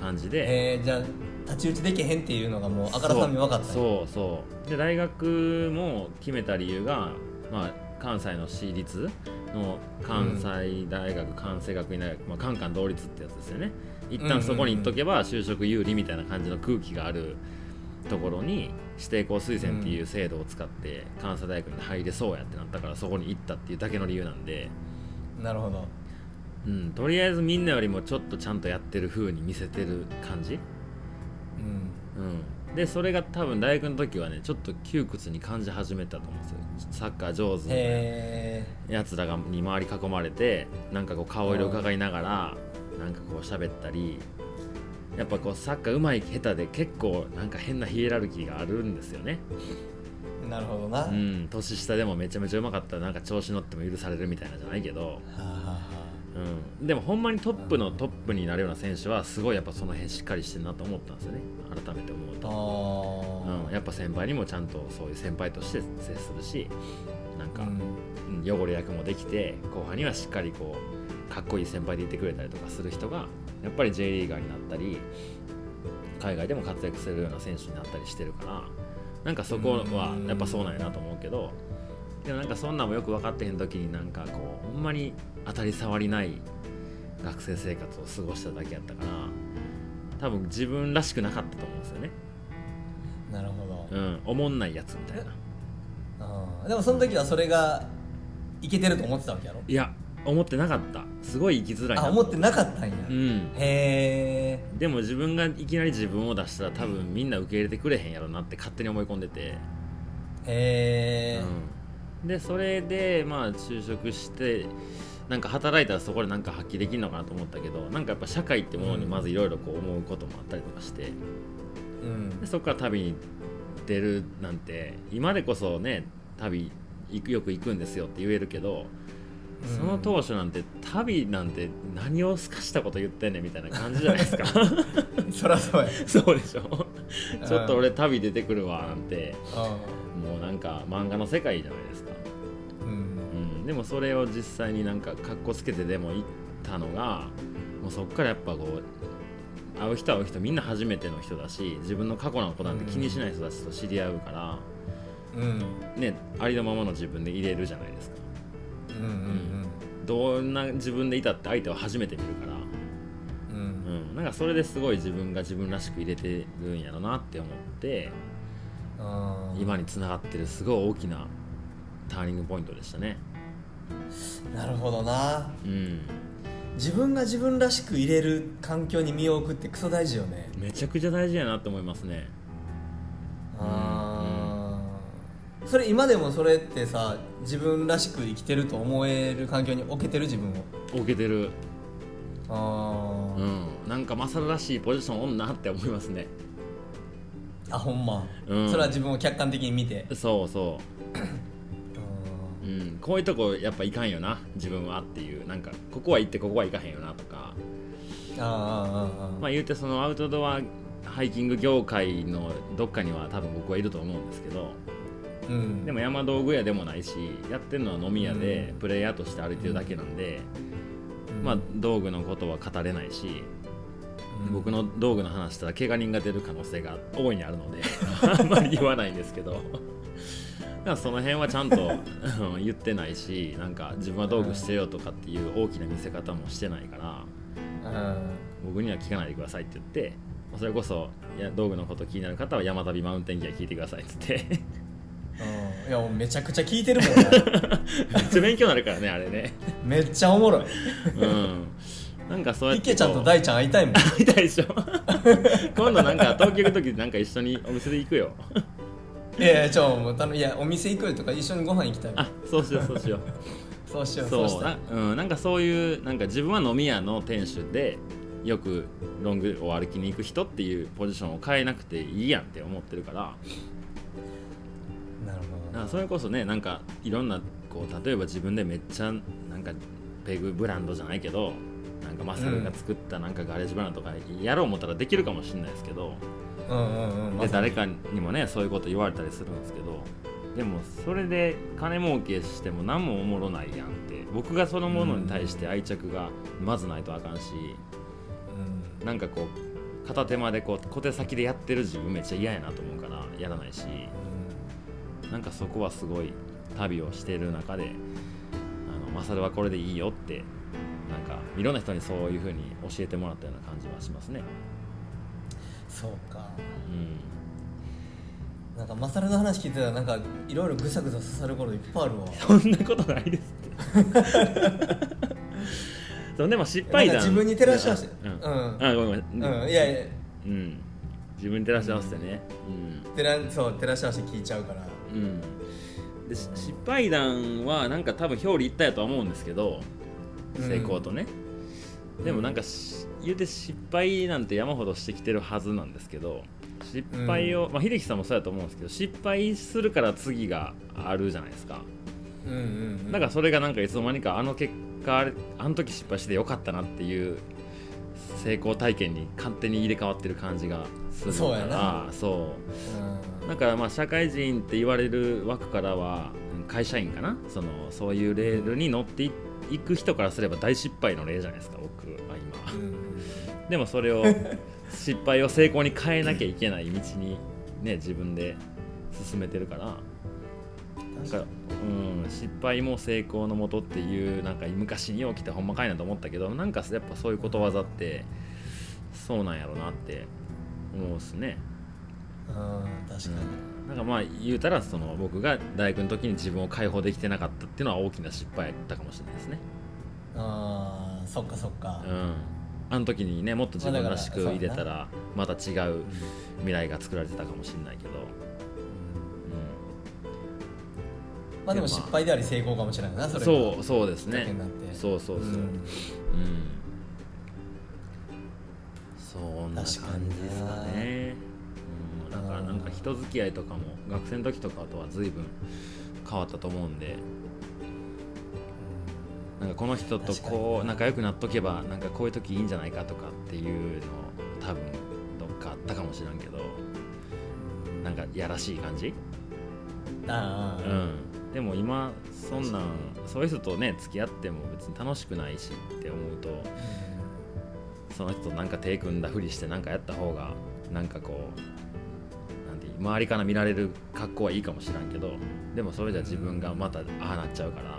A: 感じで、
B: えー、じゃあ太刀打ちできへんっていうのがもうあからさまに分かったう
A: そうそうで大学も決めた理由が、まあ、関西の私立の関西大学、関西学院大学、まあ、カンカン同率ってやつですよね一旦そこに行っとけば就職有利みたいな感じの空気があるところに指定校推薦っていう制度を使って関西大学に入れそうやってなったからそこに行ったっていうだけの理由なんで、
B: なるほど
A: うん、とりあえずみんなよりもちょっとちゃんとやってる風に見せてる感じ、
B: うん
A: うん、でそれが多分大学の時はねちょっと窮屈に感じ始めたと思うんですよサッカー上手な
B: へ
A: やつらがに周り囲まれてなんかこう顔色伺いながらなんかこう喋ったりやっぱこうサッカーうまい下手で結構なんか変なヒエラルキーがあるんですよね、
B: えなるほどな、
A: う
B: は
A: ん、年下でもめちゃめちゃうまかったらなんか調子乗っても許されるみたいなじゃないけど、
B: あはあは
A: うん、でもほんまにトップのトップになるような選手はすごいやっぱその辺しっかりしてるなと思ったんですよね改めて思うと。
B: あ
A: うん、やっぱ先輩にもちゃんとそういう先輩として接するしなん
B: あ
A: か、
B: ー
A: うん汚れ役もできて後輩にはしっかりこうかっこいい先輩でいてくれたりとかする人がやっぱり J リーガーになったり海外でも活躍するような選手になったりしてるからなんかそこはやっぱそうなんやなと思うけどでもなんかそんなんもよく分かってへん時になんかこうほんまに当たり障りない学生生活を過ごしただけやったから多分自分らしくなかったと思うんですよね。
B: なるほど、
A: うん、おもんないやつみたいな。
B: うんでもその時はそれがいけてると思ってたわけやろ
A: いや思ってなかったすごい生きづらい
B: あ
A: な
B: 思ってなかったんや、
A: うん
B: へえ
A: でも自分がいきなり自分を出したら多分みんな受け入れてくれへんやろなって勝手に思い込んでて、
B: へえ、
A: うん、でそれでまあ就職してなんか働いたらそこでなんか発揮できるのかなと思ったけどなんかやっぱ社会ってものにまずいろいろこう思うこともあったりとかして
B: うん
A: でそこから旅に出るなんて今でこそね旅行くよく行くんですよって言えるけどその当初なんて旅なんて何をすかしたこと言ってんねんみたいな感じじゃないですか
B: そらそうや
A: そうでしょちょっと俺旅出てくるわなんてもうなんか漫画の世界じゃないですか、
B: うんうん
A: うん、でもそれを実際になんかかっこつけてでも行ったのがもうそっからやっぱこう会う人会う人みんな初めての人だし自分の過去のことなんて気にしない人たちと知り合うから、
B: うん
A: ねありのままの自分で入れるじゃないですか
B: うんうん
A: どんな自分でいたって相手を初めて見るから
B: うんう
A: うんん、なんかそれですごい自分が自分らしく入れてるんやろなって思って
B: あー
A: 今につながってるすごい大きなターニングポイントでしたね
B: なるほどな
A: うん
B: 自分が自分らしく入れる環境に身を置くってクソ大事よね
A: めちゃくちゃ大事やなって思いますね
B: あーそれ今でもそれってさ自分らしく生きてると思える環境に置けてる自分を
A: 受けてる
B: あ
A: う
B: ー、
A: んなんかマサルらしいポジションおんなって思いますね
B: あほんま、
A: うん
B: それは自分を客観的に見て
A: そうそ
B: あ
A: う、うん、こういうとこやっぱいかんよな自分はっていうなんかここは行ってここはいかへんよなとか
B: ーあーあーあー
A: まあ言うてそのアウトドアハイキング業界のどっかには多分僕はいると思うんですけど
B: うん
A: でも山道具屋でもないしやってるのは飲み屋で
B: うん
A: プレイヤーとして歩いてるだけなんで、まあ道具のことは語れないし、僕の道具の話したら怪我人が出る可能性が大いにあるの であんまり言わないんですけどだからその辺はちゃんとうん言ってないしなんか自分は道具してよとかっていう大きな見せ方もしてないから
B: うん
A: 僕には聞かないでくださいって言ってまあそれこそいや道具のこと気になる方は山旅マウンテンギア聞いてくださいって言って
B: うんいやもうめちゃくちゃ聞いてる もんな
A: めっちゃ勉強になるからねあれね。
B: めっちゃおもろい
A: うんなんかそうやっ
B: い
A: てこう
B: けちゃんと大ちゃん会いたいもん
A: 会いたいでしょ 今度なんか東京行く時なんか一緒にお店で行くよ
B: いやいやちょもう頼むいやお店行くよとか一緒にご飯行きたいもん
A: あそうしようそうしよ
B: そうし
A: う
B: よう
A: そ
B: そううした
A: な,、うん、なんかそういうなんか自分は飲み屋の店主でよくロングを歩きに行く人っていうポジションを変えなくていいやんって思ってるから
B: なるほど
A: なんかそれこそねなんかいろんなこう例えば自分でめっちゃなんかペグブランドじゃないけどなんかマサルが作ったなんかガレージブランドとかやろう思ったらできるかもしれないですけど、
B: うんうんうんま
A: で
B: さ
A: 誰
B: に
A: かにもねそういうこと言われたりするんですけどでもそれで金儲けしても何もおもろないやんって僕がそのものに対して愛着がまずないとあかんし
B: うん
A: なんかこう片手間でこう小手先でやってる自分めっちゃ嫌やなと思うからやらないしなんかそこはすごい旅をしてる中で「あのマサルはこれでいいよ」ってなんかいろんな人にそういう風に教えてもらったような感じはしますね。
B: そうか
A: うん
B: なんかマサルの話聞いてたらなんかいろいろぐさぐさ刺さることいっぱいあるわ
A: そんなことないですって そうでも失敗
B: なん
A: 談
B: か自分に照らし合わせ
A: うん、
B: うん
A: あごめんごめん、
B: うんいやいや
A: うん、自分に照らし合わせてね
B: てらそう照らし合わせ聞いちゃうから
A: うん、うん、でし失敗談はなんか多分表裏一体やとは思うんですけど
B: うん
A: 成功とね、でもなんかし言うて失敗なんて山ほどしてきてるはずなんですけど失敗を、まあ秀樹さんもそうやと思うんですけど失敗するから次があるじゃないですか
B: うんうんうん
A: なんかそれがなんかいつの間にかあの結果あれあの時失敗してよかったなっていう成功体験に勝手に入れ替わってる感じがするから
B: そうやな
A: そう
B: うん
A: だからまあ社会人って言われる枠からはうん会社員かなそのそういうレールに乗っていいく人からすれば大失敗の例じゃないですか僕は
B: う
A: 今
B: ん
A: でもそれを失敗を成功に変えなきゃいけない道にね自分で進めてるからなんか、うん、失敗も成功のもとっていうなんか昔に起きてほんまかいなと思ったけどなんかやっぱそういうことわざってそうなんやろうなって思うっすね
B: あー確かに、
A: なんかまあ言うたらその僕が大学の時に自分を解放できてなかったっていうのは大きな失敗だったかもしれないですね。
B: ああそっかそっか、
A: うん、あの時にねもっと自分らしく入れたらまた違う未来が作られてたかもしれないけど、
B: まあでも失敗であり成功かもしれないな
A: う
B: そ
A: ん、
B: れが
A: そうそうです
B: だけ
A: ね
B: になって
A: そうそうそう、うん
B: ん
A: そんな感じですかね、うん、だからなんか人付き合いとかも学生の時とかとは随分変わったと思うんでなんかこの人とこう仲良くなっとけばなんかこういう時いいんじゃないかとかっていうの多分どっかあったかもしらんけどなんかやらしい感じ、
B: あ
A: う
B: あ、
A: ん、でも今そんなんそういう人とね付き合っても別に楽しくないしって思うとその人となんか手組んだふりしてなんかやった方がなんかこうなんていう周りから見られる格好はいいかもしらんけどでもそれじゃ自分がまたああなっちゃうから。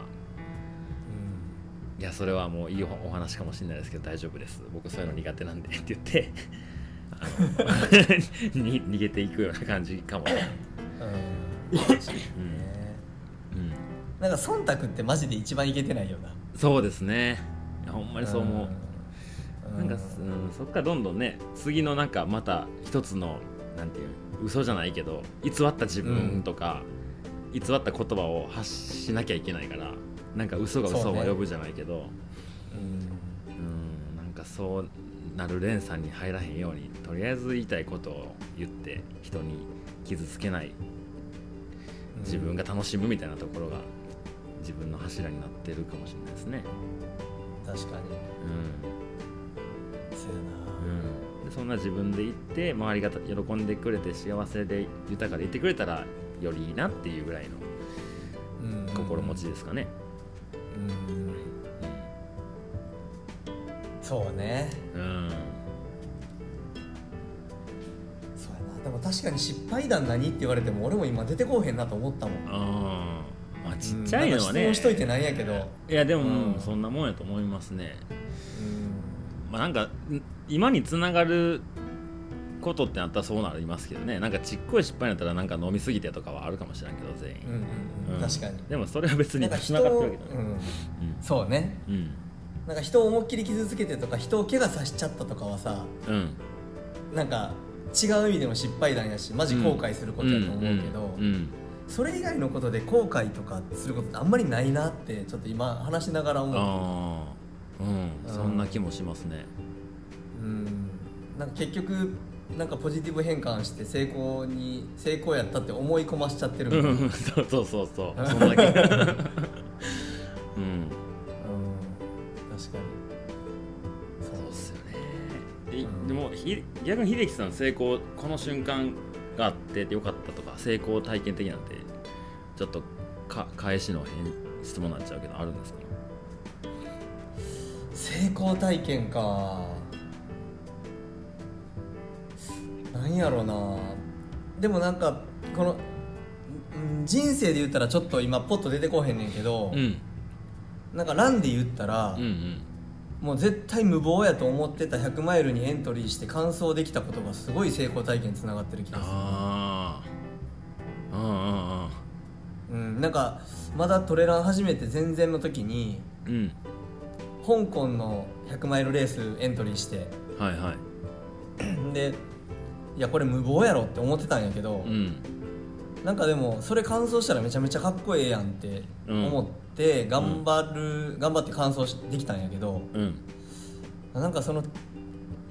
A: いやそれはもういいおお話かもしれないですけど大丈夫です僕そういうの苦手なんでって言ってあの に逃げていくような感じかも、
B: うんうん確かにね
A: うん、
B: なんか忖度ってマジで一番いけてないよな
A: そうですねいやほんまにそう思
B: う
A: うなんか、うん、そっからどんどんね次のなんかまた一つのなんていう嘘じゃないけど偽った自分とか、偽った言葉を発しなきゃいけないからなんか嘘が嘘を呼ぶじゃないけど
B: うん
A: うんなんかそうなる連鎖に入らへんようにとりあえず言いたいことを言って人に傷つけない自分が楽しむみたいなところが自分の柱になってるかもしれないですね。
B: 確かにそうや
A: うんうん、でそんな自分で言って周りが喜んでくれて幸せで豊かでいてくれたらよりいいなっていうぐらいの
B: な、うん
A: 心持ちですかね。
B: うんそうね
A: うん
B: そうやなでも確かに失敗談何って言われても俺も今出てこうへんなと思ったもん
A: あーまあ、ちっちゃいのはね、
B: うんなんか質問しといてなんやけど、
A: いやでも、
B: うん
A: そんなもんやと思いますね。まあ、なんかん今につながることってなったらそうなりますけどねなんかちっこい失敗になったらなんか飲みすぎてとかはあるかもしれんけど全
B: うん
A: 員、
B: うんうん
A: うん
B: 確かに
A: でもそれは別に
B: なんか
A: つ
B: 人
A: ながってる
B: を、
A: わけじゃ
B: う
A: ない
B: ん、そうね
A: うん
B: なんか人を思いっきり傷つけてとか人を怪我させちゃったとかはさ
A: うんうん
B: なんか違う意味でも失敗談やしマジ後悔することやと思うけど、
A: うんうん
B: それ以外のことで後悔とかすることってあんまりないなってちょっと今話しながら思う
A: ああうんそんな気もしますね
B: うんなんか結局なんかポジティブ変換して成功に成功やったって思い込ましちゃってる
A: う
B: もんうん
A: んそうそうそうそうそんな気うん
B: 確かにそ
A: そうっ
B: うっ
A: す
B: す
A: よね。い
B: うん
A: でもひ逆に秀樹さん成功この瞬間があってよかったとか成功体験的なんてちょっとか返しの変質問になっちゃうけどあるんですか
B: 成功体験かなんやろなでもなんかこのうん人生で言ったらちょっと今ポッと出てこへんねんけど、
A: うん
B: なんかランで言ったら、
A: うんうん
B: もう絶対無謀やと思ってた100マイルにエントリーして完走できたことがすごい成功体験につながってる気がする
A: ああ
B: うんなんかまだトレラン始めて全然の時に
A: うん
B: 香港の100マイルレースエントリーして
A: はいはい
B: でいやこれ無謀やろって思ってたんやけど、
A: うん
B: なんかでもそれ完走したらめちゃめちゃかっこええやんって思って頑張る、頑張って完走しできたんやけど
A: うん
B: なんかその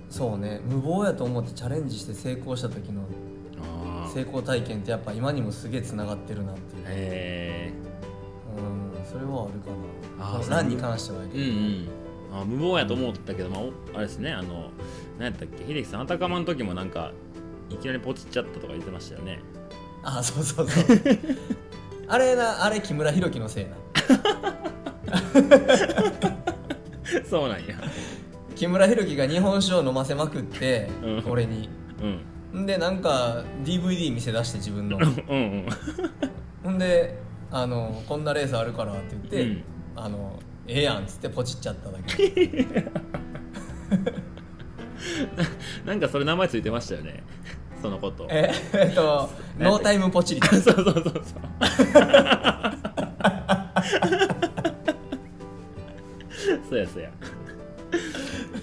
B: そうね無謀やと思ってチャレンジして成功した時の
A: ああ
B: 成功体験ってやっぱ今にもすげえつながってるなっていう、
A: え
B: うんそれはあるかな
A: あー
B: このランに関してはや
A: え
B: け
A: うん
B: ど、
A: うんあ無謀やと思ったけど、まあ、おあれですねあの何やったっけ秀樹さんアタカマの時もなんかいきなりポチっちゃったとか言ってましたよね
B: あそうそうそう あれなあれ木村弘樹のせいな
A: そうなんや。
B: 木村弘樹が日本酒を飲ませまくって、
A: うん
B: 俺に
A: うん。
B: んでなんか DVD 見せ出して自分の
A: うんうん。
B: ほんであの「こんなレースあるから」って言って「
A: うん
B: あのええやん」っつってポチっちゃっただ け
A: なんかそれ名前ついてましたよね。 そのこと。
B: ええっと「ノータイムポチリ」
A: そうそうそうそう。 そうやそうや。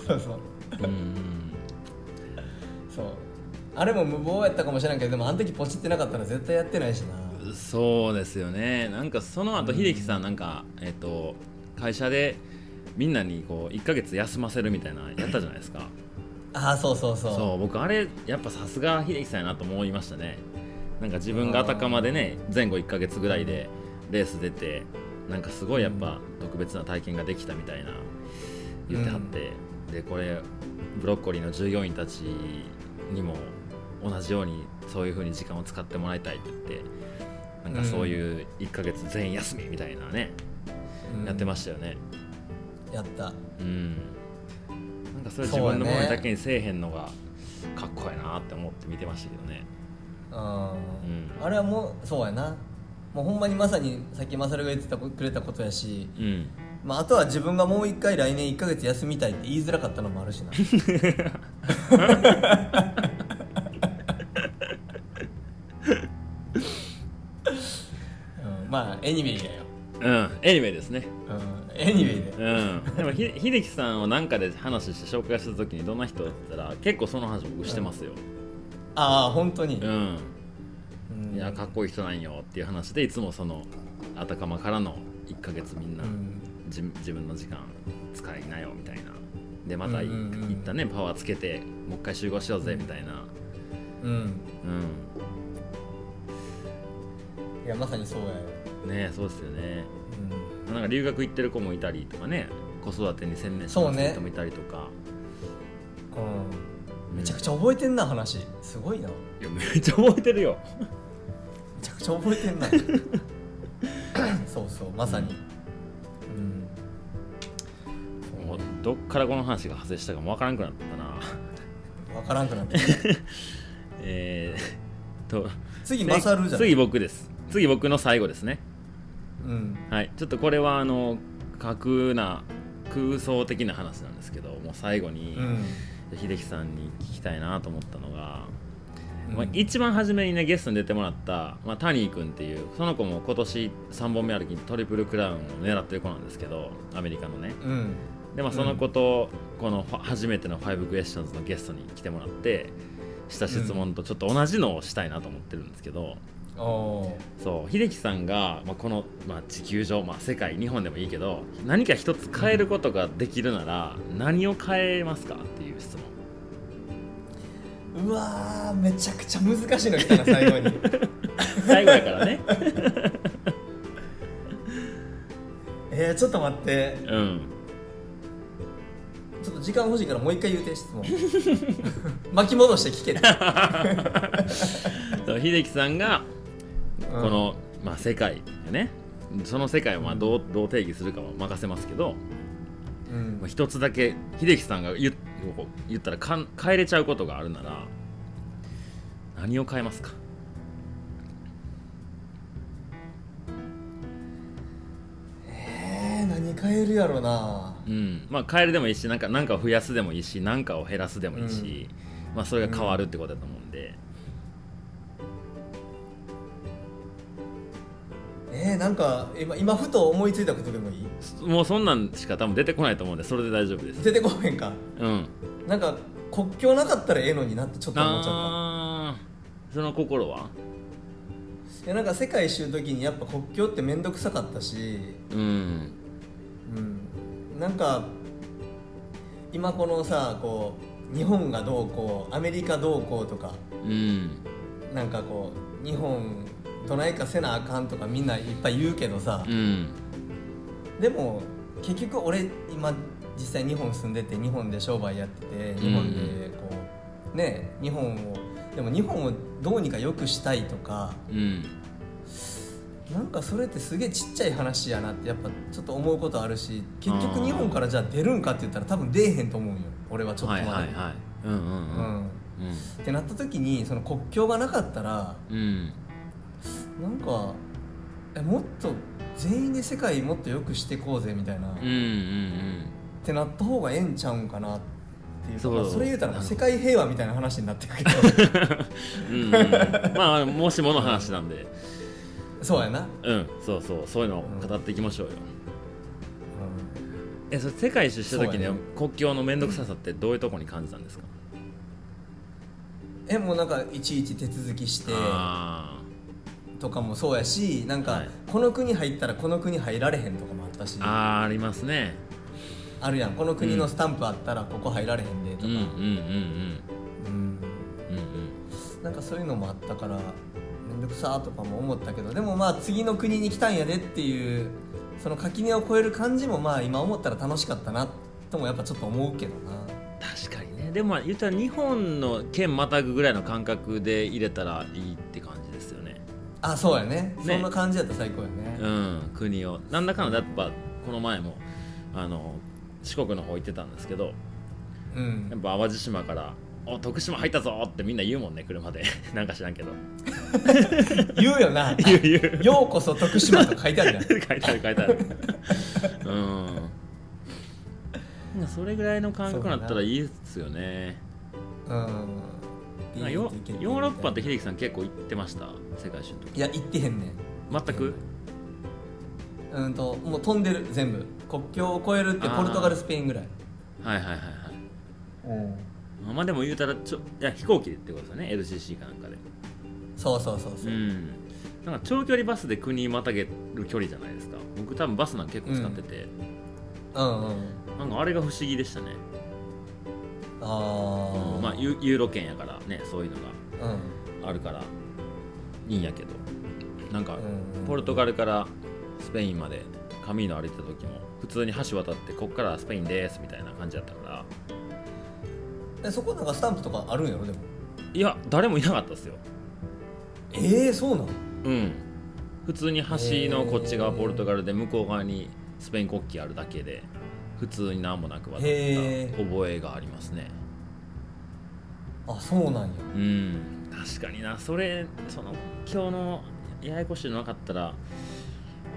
B: そうそう
A: うん。
B: そうあれも無謀やったかもしれんけどでもあの時ポチってなかったら絶対やってないしな
A: そうですよね。なんかその後秀樹さんなんかえっ、と会社でみんなにこう一ヶ月休ませるみたいなやったじゃないですか。
B: ああそうそうそう
A: そう僕あれやっぱさすが秀樹さんやなと思いましたねなんか自分があたかまでね前後1ヶ月ぐらいでレース出てなんかすごいやっぱ特別な体験ができたみたいな言ってはって、でこれブロッコリーの従業員たちにも同じようにそういう風に時間を使ってもらいたいって言ってなんかそういう1ヶ月全員休みみたいなね、
B: うん
A: やってましたよね
B: やった
A: うんなんかそれ
B: そ
A: 自
B: うやね
A: 分のものだけにせえへんのがかっこいいなって思って見てましたけどね
B: うん
A: うん
B: あれはもうそうやなもうほんまにまさにさっきマサルが言ってたくれたことやし、
A: うん
B: まあ、あとは自分がもう一回来年1ヶ月休みたいって言いづらかったのもあ るしなうんまあエニメイだよ、
A: うんエニメですね
B: うん、エニメイ
A: う
B: で
A: んでもひ秀樹さんを何かで話して紹介した時にどんな人だったら結構その話僕してますよ
B: ああ本当に
A: う、ん、
B: うん
A: いやかっこいい人なんよっていう話でいつもそのあたかまからの1ヶ月みんな、
B: うん
A: じ自分の時間使いなよみたいなでまたい
B: うんうんうん
A: いったねパワーつけてもう一回集合しようぜみたいな
B: うん
A: うん
B: いやまさにそうやよ、
A: ねえそうですよね
B: うん
A: なんか留学行ってる子もいたりとかね子育てに専念して
B: そう
A: る
B: ね
A: 人もいたりとか、
B: うん、めちゃくちゃ覚えてんな話すごいない
A: やめっちゃ覚えてるよ
B: めちゃくちゃ覚え てんなそうそうまさにうん、
A: もうどっからこの話が派生したかもわからんくなったな
B: 分からんくなってきた
A: えー、っと
B: 次マサルじゃん
A: 次僕です次僕の最後ですね
B: うん
A: はいちょっとこれはあの架空な空想的な話なんですけどもう最後に、
B: うん
A: 秀樹さんに聞きたいなと思ったのが、
B: うん
A: まあ、一番初めにねゲストに出てもらった、まあ、タニー君っていうその子も今年3本目歩きにトリプルクラウンを狙ってる子なんですけどアメリカのね
B: うん
A: で、まあ、その子とこのファ初めての5クエスチョンズのゲストに来てもらってした質問とちょっと同じのをしたいなと思ってるんですけど、
B: おお
A: そう秀樹さんが、まあ、この、まあ、地球上、まあ、世界日本でもいいけど何か一つ変えることができるなら、何を変えますかっていう質問
B: ーうわーめちゃくちゃ難しいの来 たな最後に
A: 最後やから ね
B: えー、ちょっと待って
A: うん
B: ちょっと時間欲しいからも う一回言うて質問巻き戻して聞けて、
A: そう秀樹さんが
B: う ん
A: この、まあ、世界ねその世界をまあどうどう定義するかは任せますけど
B: う
A: まあ
B: ん、
A: 一つだけ秀樹さんが言こう言ったらかん変えれちゃうことがあるなら何を変えますか
B: えー、何変えるやろな
A: うんまあ変えるでもいいしなんかなんかを増やすでもいいしなんかを減らすでもいいし、まあ、それが変わるってことだと思うんで、
B: えー、なんか今今ふと思いついたことでもいい
A: もうそんなんしか多分出てこないと思うんでそれで大丈夫です
B: 出てこへんか
A: うん
B: なんか国境なかったらええのになってちょっと思っちゃっ
A: あーその心は
B: たいやなんか世界一周の時にやっぱ国境って面倒くさかったし
A: うん
B: うんなんか今このさこう日本がどうこうアメリカどうこうとか
A: うん
B: なんかこう日本どないかせなあかんとかみんないっぱい言うけどさ、
A: うん
B: でも結局俺今実際日本住んでて日本で商売やってて日本でこう、ね日本をでも日本をどうにか良くしたいとか
A: うん
B: なんかそれってすげえちっちゃい話やなってやっぱちょっと思うことあるし結局日本からじゃあ出るんかって言ったら多分出えへんと思うんよ俺はちょっとま
A: はい
B: で、
A: はいはいうんうんう
B: う
A: んう
B: ん、
A: ん
B: ってなった時にその国境がなかったら
A: うん
B: なんかえもっと全員で世界もっと良くしてこうぜみたいな、
A: うんうん
B: ってなった方がええんちゃうんかなっていう
A: そう
B: まあそれ言うたらもう世界平和みたいな話になってくけど
A: うんうんうん まあもしもの話なんで
B: そうやな、
A: うんそうそうそういうのを語っていきましょうよ
B: うん
A: えそれ世界一周した時
B: そうや
A: に
B: ね
A: 国境の面倒くささってどういうとこに感じたんですか
B: えもうなんかいちいち手続きして
A: あ
B: とかもそうやしなん
A: は
B: か
A: い
B: この国入ったらこの国入られへんとかもあったし
A: ーあーありますね
B: あるやんこの国のスタンプあったらここ入られへんでと
A: う
B: か
A: んうんうん
B: うん
A: うんうん
B: なんかそういうのもあったからめんどくさーとかも思ったけどでもまあ次の国に来たんやでっていうその垣根を越える感じもまあ今思ったら楽しかったなともやっぱちょっと思うけどな
A: 確かにねでもまあ言ったら日本の県またぐぐらいの感覚で入れたらいいって感じですよね
B: あそうやね
A: ね
B: そんな感じやったら最高やね
A: うん国をなんだかんだやっぱこの前もあの四国の方行ってたんですけど
B: うん、
A: やっぱ淡路島から「お徳島入ったぞ!」ってみんな言うもんね車で なんか知らんけど
B: 言うよな
A: 言う言う
B: ようこそ徳島とか書いてあるやん
A: 書いてある書いてあるうんなんかそれぐらいの感覚だったらいいっすよね
B: うん
A: なんかヨヨーロッパって秀樹さん結構行ってました世界一周の時
B: いや行ってへんねん
A: 全く
B: うんともう飛んでる全部国境を越えるって
A: あー
B: ポルトガルスペインぐらい
A: はいはいはいはい
B: うん
A: まあでも言うたらちょいや飛行機でってことですよね LCC かなんかで
B: そうそうそうそうう、
A: ん、なんか長距離バスで国またげる距離じゃないですか僕多分バスなんか結構使ってて、
B: うん、うん
A: なんかあれが不思議でしたね、
B: ああ、
A: まあユユーロ圏やからねそういうの
B: うん
A: があるからいいんやけどなんか
B: うん
A: ポルトガルからスペインまでカミーノ歩いてた時も普通に橋渡ってこっからスペインですみたいな感じだったから
B: えそこなんかスタンプとかあるんやろでも
A: いや誰もいなかったですよ
B: ええー、そうなの
A: うん普通に橋のこっち側ポルトガルで向こう側にスペイン国旗あるだけで普通に何もなく渡った
B: へー
A: 覚えがありますね
B: あそうなんや
A: うん確かになそれその今日のややこしいのなかったら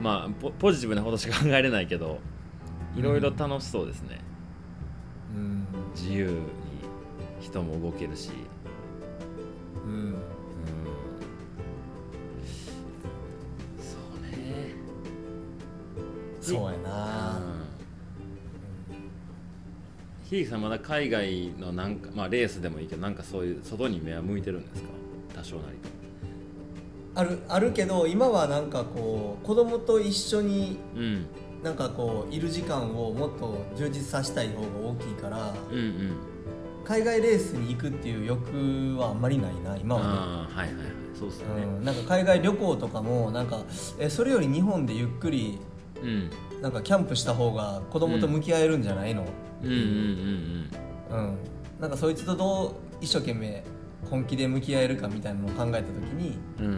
A: まあポポジティブなことしか考えれないけどいろいろ楽しそうですね、
B: うん
A: 自由に人も動けるし
B: うん
A: うんそうね
B: そうやな
A: ひいきさんまだ海外のなんか、まあ、レースでもいいけどなんかそういう外に目は向いてるんですか多少なり
B: あるあるけど今はなんかこう子供と一緒に
A: と、うん、
B: なんかこういる時間をもっと充実させたい方が大きいから
A: うんうん
B: 海外レースに行くっていう欲はあんまりないな今はね
A: ああはいはいはいそうっすよね
B: うん、なんか海外旅行とかもなんかえそれより日本でゆっくり
A: うん
B: なんかキャンプした方が子供と向き合えるんじゃないの、
A: うんうんうん
B: うん、なんかそいつとどう一生懸命本気で向き合えるかみたいなのを考えた時に、
A: うんうん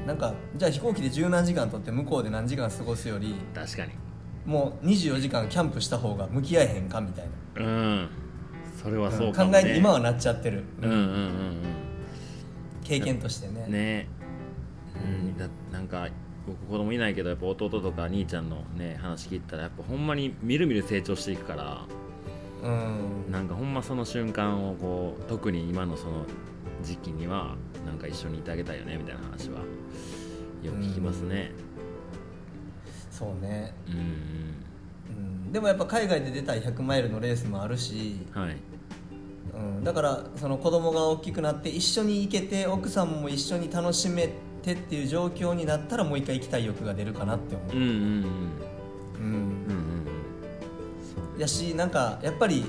B: うん、なんかじゃあ飛行機で十何時間取って向こうで何時間過ごすより
A: 確かに
B: もう24時間キャンプした方が向き合えへんかみたいな
A: うんそれはそうか
B: 考
A: も、ね、
B: えに今はなっちゃってる、
A: うんうんうん
B: 経験としてね
A: うんねうんだなんか僕子供いないけどやっぱ弟とか兄ちゃんのね話聞いたらやっぱほんまにみるみる成長していくから
B: うん
A: なんかほんまその瞬間をこう特に今のその時期にはなんか一緒にいてあげたいよねみたいな話はよく聞きますね
B: そうね、
A: うん
B: うん、でもやっぱ海外で出たい100マイルのレースもあるし、
A: はい
B: うん、だからその子供が大きくなって一緒に行けて奥さんも一緒に楽しめてっていう状況になったらもう一回行きたい欲が出るかなって思
A: うんうんうん
B: う、うん
A: うんうん
B: やしなんかやっぱり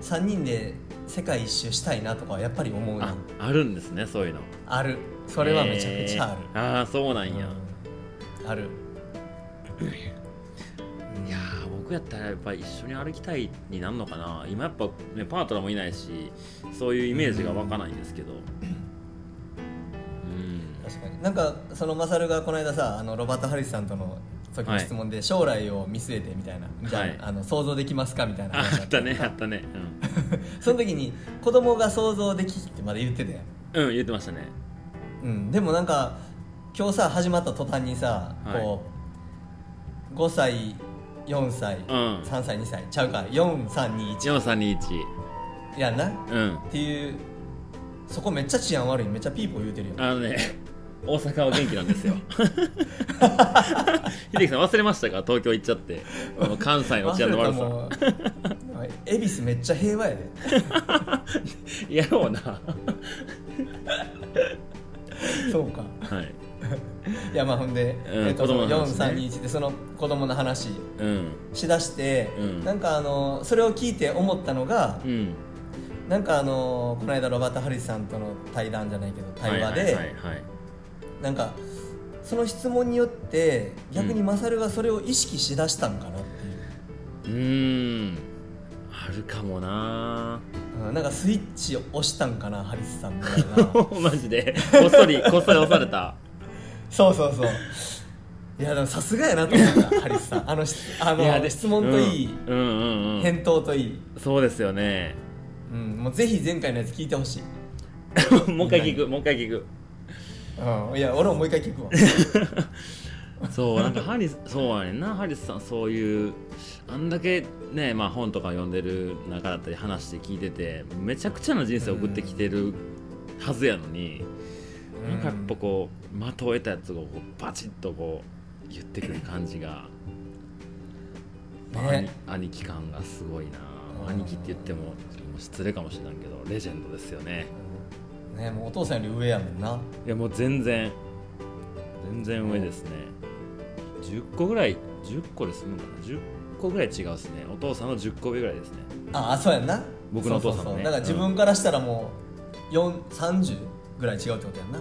B: 3人で世界一周したいなとかはやっぱり思
A: う
B: うんな
A: ああるんですねそういうの
B: あるそれはめちゃくちゃある、
A: えーああそうなんや、
B: うんある
A: いやー僕やったらやっぱ一緒に歩きたいになるのかな今やっぱ、ね、パートナーもいないしそういうイメージが湧かないんですけどうん
B: 確かになんかそのマサルがこの間さあのロバート・ハリスさんとの時の質問で、将来を見据えてみたいなみたいな、
A: はい
B: あの想像できますかみたいな
A: あ
B: 話
A: あったねあったね
B: その時に子供が想像できひってまだ言ってたやん
A: うん、うん、言ってましたね
B: うん、でもなんか今日さ始まった途端にさ、
A: はい
B: こう5歳4歳、
A: ん
B: 3歳2歳ちゃうか4321
A: 4321
B: やんなっ
A: うん
B: ていうそこめっちゃ治安悪いめっちゃピーポー言うてるよ
A: あのね 大阪は元気なん ですよ秀樹さん忘れましたか東京行っちゃってあの関西の治安の悪さ
B: 忘れたもう 恵比寿めっちゃ平和やで
A: やろうなは
B: そうか
A: い
B: いやまあほんで、
A: うん
B: えっと
A: 子供の話ね
B: 4321でその子供の話
A: うん
B: しだして、
A: うん
B: なんかあのそれを聞いて思ったのが
A: う、ん
B: なんかあのこの間ロバート・ハリスさんとの対談じゃないけど対話で、
A: はいはいはいはい
B: なんかその質問によって逆にマサルがそれを意識しだしたんかなっていう
A: うーんあるかもな
B: うん、なんかスイッチを押したんかなハリスさんみたい な
A: マジでこっそりこっそり押された
B: そうそうそういやでもさすがやなと思ったハリスさんあのしあ
A: いや
B: の
A: で
B: 質問といい、
A: うん、うんうんうん
B: 返答といい、
A: そうですよね
B: うん、もうぜひ前回のやつ聞いてほしい、
A: もう一回聞くもう一回聞く
B: うん、いや俺ももう一回聞く わ
A: そうなんかハリスそうやねんなハリスさんそういうあんだけね、まあ、本とか読んでる中だったり話して聞いててめちゃくちゃな人生送ってきてるはずやのに、なんかやっぱこう的を得たやつをこうバチッとこう言ってくる感じが、まあ
B: ね
A: 兄兄貴感がすごいな、
B: うん
A: 兄貴って言ってももう失礼かもしれないけどレジェンドですよね
B: ねもうお父さんより上やもんない
A: やもう全然全然上ですね、10個ぐらい10個で済むかな10個ぐらい違うですねお父さんの10個上ぐらいですね
B: ああそうやんな
A: 僕のお父さんもね
B: そうそうそうだから自分からしたらもう4 30ぐらい違うってことやんな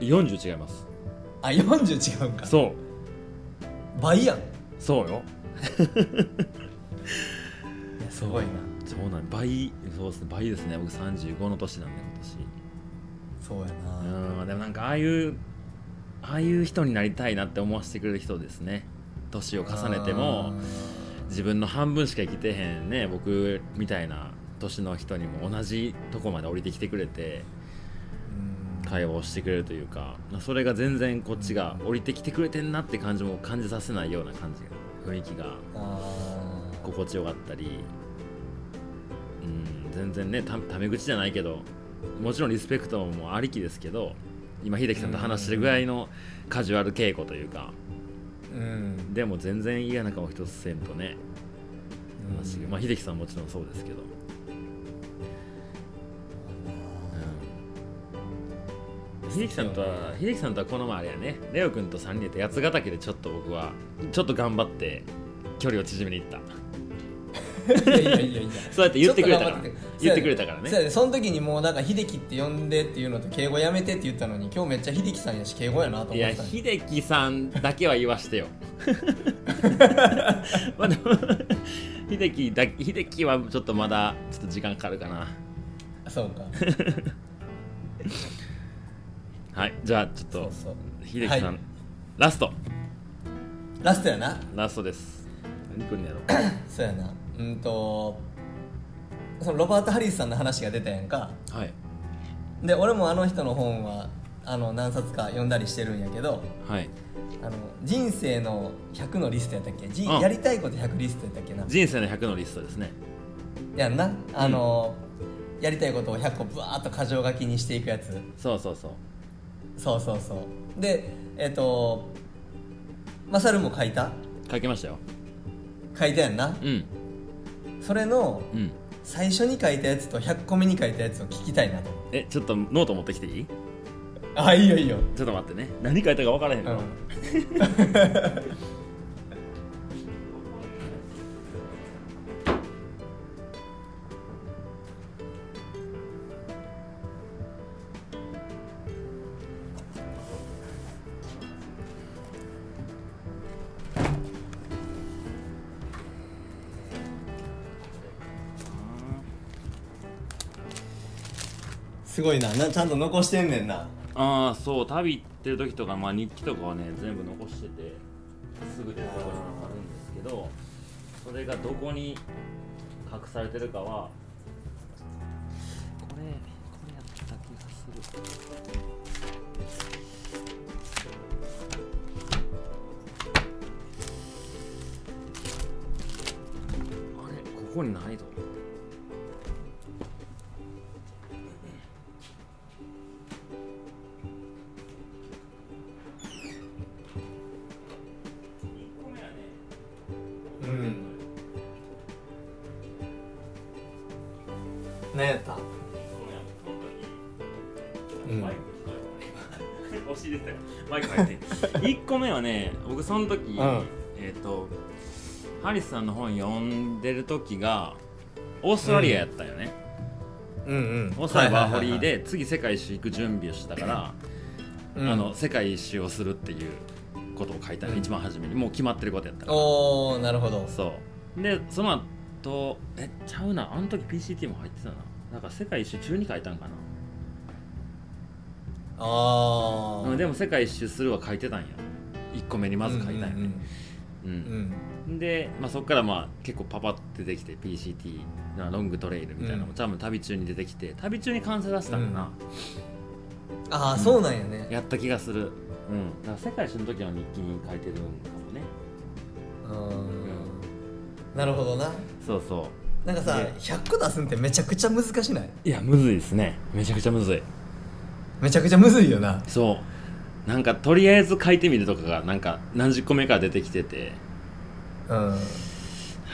A: 40違います
B: あ40違うんか
A: そう
B: 倍やん
A: そうよ
B: すごいな
A: そうなん倍そうですね倍ですね僕35の年なんで今年
B: そうやな
A: うんでもなんかああいうああいう人になりたいなって思わせてくれる人ですね年を重ねても自分の半分しか生きてへんね僕みたいな年の人にも同じとこまで降りてきてくれて
B: うん
A: 会話をしてくれるというかそれが全然こっちが降りてきてくれてんなって感じも感じさせないような感じ雰囲気が
B: あー
A: 心地よかったりうん全然ねたタメ口じゃないけどもちろんリスペクトもありきですけど今秀樹さんと話してるぐらいのカジュアル稽古というか
B: うん
A: でも全然嫌な顔一つせんとね
B: うん
A: 話がまあ秀樹さんもちろんそうですけど、うん、秀樹さんとは秀樹さんとはこの前あれやねレオ君と3人で八ヶ岳でちょっと僕はちょっと頑張って距離を縮めに行った
B: いやいやいやいや
A: そうやって言ってくれたから
B: ちょっと頑張
A: 言ってくれたからね
B: そうやその時にもうなんか秀樹って呼んでっていうのと敬語やめてって言ったのに今日めっちゃ秀樹さんやし敬語やなと
A: い
B: 思っ
A: や
B: てたのに
A: 秀樹さんだけは言わして よまあでも秀樹だ秀樹はちょっとまだちょっと時間かかるかな
B: そうか
A: はいじゃあちょっ
B: そう
A: と
B: そう
A: 秀樹さん、
B: はい
A: ラスト
B: ラストやな
A: ラストです何くんやろ
B: そうやなうんとそのロバート・ハリスさんの話が出たやんか
A: はい
B: で俺もあの人の本はあの何冊か読んだりしてるんやけど
A: はい
B: あの人生の100のリストやったっけじ
A: うん
B: やりたいこと100リストやったっけな
A: 人生の100のリストですね
B: やんなあの、やりたいことを100個ブワーッと箇条書きにしていくやつ
A: そうそうそう
B: そうそうそうでえっとマサルも書いた
A: 書きましたよ
B: 書いたやんな
A: うん
B: それの
A: うん
B: 最初に書いたやつと100個目に書いたやつを聞きたいなと
A: えちょっとノート持ってきていい
B: あいいよいいよ
A: ちょっと待ってね何書いたか分からへん
B: う
A: の、
B: んすごいななちゃんと残してんねんな
A: ああそう旅行ってる時とか、まあ、日記とかはね全部残しててすぐ出てくるのがあるんですけどそれがどこに隠されてるかはこれこれやった気がするあれここにないぞ
B: うん何やったうん
A: 押し入れたよマイク入って1個目はね僕その時、
B: ん
A: えっ、とハリスさんの本読んでる時がオーストラリアやったよね、
B: うん
A: オーストラリアバーホリーで次世界一周行く準備をしてたから、あの世界一周をするっていうことを書いたの、
B: うん
A: 一番初めにもう決まってることやったから
B: おおなるほど
A: そうでその後えちゃうなあの時 PCT も入ってたななんか世界一周中に書いたんかな
B: あ
A: うん
B: あ
A: でも「世界一周する」は書いてたんや1個目にまず書いたんやね、うん
B: うん
A: で、まあ、そこからまあ結構パパって出てきて PCT のロングトレイルみたいなのも多分旅中に出てきて旅中に完成出したんだな、
B: ああそうなんやね
A: やった気がするうんだから世界一周の時の日記に書いてるんかもね
B: うんなるほどな
A: そうそ
B: なんかさ
A: ね
B: 100個出すんってめちゃくちゃ難しない
A: いやむずいですねめちゃくちゃむずい
B: めちゃくちゃむずいよな
A: そうなんかとりあえず書いてみるとかがなんか何十個目から出てきてて
B: うん
A: あ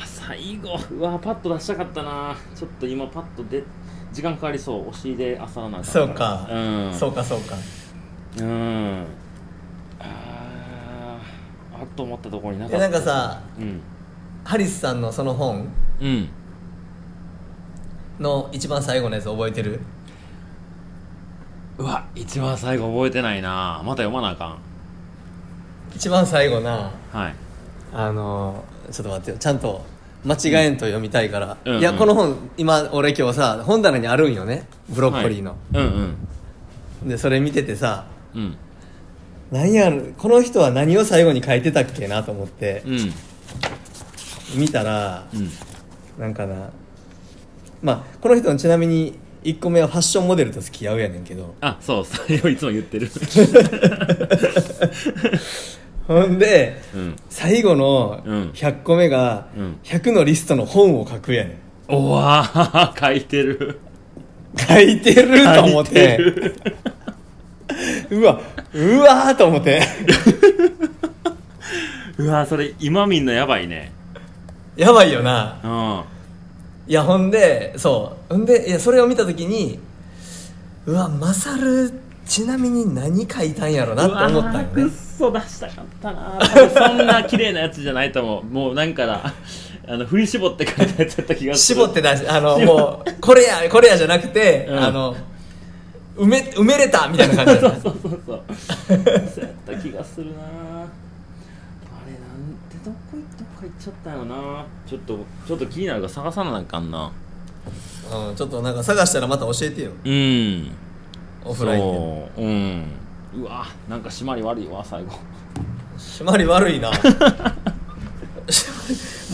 A: 最後うわパッと出したかったなちょっと今パッとで時間かかりそうお尻で朝なんかんな
B: そうか
A: うん
B: そうかそうか
A: うんあーあっと思ったところにな
B: え
A: かった
B: なんかさ
A: うん
B: ハリスさんのその本
A: うん
B: の一番最後のやつ覚えてる
A: うわ一番最後覚えてないなまた読まなあか
B: 一番最後なん
A: はい
B: あのーちょっと待ってよちゃんと間違えんと読みたいから、
A: うん
B: いや
A: うん
B: この本今俺今日さ本棚にあるんよねブロッコリーの、
A: はいうん
B: でそれ見ててさ
A: うんうん
B: 何やろこの人は何を最後に書いてたっけなと思って
A: うん
B: 見たら
A: うん
B: なんかなまあこの人のちなみに1個目はファッションモデルと付き合うやねんけど
A: あそうそれをいつも言って る
B: ほんで
A: うん
B: 最後の
A: うん
B: 100個目が
A: うん
B: 100のリストの本を書くやねん
A: おわー書いてる
B: 書いてると思っ
A: 書いて
B: て
A: る
B: うわうわーと思って
A: うわそれ今みんなやばいね
B: やばいよな
A: うん
B: いやほんでそうほんでいやそれを見た時にうわマサルちなみに何書いたんやろなって思ったんよ
A: うわー
B: ね
A: くっそ出したかったな多分そんな綺麗なやつじゃないと思うもうなんかなあの振り絞って書いたやつだった気がする
B: 絞って出しあのもうこれやこれやじゃなくて、
A: うん
B: あの埋め埋めれたみたいな感じ
A: そ
B: だっ
A: う
B: た
A: そうそうそうそうやった気がするなあれなんてどこ行どこ行っちゃったよなちょっとちょっと気になるから探さなあかんな
B: うん、ちょっとなんか探したらまた教えてよ
A: うん
B: オフラインで
A: そううんうわなんか締まり悪いわ最後
B: 締まり悪いな 締まり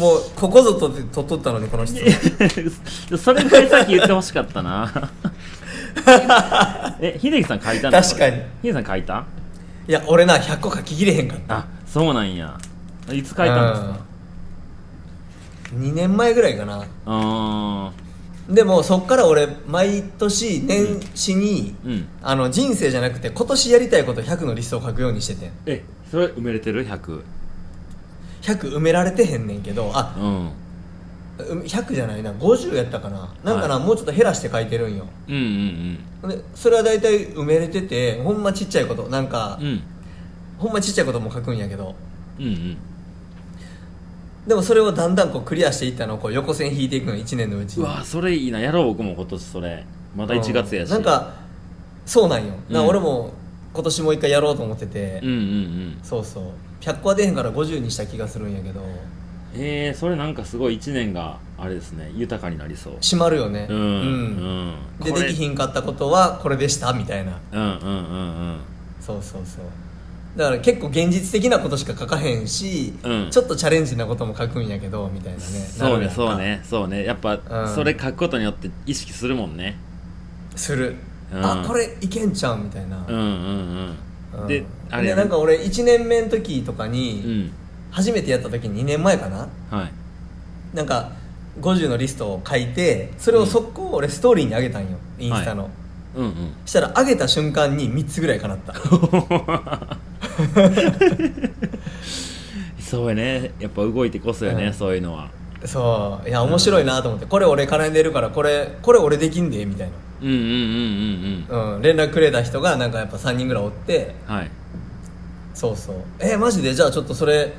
B: もうここぞとって取っとったのにこの 質問
A: それぐらいさっき言ってほしかったな え秀樹さん書いたの
B: 確かに
A: これ秀樹さん書いた
B: いや俺な100個書ききれへんかった
A: あそうなんやいつ書いたんですか
B: うん、2年前ぐらいかな
A: あ
B: でもそっから俺毎年年始に、
A: うん
B: あの人生じゃなくて今年やりたいこと100のリストを書くようにしててん
A: えそれ埋めれてる100
B: 100埋められてへんねんけどあ
A: うん
B: うん100じゃないな50やったかななんかな、もうちょっと減らして書いてるんよ
A: うんうん
B: でそれは大体埋めれててほんまちっちゃいことなんか、
A: うんうん
B: ほんまちっちゃいことも書くんやけど
A: うんうん
B: でもそれをだんだんこうクリアしていったのをこう横線引いていくの1年のうち
A: う
B: に
A: わそれいいなやろう僕も今年それまだ1月やし
B: なんかそうなんよ、な
A: うん
B: 俺も今年もう一回やろうと思ってて、
A: うんうんうん
B: そうそう100個は出へんから50にした気がするんやけど
A: えー、それなんかすごい1年があれですね豊かになりそう
B: 閉まるよね
A: うんうん
B: で
A: これ
B: できひんかったことはこれでしたみたいな
A: うんうんうん
B: そうそうそうだから結構現実的なことしか書かへんし、
A: うん
B: ちょっとチャレンジなことも書くんやけどみたいなね
A: うんそうね
B: なるやん
A: そ
B: か
A: うねそうねやっぱ、
B: うん
A: それ書くことによって意識するもんね
B: する、
A: うん
B: あこれいけんちゃうみたいな、
A: うんうんうん
B: う
A: で
B: ん
A: あれ
B: で
A: や
B: なん
A: ね
B: か俺1年目の時とか
A: う
B: に、
A: ん
B: 初めてやった時2年前かな
A: はい
B: なんか50のリストを書いてそれを速攻俺ストーリーに上げたんよインスタの、
A: うん うん
B: したら上げた瞬間に3つぐらいかなった
A: そうやねやっぱ動いてこそやね、
B: うん
A: そういうのは
B: そういや面白いなと思って、これ俺絡んでるからこれこれ俺できんでみたい
A: うんうんうんうん
B: な、うん、連絡くれた人がなんかやっぱ3人ぐらいおって
A: うんはい
B: そうそうえー、マジでじゃあちょっとそれ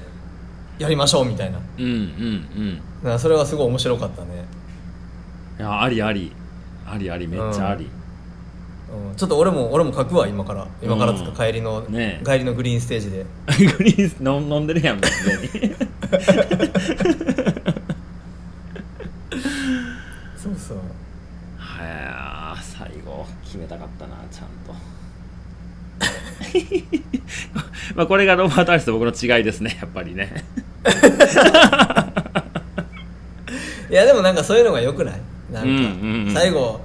B: やりましょうみたいな
A: うんうんうん
B: なそれはすごい面白かったね、
A: いやありありありありめっちゃあり、
B: うん、ちょっと俺も俺も書くわ今から今からつうか帰りの、
A: ねえ
B: 帰りのグリーンステージで
A: グリーン飲ん飲んでるやん別に
B: そうそう
A: はや最後決めたかったなちゃんと まあこれがロバート・アリスと僕の違いですねやっぱりね
B: いやでもなんかそういうのが良くないなんか、
A: うんうんうん
B: 最後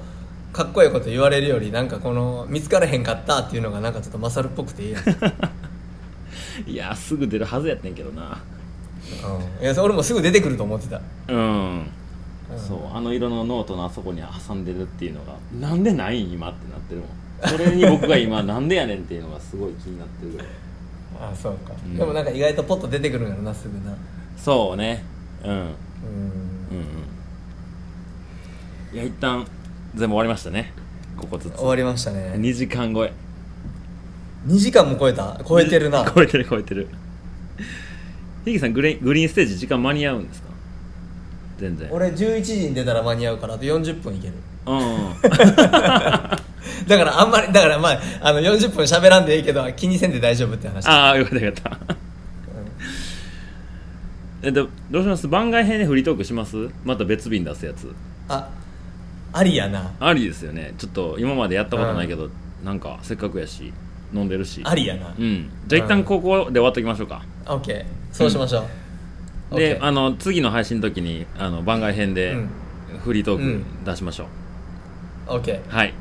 B: かっこいいこと言われるよりなんかこの見つからへんかったっていうのがなんかちょっと勝るっぽくて いいやん、うん
A: いやすぐ出るはずやってんけどない
B: やそ俺もすぐ出てくると思ってた
A: うんそうあの色のノートのあそこに挟んでるっていうのがなんでないん今ってなってるもんそれに僕が今なんでやねんっていうのがすごい気になってるぐらい
B: あそうか、
A: うん
B: でもなんか意外とポッと出てくるんやろなすぐな
A: そうねうんうん
B: うん
A: うんいや一旦全部終わりましたねここずつ
B: 終わりましたね
A: 2時間超え
B: 2時間も超えた超えてるな
A: 超えてる超えてるヒゲさんグレイグリーンステージ時間間に合うんですか全然
B: 俺11時に出たら間に合うからあと40分いける
A: うんうん
B: だからあんまりだからまああの40分喋らんでいいけど気にせんで大丈夫って話
A: ああよかったよかったえっとどうします番外編でフリートークしますまた別便出すやつ
B: あありやな
A: ありですよねちょっと今までやったことないけど、なんかせっかくやし飲んでるし
B: ありやな
A: うんじゃあ一旦ここで終わっときましょうか、
B: オッケーそうしましょう、
A: で
B: OK
A: あの次の配信の時にあの番外編で
B: うん
A: フリート
B: う
A: ー
B: ん
A: ク出しましょう、
B: オッケー
A: はい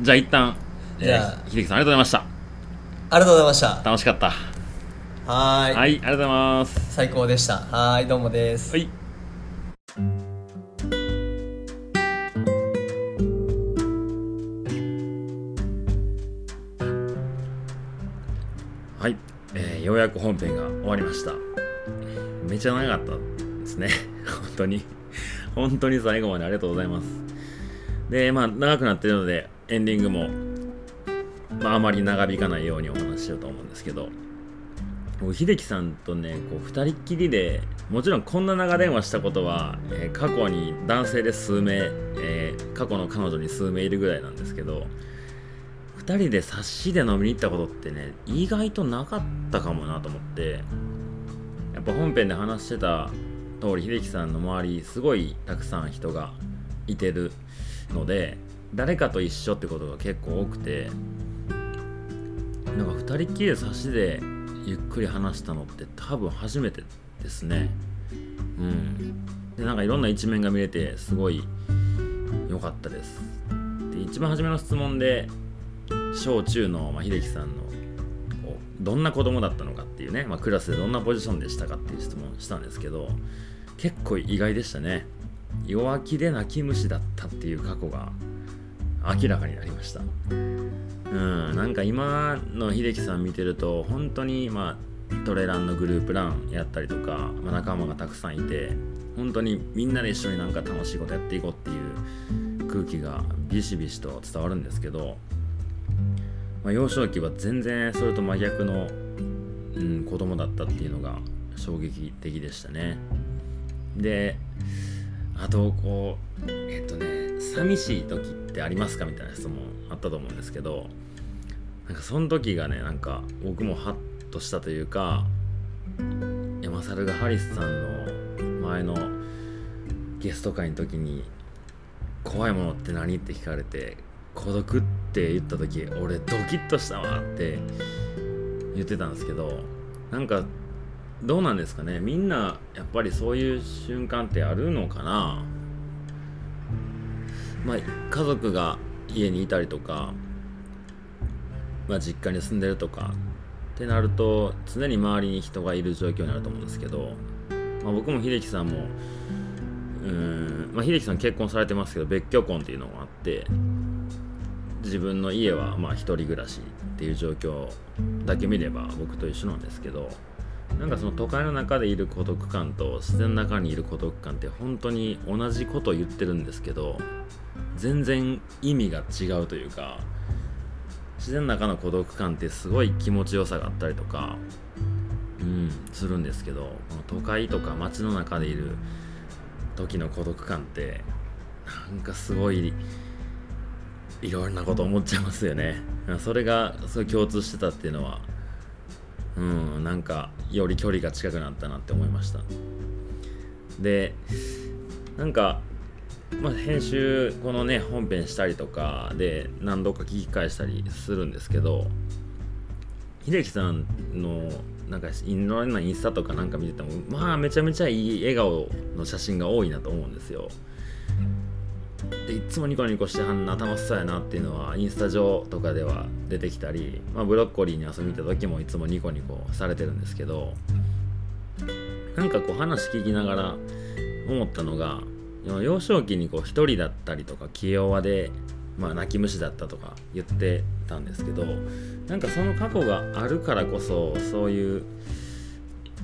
A: じゃあ一旦、えー、
B: じゃあ
A: 秀樹さんありがとうございました
B: ありがとうございました
A: 楽しかった
B: はー
A: は
B: い
A: い、ありがとうございます。
B: 最高でしたはーいどうもです
A: はい。はい、えーようやく本編が終わりました。めちゃ長かったですね。 本当に。本当に最後までありがとうございます。で、まあ、長くなってるので、エンディングも、まあ、あまり長引かないようにお話ししようと思うんですけど、僕秀樹さんとねこう2人っきりでもちろんこんな長電話したことは、えー過去に男性で数名、えー過去の彼女に数名いるぐらいなんですけど2人で冊子で飲みに行ったことってね意外となかったかもなと思ってやっぱ本編で話してた通り秀樹さんの周りすごいたくさん人がいてるので誰かと一緒ってことが結構多くてなんか2人っきりで差しでゆっくり話したのって多分初めてですねうんでなんかいろんな一面が見れてすごい良かったですで一番初めの質問で小中の、まあ、秀樹さんのこうどんな子供だったのかっていうね、まあ、クラスでどんなポジションでしたかっていう質問したんですけど結構意外でしたね弱気で泣き虫だったっていう過去が明らかになりましたうんなんか今の秀樹さん見てると本当にまあトレランのグループランやったりとか、まあ仲間がたくさんいて本当にみんなで一緒になんか楽しいことやっていこうっていう空気がビシビシと伝わるんですけど、まあ、幼少期は全然それと真逆の、うん、子供だったっていうのが衝撃的でしたねであとこうえっとね寂しい時ってありますかみたいな質問あったと思うんですけどなんかその時がねなんか僕もハッとしたというか山猿がハリスさんの前のゲスト会の時に「怖いものって何?」って聞かれて「孤独」って言った時俺ドキッとしたわって言ってたんですけどなんかどうなんですかねみんなやっぱりそういう瞬間ってあるのかなまあ家族が家にいたりとか、まあ、実家に住んでるとかってなると常に周りに人がいる状況になると思うんですけど、まあ、僕も秀樹さんもうーん、まあ、秀樹さん結婚されてますけど別居婚っていうのもあって自分の家はまあ一人暮らしっていう状況だけ見れば僕と一緒なんですけどなんかその都会の中でいる孤独感と自然の中にいる孤独感って本当に同じことを言ってるんですけど全然意味が違うというか自然の中の孤独感ってすごい気持ちよさがあったりとか、うん、するんですけどこの都会とか街の中でいる時の孤独感ってなんかすごいいろんなこと思っちゃいますよねそれがすごい共通してたっていうのはうんなんかより距離が近くなったなって思いましたでなんか、まあ、編集このね本編したりとかで何度か聞き返したりするんですけど秀樹さんのなんかいろんなインスタとかなんか見ててもまあめちゃめちゃいい笑顔の写真が多いなと思うんですよでいつもニコニコしてはんな頭そうやなっていうのはインスタ上とかでは出てきたり、まあ、ブロッコリーに遊びに行った時もいつもニコニコされてるんですけどなんかこう話聞きながら思ったのが幼少期にこう一人だったりとか気弱で、まあ、泣き虫だったとか言ってたんですけどなんかその過去があるからこそそういう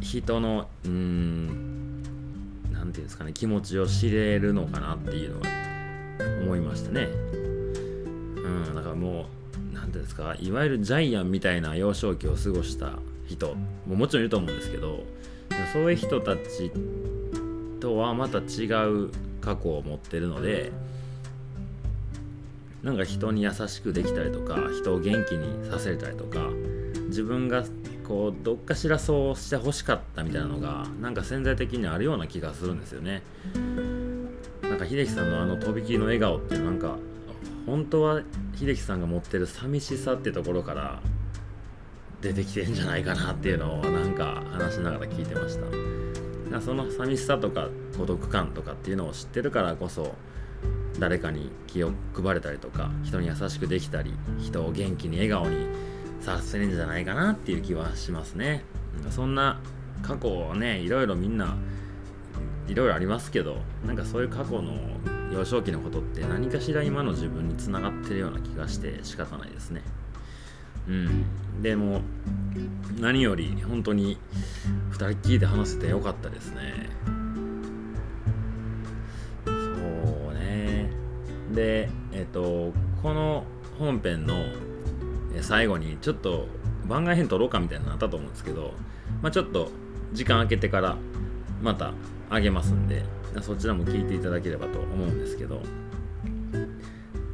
A: 人のうーんなんていうんですかね気持ちを知れるのかなっていうのが思いましたね。うん、だからもう、なんていうんですか、いわゆるジャイアンみたいな幼少期を過ごした人ももちろんいると思うんですけど、そういう人たちとはまた違う過去を持ってるので、なんか人に優しくできたりとか、人を元気にさせたりとか、自分がこうどっかしらそうしてほしかったみたいなのが、なんか潜在的にあるような気がするんですよね。なんか秀樹さんのあのとびきりの笑顔ってなんか本当は秀樹さんが持ってる寂しさってところから出てきてんじゃないかなっていうのをなんか話しながら聞いてましたなんかその寂しさとか孤独感とかっていうのを知ってるからこそ誰かに気を配れたりとか人に優しくできたり人を元気に笑顔にさせるんじゃないかなっていう気はしますねなんかそんな過去をねいろいろみんないろいろありますけどなんかそういう過去の幼少期のことって何かしら今の自分につながってるような気がして仕方ないですねうんでも何より本当に2人っきりで話せてよかったですねそうねでえっとこの本編のえ最後にちょっと番外編撮ろうかみたいになったと思うんですけど、まあ、ちょっと時間空けてからまたあげますんでそちらも聞いていただければと思うんですけど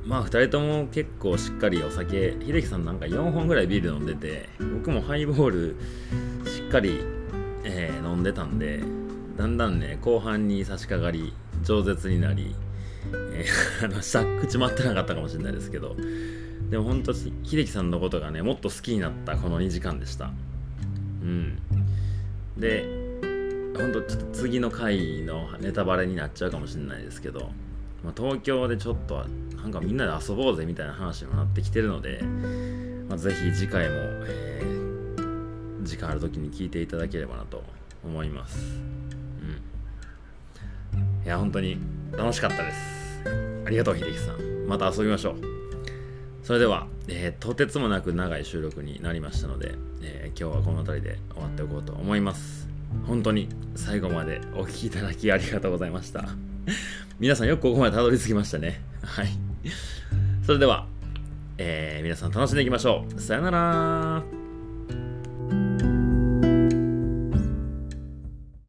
A: まあ2人とも結構しっかりお酒秀樹さんなんか4本ぐらいビール飲んでて僕もハイボールしっかり、えー飲んでたんでだんだんね後半に差し掛かり饒舌になり、えー あのさ口回ってなかったかもしれないですけどでも本当秀樹さんのことがねもっと好きになったこの2時間でしたうんでほんとちょっと次の回のネタバレになっちゃうかもしれないですけど、まあ、東京でちょっとなんかみんなで遊ぼうぜみたいな話にもなってきてるので、まあ、ぜひ次回も、えー時間ある時に聞いていただければなと思います。うん、いや本当に楽しかったですありがとう秀樹さんまた遊びましょうそれでは、えーとてつもなく長い収録になりましたので、えー今日はこの辺りで終わっておこうと思います本当に最後までお聞きいただきありがとうございました皆さんよくここまでたどり着きましたねはいそれでは、えー皆さん楽しんでいきましょうさよなら